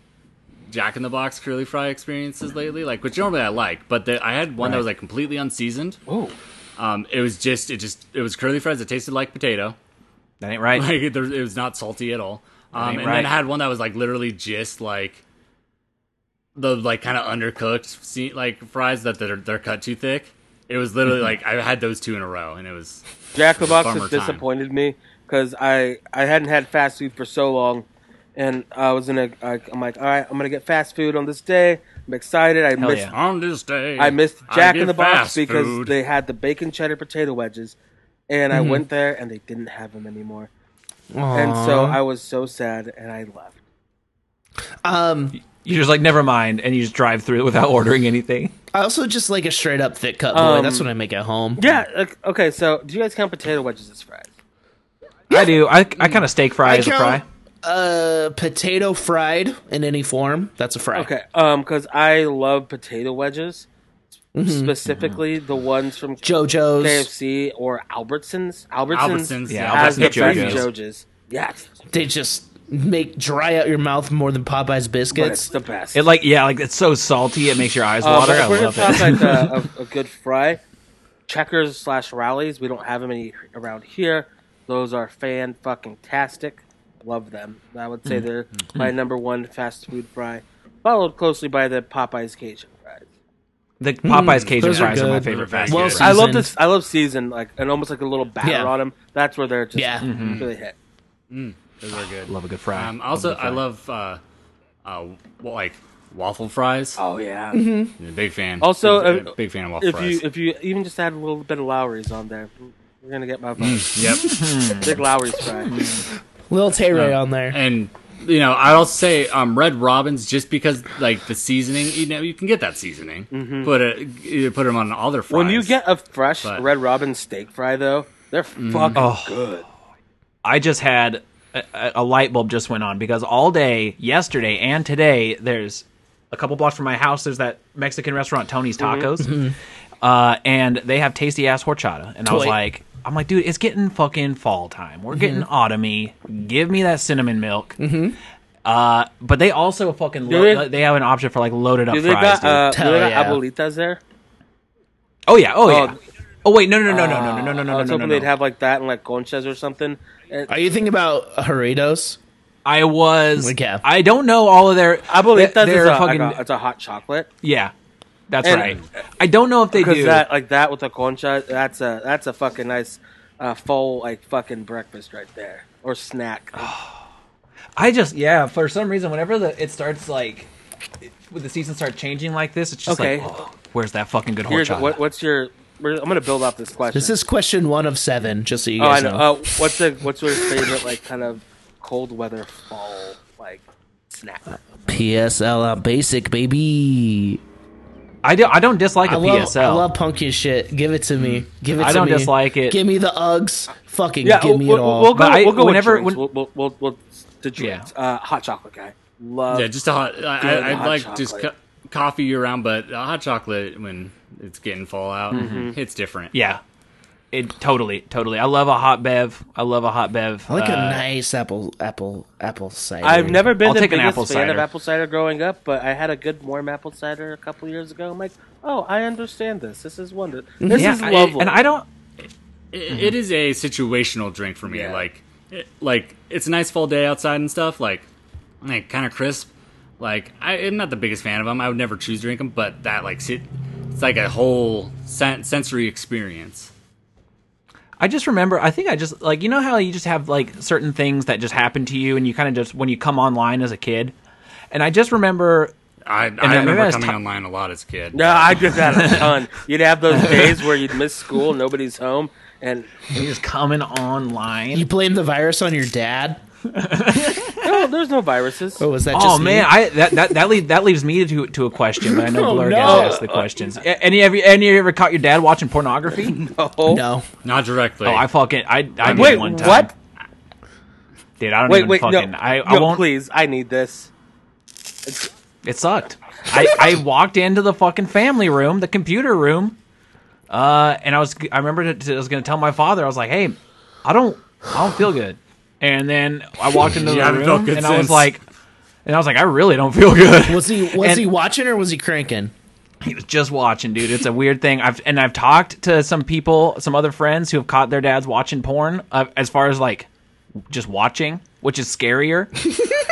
Jack in the Box curly fry experiences lately, like which normally I like, but the, I had one that was like completely unseasoned.
Ooh.
Um, it was just it just it was curly fries that tasted like potato.
That ain't right.
Like there, it was not salty at all. Um,
ain't
and
right.
then I had one that was like literally just like the like kind of undercooked se- like fries that they're they're cut too thick. It was literally
Mm-hmm.
like I had those two in a row, and it was
Jack in the Box
Bummer
has
time.
disappointed me because I I hadn't had fast food for so long, and I was in a I, I'm like all right I'm gonna get fast food on this day. I'm excited. I
Hell
missed
yeah.
on this day.
I missed Jack
get
in the Box
fast
because
food.
they had the bacon cheddar potato wedges, and I went there and they didn't have them anymore, and so I was so sad and I left.
Um.
You're just like, never mind, and you just drive through it without ordering anything.
I also just like a straight up thick cut boy. That's what I make at home.
Yeah. like, Okay. So do you guys count potato wedges as fries?
I do. I, I kind of steak fry
I
as a fry.
count uh potato fried in any form. That's a fry.
Okay. Um, because I love potato wedges, Mm-hmm. specifically the ones from
JoJo's.
KFC or Albertsons. Albertsons.
Albertsons, yeah.
has
Albertsons
the best
JoJo's.
JoJo's. Yes,
They just make dry out your mouth more than Popeye's
but
biscuits.
it's the best.
It like yeah, like it's so salty it makes your eyes
Um,
water.
but
I
if we're
love
gonna
it.
talk like a, a, a good fry, checkers slash rallies. We don't have them any around here. Those are fan fucking tastic. Love them. I would say they're my number one fast food fry, followed closely by the Popeyes Cajun fries.
The Popeyes Cajun
those are
fries are my
good.
favorite
They're
fries.
very
well,
good.
I love
seasoned.
this. I love season like and almost like a little batter
Yeah.
on them. That's where they're just
Yeah.
really hit.
Those are good.
Love a good fry.
Um, also,
Love a good
I
fry.
love uh, uh, well, like waffle fries.
Oh yeah.
I'm a big fan.
Also,
big,
uh,
big fan of waffle
If
fries.
you if you even just add a little bit of Lowry's on there, we're gonna get my
Mm.
vote.
yep.
big Lowry's fry.
Little Tay Ray on there.
And you know, I'll say um, Red Robins just because like the seasoning. You know, you can get that seasoning. Put it, you put them on other fries.
Mm-hmm. When you get a fresh
But-
Red Robin steak fry though, they're fucking good.
I just had a, a- a light bulb just went on because all day yesterday and today there's a couple blocks from my house. There's that Mexican restaurant Tony's Tacos, uh, and they have tasty ass horchata. And I was
Toy.
like, I'm like, dude, it's getting fucking fall time. We're getting autumny. Give me that cinnamon milk. Uh, but they also fucking lo-
they-
they, have an option for like loaded up
Do they
fries.
got
dude.
uh, do
Hell
they got
yeah.
abuelitas there?
oh yeah, oh, yeah.
oh,
Oh wait, no, no, no, no, no, no, no, no,
I
no,
was
no, no,
hoping
no.
they'd have like that and like conchas or something. Uh, And
Are you thinking about Doritos?
I was.
Like, yeah.
I don't know all of their.
abuelitas
their-
is
their
a, like
fucking.
a- it's a hot chocolate.
yeah, that's
And-
right. I don't know if they
because
do.
that like that with a concha that's a that's a fucking nice uh, full like fucking breakfast right there or snack
I just yeah. For some reason, whenever the it starts like, it- when the season starts changing like this, it's just
Okay.
like, oh, where's that fucking good
here's
horchata?
what, what's your we're- i'm gonna build off this question
This is question one of seven, just so you
oh i
guys
know
know.
uh, what's the what's your favorite like kind of cold weather fall like snack
Uh, PSL on uh, basic, baby.
I do. I don't dislike a
I love,
PSL.
I love pumpkin shit. Give it to me. Give it
Mm. I
to
don't
me.
dislike it.
Give me the Uggs. Fucking
yeah
give me
we'll,
it all.
we'll go
But I-
we'll go
whenever-
with drinks.
when-
we'll, we'll, we'll, we'll the drinks uh, hot chocolate guy love
yeah, just a hot. I,
Good
I, I'd
hot
like just co-
chocolate.
coffee year round, but a hot chocolate when it's getting fall out,
Mm-hmm.
it's different.
yeah, it totally, totally. I love a hot bev. I love a hot bev.
I like a
Uh,
nice apple, apple, apple cider.
I've never been
I'll
the
take an
biggest
apple
fan of
cider.
apple cider growing up, but I had a good warm apple cider a couple years ago. I'm like, oh, I understand this. This is wonder. This
yeah,
is
I-
lovely.
and I don't.
I- it is a situational drink for me.
Yeah.
Like, it, like it's a nice fall day outside and stuff. Like, like kind of crisp. Like, I, am not the biggest fan of them. I would never choose to drink them, but that like sit, it's like a whole sen- sensory experience.
I just remember. I think I just like you know how you just have like certain things that just happen to you, and you kind of just when you come online as a kid. And I just remember I
I, I remember
was
coming
ti-
online a lot as a kid.
no, I did that a ton. You'd have those days where you'd miss school, nobody's home, And
He's coming online.
You blame the virus on your dad?
no, there's no viruses.
Or was that
Oh
just me?
man, I that that that, leave, that leaves me to to a question, but I know
Oh,
Blur
no.
gets asked the questions. A- Any have you any of you ever caught your dad watching pornography?
Oh,
No.
Not directly.
Oh, I fucking I I did
Wait,
one time.
what?
Dude, I don't
Wait,
even
wait,
fucking.
no,
I, I
no,
won't.
please, I need this.
It sucked. I, I walked into the fucking family room, the computer room, uh, and I was I remember t- I was gonna tell my father I was like, hey, I don't I don't feel good. And then I walked into
You
the
haven't felt
room
good
and I was
since.
like, and I was like, I really don't feel good.
Was he was
And-
he watching or was he cranking?
He was just watching, dude. It's a weird thing. I've and I've talked to some people, some other friends who have caught their dads watching porn. Uh, as far as like just watching, which is scarier.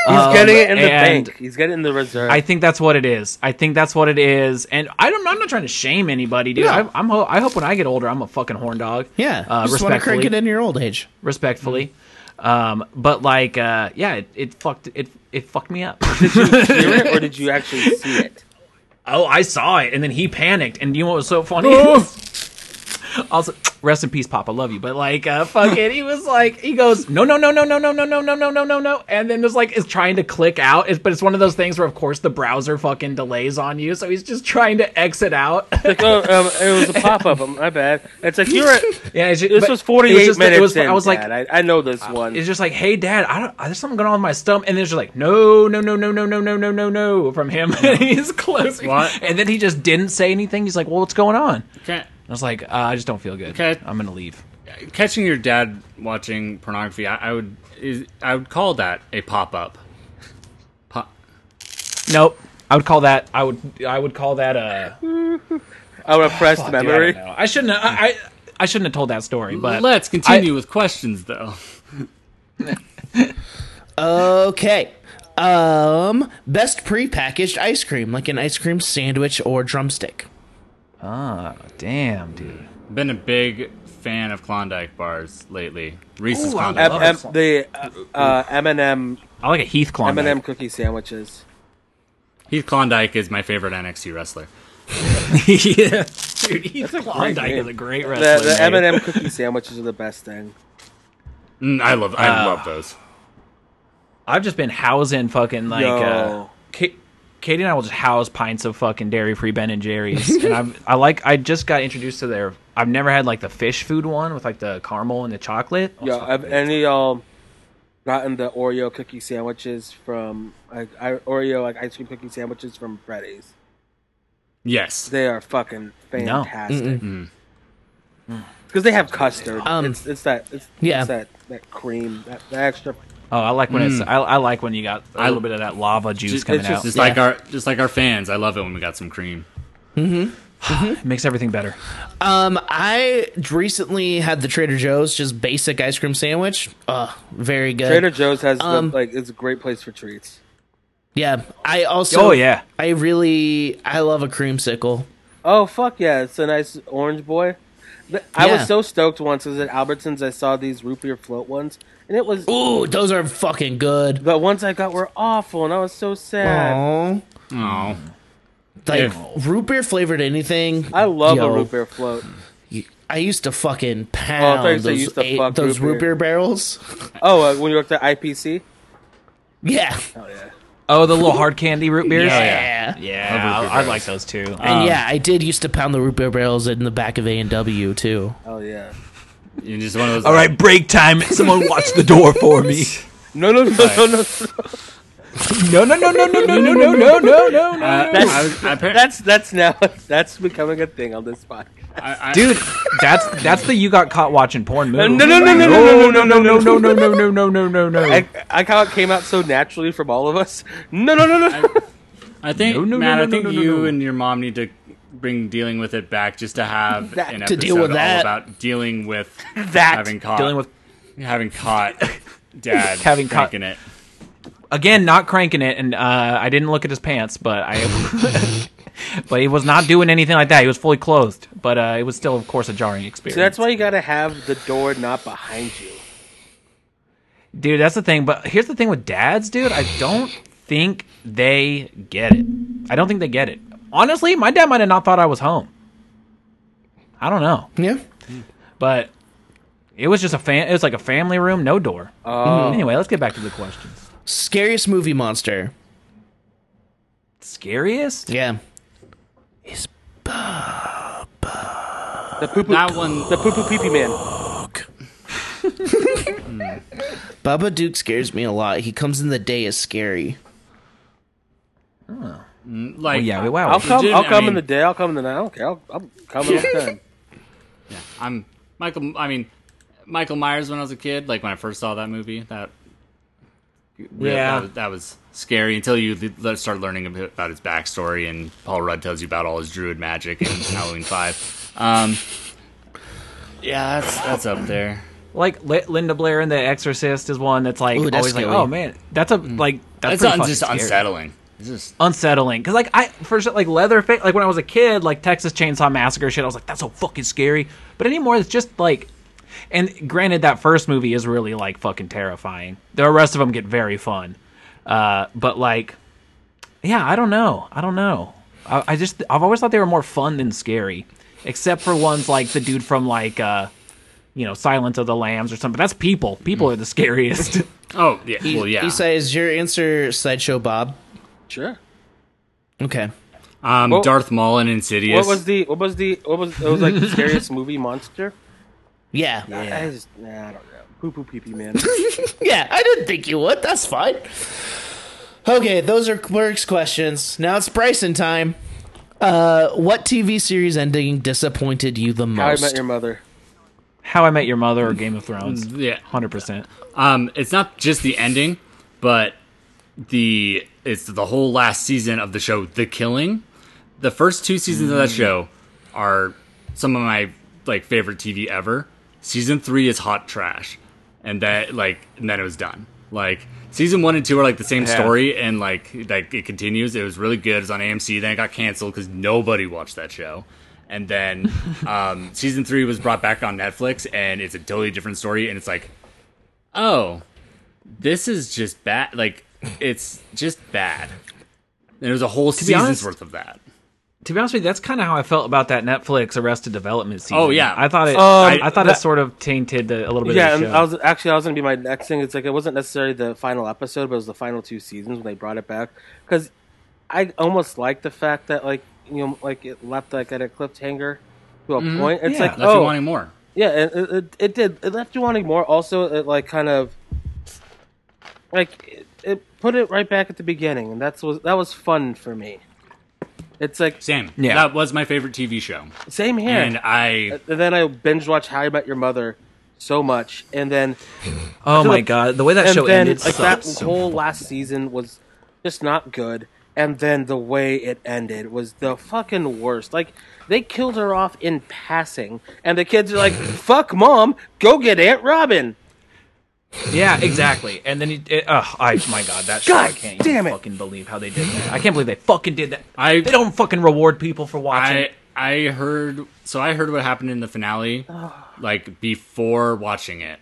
He's getting it in the
and-
bank. Um, He's getting it in the reserve.
I think that's what it is. I think that's what it is. And I don't. I'm not trying to shame anybody, dude.
No.
I, I'm. Ho- I hope when I get older, I'm a fucking horn dog.
Yeah.
Uh,
just want to crank
respectfully.
it in your old age.
Respectfully. Um. But like, uh, yeah. It, it fucked. It it fucked me up.
hear it, or did you actually see it?
oh, I saw it, and then he panicked. And you know what was so funny? also rest in peace pop i love you but like uh fuck it he was like he goes no no no no no no no no no no no no no and then there's like is trying to click out it's, but it's one of those things where of course the browser fucking delays on you so he's just trying to exit out yeah
Like, oh, um, it was a pop up. My bad. It's like you're. At,
it's just,
this
but
was
it
48
just- it
minutes.
was-
in,
i was like uh,
Dad. I, I know this one.
it's just like hey dad i don't there's something going on with my stomach and then it's just like no no no no no no no no no no from him he's closing
What?
and then he just didn't say anything he's like well what's going on
Ca-
i was like uh, i just don't feel good
Okay.
i'm gonna leave
catching your dad watching pornography, I, I would is, I would call that a pop up. Pop.
Nope. I would call that. I would. I would call that a
a repressed memory.
I, don't know. I shouldn't. Have, I, I. I shouldn't have told that story. But
Let's continue with questions though.
Okay. Um, best prepackaged ice cream, like an ice cream sandwich or drumstick.
Ah, damn, dude.
Been a big fan of Klondike bars lately. Reese's
Ooh, I
Klondike.
love-
bars.
M- M- the uh, uh, M&M,
I like a Heath Klondike.
M&M cookie sandwiches.
Heath Klondike is my favorite NXT wrestler.
yeah, dude. Heath Klondike
name.
is a great
The,
wrestler.
the
dude.
M&M cookie sandwiches are the best thing.
Mm, I love I love those.
I've just been housing fucking like. Uh,
Yo.
Ka- Katie and I will just house pints of fucking dairy-free Ben and Jerry's, and I'm, I like. I just got introduced to their. I've never had like the fish food one with like the caramel and the chocolate. Oh,
Yeah,
fuck.
have any um gotten the Oreo cookie sandwiches from like I, Oreo like ice cream cookie sandwiches from Freddy's?
Yes.
They are fucking fantastic. Because they have custard.
Um,
it's, it's that it's,
yeah.
it's that that cream that, that extra.
oh, I like when it's. I, I like when you got a
I-
little bit of that lava juice
Just,
coming
it's just,
out.
just like our just like our fans. I love it when we got some cream.
It makes everything better.
Um, I recently had the Trader Joe's just basic ice cream sandwich. Uh, very good.
Trader Joe's has
Um,
the, like it's a great place for treats.
yeah. I also
oh yeah.
I really I love a creamsicle.
Oh fuck yeah! It's a nice orange boy. Th- I
Yeah.
was so stoked once. I was at Albertsons. I saw these root beer float ones, and it was
Ooh, those are fucking good.
the ones I got were awful, and I was so sad.
Aww.
Oh,
Like
Yeah.
root beer flavored anything.
I love
yo,
a root beer float.
I used to fucking
Oh, you
pound
said you
those,
used to
eight-
fuck
those
root beer.
root beer barrels.
Oh, uh, when you worked at IPC?
Yeah.
Oh, the little hard candy root beers.
yeah.
Yeah, I, I like those too.
And yeah, I did used to pound the root beer barrels in the back of A and W too.
Oh yeah.
you just one of those.
All right, break time. Someone watch the door for me.
No, no, no, no, no.
No, no, no, no, no, no, no, no, no, no, no, no.
Uh,
That's-
I was- I appar-
That's that's now that's becoming a thing on this podcast.
I- I-
Dude, that's that's the you got caught watching porn
No,
movie.
no, no, no, no, no, no, no, no, no,
no, no, no, no, no, no, no, no.
I, I how it came out so naturally from all of us. No, no, no, no.
I think
No, no,
Matt,
no,
I
no,
think
no, no,
you
no.
and your mom need to bring dealing with it back just to have
That-
an
to
episode
deal with that.
all about dealing with
That.
having caught
Dealing with
having caught dad
Having caught-
cranking it.
again, not cranking it, and uh, I didn't look at his pants, but I, but he was not doing anything like that. He was fully clothed, but uh, it was still, of course, a jarring experience.
So that's why you gotta have the door not behind you.
dude that's the thing but here's the thing with dads dude i don't think they get it i don't think they get it honestly my dad might have not thought i was home i don't know
Yeah.
but It was just a fan. It was like a family room, no door. Anyway, let's get back to the questions.
Scariest movie monster.
Scariest?
Yeah.
The poo poo,
That one.
the poo poo pee pee man.
Baba Duke scares me a lot. He comes in the day is scary.
Like,
Oh, yeah, we- wow.
I'll come.
Legit-
I'll
I
come in
mean-
the day. I'll come in the night. I don't care. I'll, I'm coming all the time.
I'm Michael. I mean, Michael Myers when I was a kid, like when I first saw that movie, that that
Yeah.
was, that was scary until you le- start learning a bit about his backstory and Paul Rudd tells you about all his druid magic in Halloween Five. Um, yeah, that's that's up there.
Like Li- Linda Blair in The Exorcist is one that's like
Ooh, that's
always like,
scary.
oh man, that's a like that's
That's
pretty
un-
fucking
just
scary.
unsettling. It's just
unsettling because like i first like leatherface like when i was a kid like texas chainsaw massacre shit i was like that's so fucking scary but anymore it's just like and granted that first movie is really like fucking terrifying the rest of them get very fun uh but like yeah i don't know i don't know i, I just i've always thought they were more fun than scary except for ones like the dude from like uh you know silence of the lambs or something that's people people are the scariest
oh yeah, well yeah.
Isai, is your answer sideshow Bob?
Sure.
Okay.
um,
Well-
Darth Maul and Insidious.
What was the? What was the? What was? It was like the scariest movie monster.
Yeah.
I just. Nah, I don't know. Poo poo pee pee man.
Yeah, I didn't think you would. That's fine. Okay, those are Clerk's questions. Now it's Bryson time. Uh, what TV series ending disappointed you the
How I
most?
met your mother.
how i met your mother or game of thrones
yeah?
100%
Um, it's not just the ending, but the it's the whole last season of the show, The Killing. The first two seasons of that show are some of my like favorite TV ever. Season three is hot trash, and that like and then it was done. Like season one and two are like the same story, and like like it continues. It was really good. It was on AMC. Then it got canceled because nobody watched that show. And then um, season three was brought back on Netflix, and it's a totally different story. And it's like oh, this is just bad. Like, it's just bad. There was a whole season's
honest-
worth of that.
to be honest with you, that's kind of how I felt about that Netflix Arrested Development season.
Oh, yeah.
I thought it. I, I thought it
that-
sort of tainted the, a little bit.
Yeah,
of
and
the show.
I was actually I was gonna be my next thing. It's like it wasn't necessarily the final episode, but it was the final two seasons when they brought it back. Because I almost like the fact that like you know like it left like at a cliffhanger to a point. It's
Yeah,
like
Left you
oh
wanting more.
yeah, it, it, it- it did. It left you wanting more. Also, it like kind of like it, it put it right back at the beginning, and that's was that was fun for me. It's like
Same.
Yeah.
That was my favorite TV show.
same here.
And I.
and then I binge watched How I Met Your Mother so much, and then
oh my
like-
god, the way that
and
show
then
ended
like
sucked
that
so
whole last season was just not good. And then the way it ended was the fucking worst. Like they killed her off in passing, and the kids are like, "Fuck mom, go get Aunt Robin."
Yeah, exactly. And then it, it, uh, I my god, that show I
God
can't
damn
even
it.
fucking believe how they did that. I can't believe they fucking did that.
I-
they don't fucking reward people for watching.
I. I heard. So I heard what happened in the finale, like, before watching it.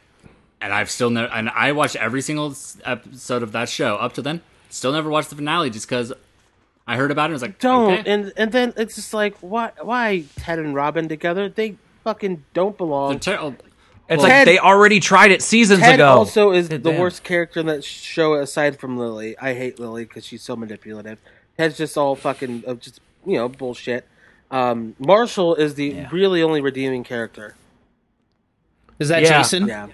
And I've still never. And I watched every single s- episode of that show up to then. Still never watched the finale just because I heard about it. and was like,
Don't.
okay.
And and then it's just like, why why Ted and Robin together? They fucking don't belong.
They're terrible.
it's
well,
like
Ted-
they already tried it seasons
Ted
ago.
also is the
damn.
worst character in that show aside from Lily. I hate Lily because she's so manipulative. Ted's just all fucking uh, just you know bullshit. Um, Marshall is the really only redeeming character.
Is that
Yeah.
Jason?
Yeah,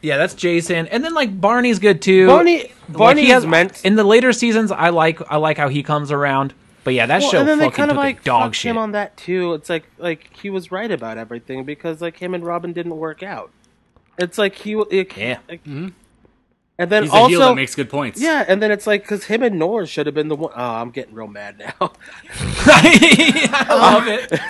yeah, that's Jason. And then like Barney's good too.
Barney.
Like,
Barney
he has
is meant.
in the later seasons. I like I like how he comes around. But yeah, that
Well,
show
and then they
fucking
kind of
took a
like
dog
fucked
shit.
him on that too. It's like like he was right about everything because like him and Robin didn't work out. It's like he it,
Yeah.
like- and then
He's a heel
also
that makes good points.
yeah, and then it's like because him and Nora should have been the one. Oh, I'm getting real mad now.
I love it.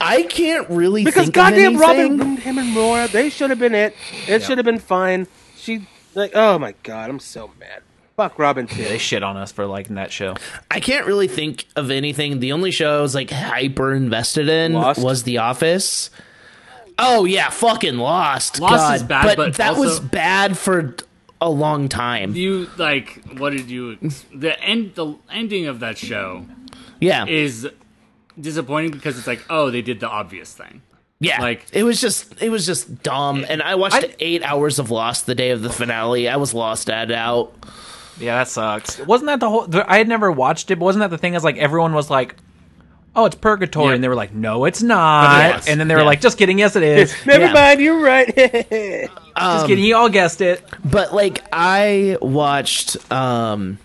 I can't really
Because
think of
goddamn
anything.
Robin, him and Laura, they should have been it. It should have been fine. She like, oh my god, I'm so mad. Fuck Robin
They
too.
shit on us for liking that show.
I can't really think of anything. The only show I was like hyper invested in
Lost?
was The Office. Oh yeah, fucking Lost.
Lost is
God.
bad, but
that was
also-
bad for a long time.
you like what did you the end the ending of that show
Yeah,
is disappointing because it's like oh they did the obvious thing
Yeah,
Like-
it was just it was just dumb. And I watched eight hours of Lost the day of the finale. I was lost at out.
Yeah, that sucks. Wasn't that the whole? The, I had never watched it, but wasn't that the thing? Is like everyone was like, "Oh, it's purgatory,"
Yeah.
and they were like, "No, it's not,"
was.
and then they were like, "Just kidding, yes, it is."
Never
Yeah.
mind, you're right.
Um,
Just kidding, you all guessed it.
But like I watched um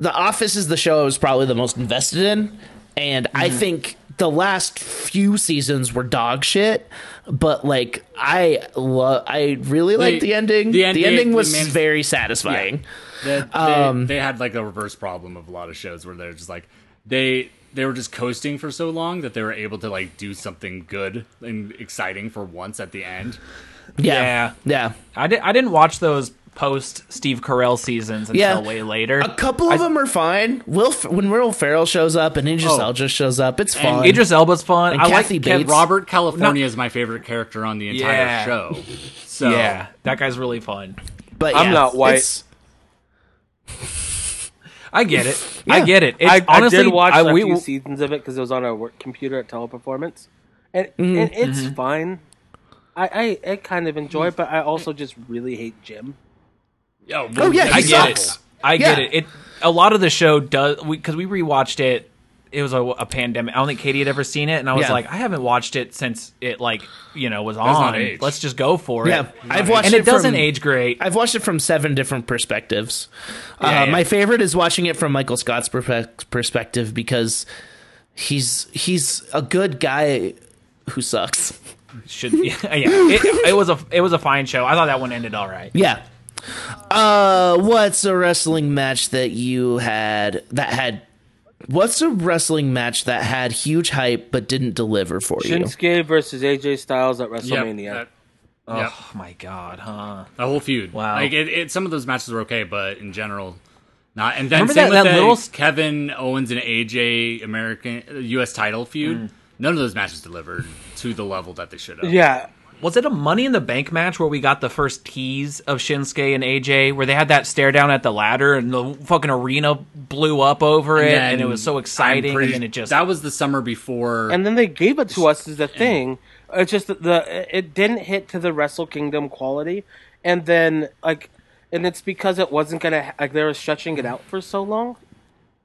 The Office is the show I was probably the most invested in and I think the last few seasons were dog shit, but like I love I really liked
They-
the ending.
the
The,
end- they-
ending
they
was
managed-
very satisfying.
That they,
Um,
they had like a reverse problem of a lot of shows where they're just like they they were just coasting for so long that they were able to like do something good and exciting for once at the end.
Yeah. Yeah.
I did. I didn't watch those post Steve Carell seasons until
Yeah.
way later.
A couple of
I-
them are fine. Will F- when Will Ferrell shows up and Idris
Oh.
Elba shows up, it's fun.
Idris Elba's fun.
And
I
Kathy
like
Bates.
Kev-
And Robert California is my favorite character on the entire
Yeah.
show. So
Yeah, that guy's really fun.
but
I'm
yeah,
not white.
it's-
I get it. I
Yeah.
get it. It's,
I,
honestly,
I did watch
I-
a
we-
few seasons of it because it was on our work computer at Teleperformance, and,
Mm-hmm,
and it's fine. I, I I kind of enjoy, it, but I also just really hate Jim.
Oh,
Oh yeah, he
I get
sucks.
it. I get
Yeah.
it. It a lot of the show does because we, rewatched it. It was a, a pandemic. I don't think Katie had ever seen it, and I was
Yeah.
like, I haven't watched it since it like you know was
not
on.
age.
Let's just go for
Yeah,
it.
I've watched
and
it,
it doesn't
from-
age great.
I've watched it from seven different perspectives.
Yeah,
uh,
yeah.
My favorite is watching it from Michael Scott's perfe- perspective because he's he's a good guy who sucks.
Should yeah, it, it was a it was a fine show. I thought that one ended all right.
Yeah. Uh, what's a wrestling match that you had that had? What's a wrestling match that had huge hype but didn't deliver for you?
Shinsuke versus AJ Styles at
Yep,
WrestleMania.
that, yep,
Oh my god, huh?
the whole feud.
Wow.
Like it, it, some of those matches were okay, but in general, not. And then
Remember
same
that-
with
that
the
little s-
Kevin Owens and AJ American U.S. title feud.
Mm.
None of those matches delivered to the level that they should have.
yeah,
Was it a Money in the Bank match where we got the first tease of Shinsuke and AJ, where they had that stare down at the ladder and the fucking arena blew up over it, and it
then
was so
I'm
exciting,
pretty-
and then it just
that was the summer before.
and then they gave it to us is the thing. It's just that the it didn't hit to the Wrestle Kingdom quality, and then like, and it's because it wasn't gonna like they were stretching it out for so long,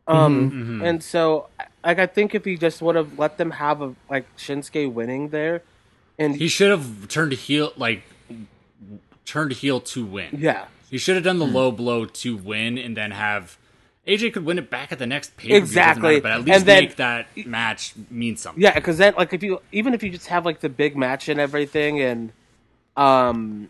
um, and so like I think if he just would have let them have a like Shinsuke winning there, and
he should have turned heel, like turned heel to win.
yeah,
he should have done
Hmm.
the low blow to win, and then have AJ could win it back at the next pay
Exactly.
but at
And
least
then-
make that match mean something.
yeah, because then like if you even if you just have like the big match and everything, and um,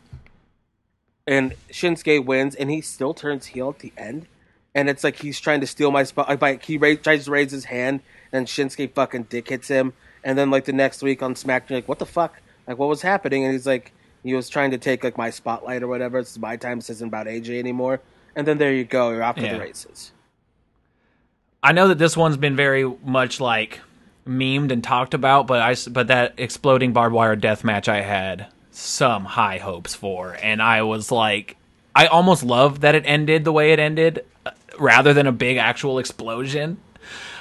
and Shinsuke wins, and he still turns heel at the end, and it's like he's trying to steal my spot. Like, by, he ra- tries to raise his hand, and Shinsuke fucking dick hits him, and then like the next week on SmackDown, you're like what the fuck, like what was happening, and he's like he was trying to take like my spotlight or whatever. It's my time. This isn't about AJ anymore. And then there you go. You're off to
Yeah.
the races.
I know that this one's been very much like memed and talked about, but I s- but that exploding barbed wire death match I had some high hopes for, and I was like, I almost loved that it ended the way it ended, uh, rather than a big actual explosion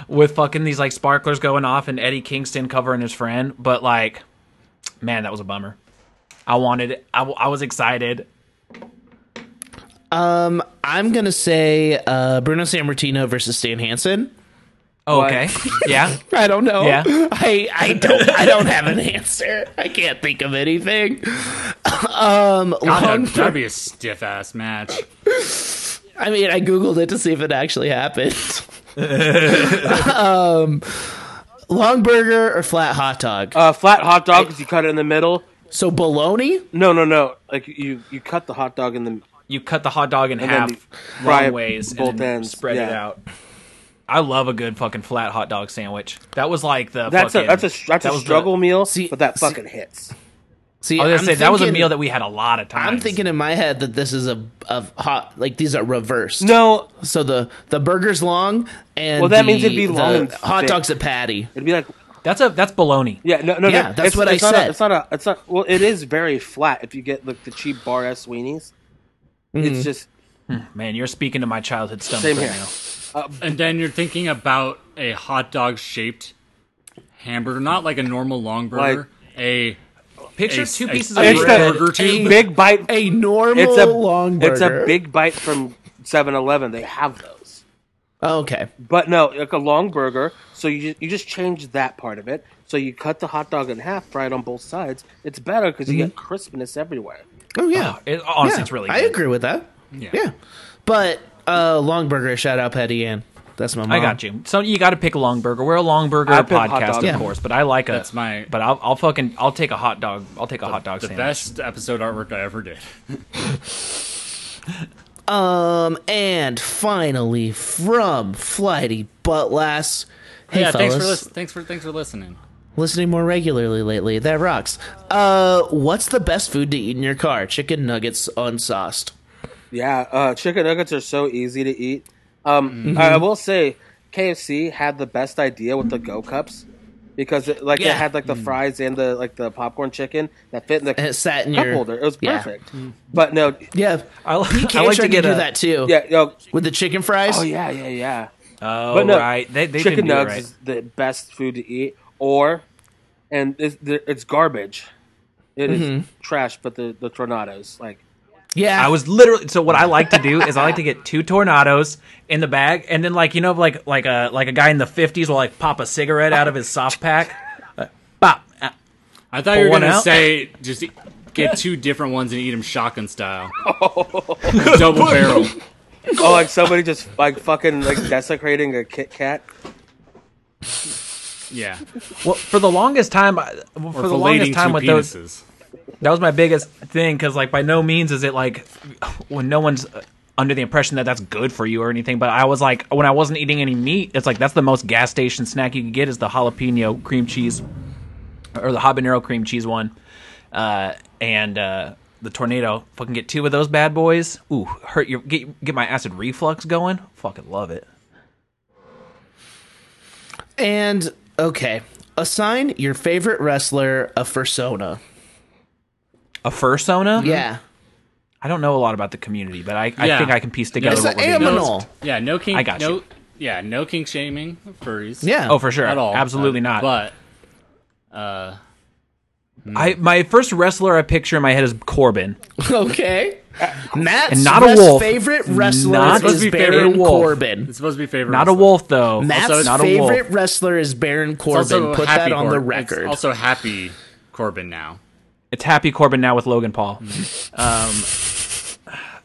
with fucking these like sparklers going off and Eddie Kingston covering his friend. But like, man, that was a bummer. I wanted, I, w- I was excited.
I'm gonna say uh, Bruno Sammartino versus Stan Hansen.
Oh, okay, yeah.
I don't know.
Yeah.
I I don't I don't have an answer. I can't think of anything. Um
God,
long-
that'd, that'd be a stiff ass match.
I mean I googled it to see if it actually happened. um long burger or flat hot dog.
Uh, flat hot dog because you cut it in the middle.
so bologna?
No, no, no. Like you, you cut the hot dog in the
you cut the hot dog in
And then
half
you fry
long
it
ways
both
and then
ends,
spread it
yeah.
out. I love a good fucking flat hot dog sandwich. That was like the
That's
fucking,
a that's a that's
that
a
was the-
struggle meal,
See-
but that
see-
fucking hits.
See,
I was gonna
I'm
say that was a
thinking-
meal that we had a lot of times.
I'm thinking in my head that this is a of hot like these are reversed.
No,
So the the burger's long and
Well, that
the-
means it'd be
the
long and
hot
thick.
dog's a patty.
it'd be like
that's a that's bologna.
yeah, no, no,
Yeah,
no.
that's
it's,
what I
it's not a-
said.
it's not a it's not well, it is very flat if you get like the cheap bar ass weenies.
Mm.
It's just
Man, you're speaking to my childhood stomach
Same
right
here.
now.
And then you're thinking about a hot dog shaped hamburger, not like a normal long burger,
Like-
a
Picture
a-
two
a-
pieces
a
of
It's
bread.
burger tube.
Big bite.
A normal
It's a
long burger.
It's a big bite from 7-Eleven. They have those,
Oh, Okay.
but no, like a long burger. So you just, you just change that part of it. So you cut the hot dog in half, fry it on both sides. It's better because you get
Mm-hmm.
crispness everywhere.
Oh yeah.
It, honestly,
Yeah,
it's really. Good.
I agree with that. Yeah. But uh long burger, shout out Patty Ann. That's my mom.
I got you. So you got to pick a long burger. We're a long burger
I pick hot
podcast,
dog.
of
Yeah.
course, but I like a.
That's my-
But I'll, I'll fucking I'll take a hot dog. I'll take a hot dog
the
sandwich.
best episode artwork I ever did.
Um and finally from Flighty Buttlass. Hey
yeah,
fellas.
thanks for lis- thanks for thanks for listening.
listening more regularly lately. That rocks. Uh, what's the best food to eat in your car? Chicken nuggets unsauced.
Yeah, uh, chicken nuggets are so easy to eat. Um,
Mm-hmm.
I I will say, KFC had the best idea with the go cups because it, like
Yeah.
it had like the fries and the like the popcorn chicken that fit in the
And it Uh, sat in
cup
your-
holder. It was
yeah.
perfect. But no,
Yeah,
I, li- I
Can't
like
try
to get
do
a,
that too.
yeah, yo,
with the chicken fries.
oh yeah, yeah, yeah.
Oh
But no,
right, they they
chicken
didn't do it
nuggets
right.
is the best food to eat. Or, and it's, it's garbage. It is
Mm-hmm.
trash. But the the tornadoes like
yeah.
I was literally so what I like to do is I like to get two tornadoes in the bag and then like you know like like a like a guy in the 50s will like pop a cigarette out of his soft pack. Uh, Bop. Uh,
I thought you were
Pull one
gonna
out?
say just eat- get two different ones and eat them shotgun style,
Oh.
double barrel.
oh like somebody just like fucking like desecrating a Kit Kat.
Yeah,
Well, for the longest time I- well, for
or
the
filleting
longest time
two
with
penises.
those that was my biggest thing because like by no means is it like when no one's uh, under the impression that that's good for you or anything but i was like when i wasn't eating any meat it's like that's the most gas station snack you can get is the jalapeno cream cheese or the habanero cream cheese one uh, and uh, the tornado fucking get two of those bad boys ooh hurt your get, get my acid reflux going fucking love it
and okay, assign your favorite wrestler a persona.
a fursona
Yeah,
Hmm.
i don't know a lot about the community but i, I
Yeah.
think i can piece together
it's
what
an
we're doing.
aminal.
Yeah, no kink.
I got
no,
you.
Yeah, no kink shaming of furries.
Yeah.
oh for sure
at all.
absolutely
Uh,
not
But
I my first wrestler I picture in my head is Corbin.
okay.
Uh,
Matt's
And not a
best
wolf.
favorite wrestler
Not- It's supposed
is
to be
Baron
favorite wolf.
Corbin.
it's supposed to be favorite.
Not a
wrestler.
wolf though.
Matt's
also, not a
favorite
wolf.
wrestler is Baron
It's also
Corbin. Put
Happy
that on the
Cor- it's
record.
also happy Corbin now.
It's Happy Corbin now with Logan Paul. um,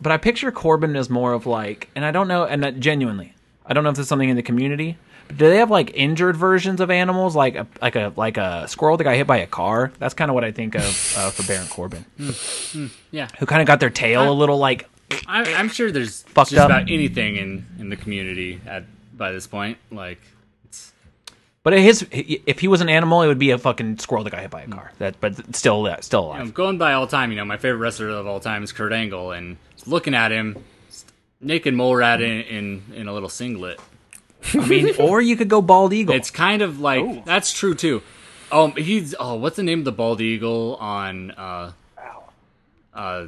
but I picture Corbin as more of like, and I don't know, and that genuinely, I don't know if there's something in the community. But do they have like injured versions of animals, like a like a like a squirrel that got hit by a car? That's kind of what I think of uh, for Baron Corbin,
Yeah,
who kind of got their tail a little like.
I, I'm sure there's
Fucked
just
up.
about anything in in the community at by this point. Like,
But his, if he was an animal, it would be a fucking squirrel that got hit by a car. That, but still, uh, still alive.
I'm going by all time. You know, my favorite wrestler of all time is Kurt Angle, and looking at him, naked mole rat in in, in a little singlet.
I mean, or you could go bald eagle.
It's kind of like that's true too. Um, he's oh, what's the name of the bald eagle on uh, uh,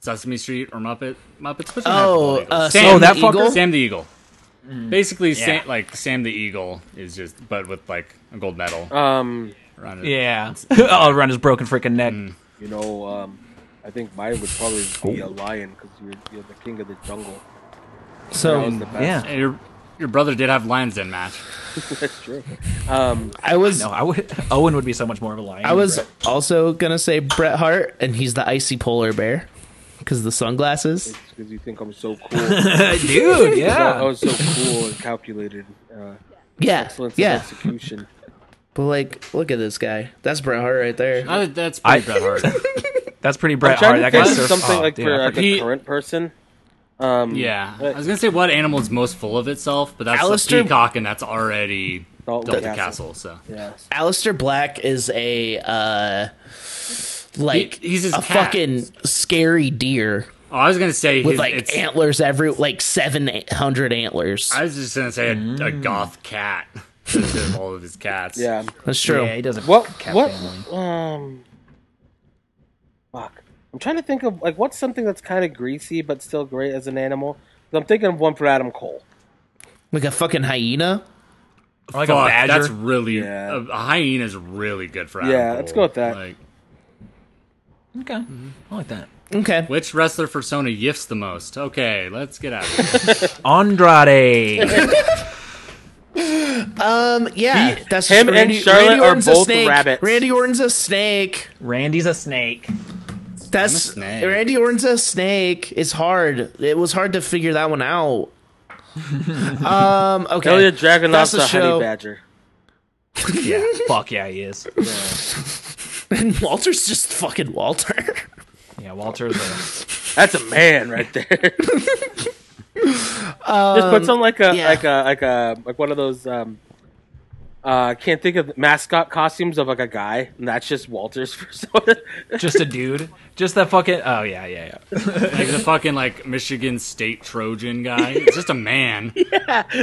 Sesame Street or Muppet Muppets? What's the name of the
Oh,
bald eagle?
uh, Sam
Oh, that the fucker? Eagle?
Sam the Eagle. Basically,
Yeah.
Sam, like Sam the Eagle is just, but with like a gold medal.
Um,
around it.
Yeah, Mm. all around his broken freaking neck.
You know, um, I think mine would probably be a lion because you're, you're the king of the jungle. That was
so
the best.
Yeah,
And your your brother did have lions den match.
That's true. Um,
I was
no, I would. Owen would be so much more of a lion.
I was also gonna say Bret Hart, and he's the icy polar bear because the sunglasses.
because you think I'm so cool. I
dude.
I
Yeah,
was so cool and calculated. Uh,
Yeah,
excellence of
yeah.
execution.
But like, look at this guy. That's Bret Hart right there.
Uh, that's pretty
I-
Bret Hart.
that's pretty Bret
Trying
Hart.
to
That guy
think of
surfs.
something
oh,
like
dude,
for uh,
I
like,
forgot.
a
He-
current person. Um,
Yeah, I
but-
was gonna say what animal's most full of itself, but that's
Alistair-
the peacock, and that's already
Dalton
Delta
Castle.
Castle. So
yeah.
Alistair Black is a uh, like
He- he's his
a
cat.
fucking scary deer
oh, I was gonna say
with
his,
like
it's,
antlers every like seven hundred antlers.
I was just gonna say a, a goth cat. Instead of all of his cats.
Yeah.
That's true.
Yeah, he doesn't.
What?
cat
what?
family.
Um. Fuck. I'm trying to think of like what's something that's kind of greasy but still great as an animal. I'm thinking of one for Adam Cole.
Like a fucking hyena.
Like
Fuck,
a badger.
that's really
Yeah.
a, a hyena is really good for.
Yeah,
Adam
let's
Cole.
go with that.
Like,
okay.
Mm-hmm.
I like that.
Okay.
which wrestler persona yiffs the most? Okay, let's get out of here.
Andrade.
Um. Yeah. that's
him and Charlotte are
Orton's a
both
snake.
rabbits.
Randy Orton's a snake.
Randy's a snake.
That's
snake.
Randy Orton's a snake. It's hard. It was hard to figure that one out. um. Okay.
Ilya Dragunov's
That's
a
the
honey
show.
badger.
Yeah. Fuck yeah, he is.
And Walter's just fucking Walter.
Yeah, Walter's a
That's a man right there. Just put some like a
yeah.
like a like a like one of those um uh can't think of mascot costumes of like a guy, and that's just Walter's persona.
just a dude. Just that fucking oh yeah, yeah, yeah.
Like the fucking like Michigan State Trojan guy. It's just a man.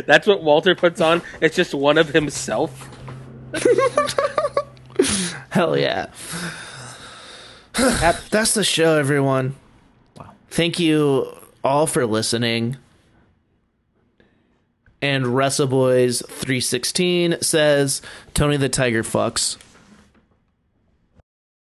that's what Walter puts on. It's just one of himself.
Hell yeah.
That-
That's the show, everyone.
Wow.
Thank you all for listening. And Wrestle Boys 316 says Tony the Tiger fucks.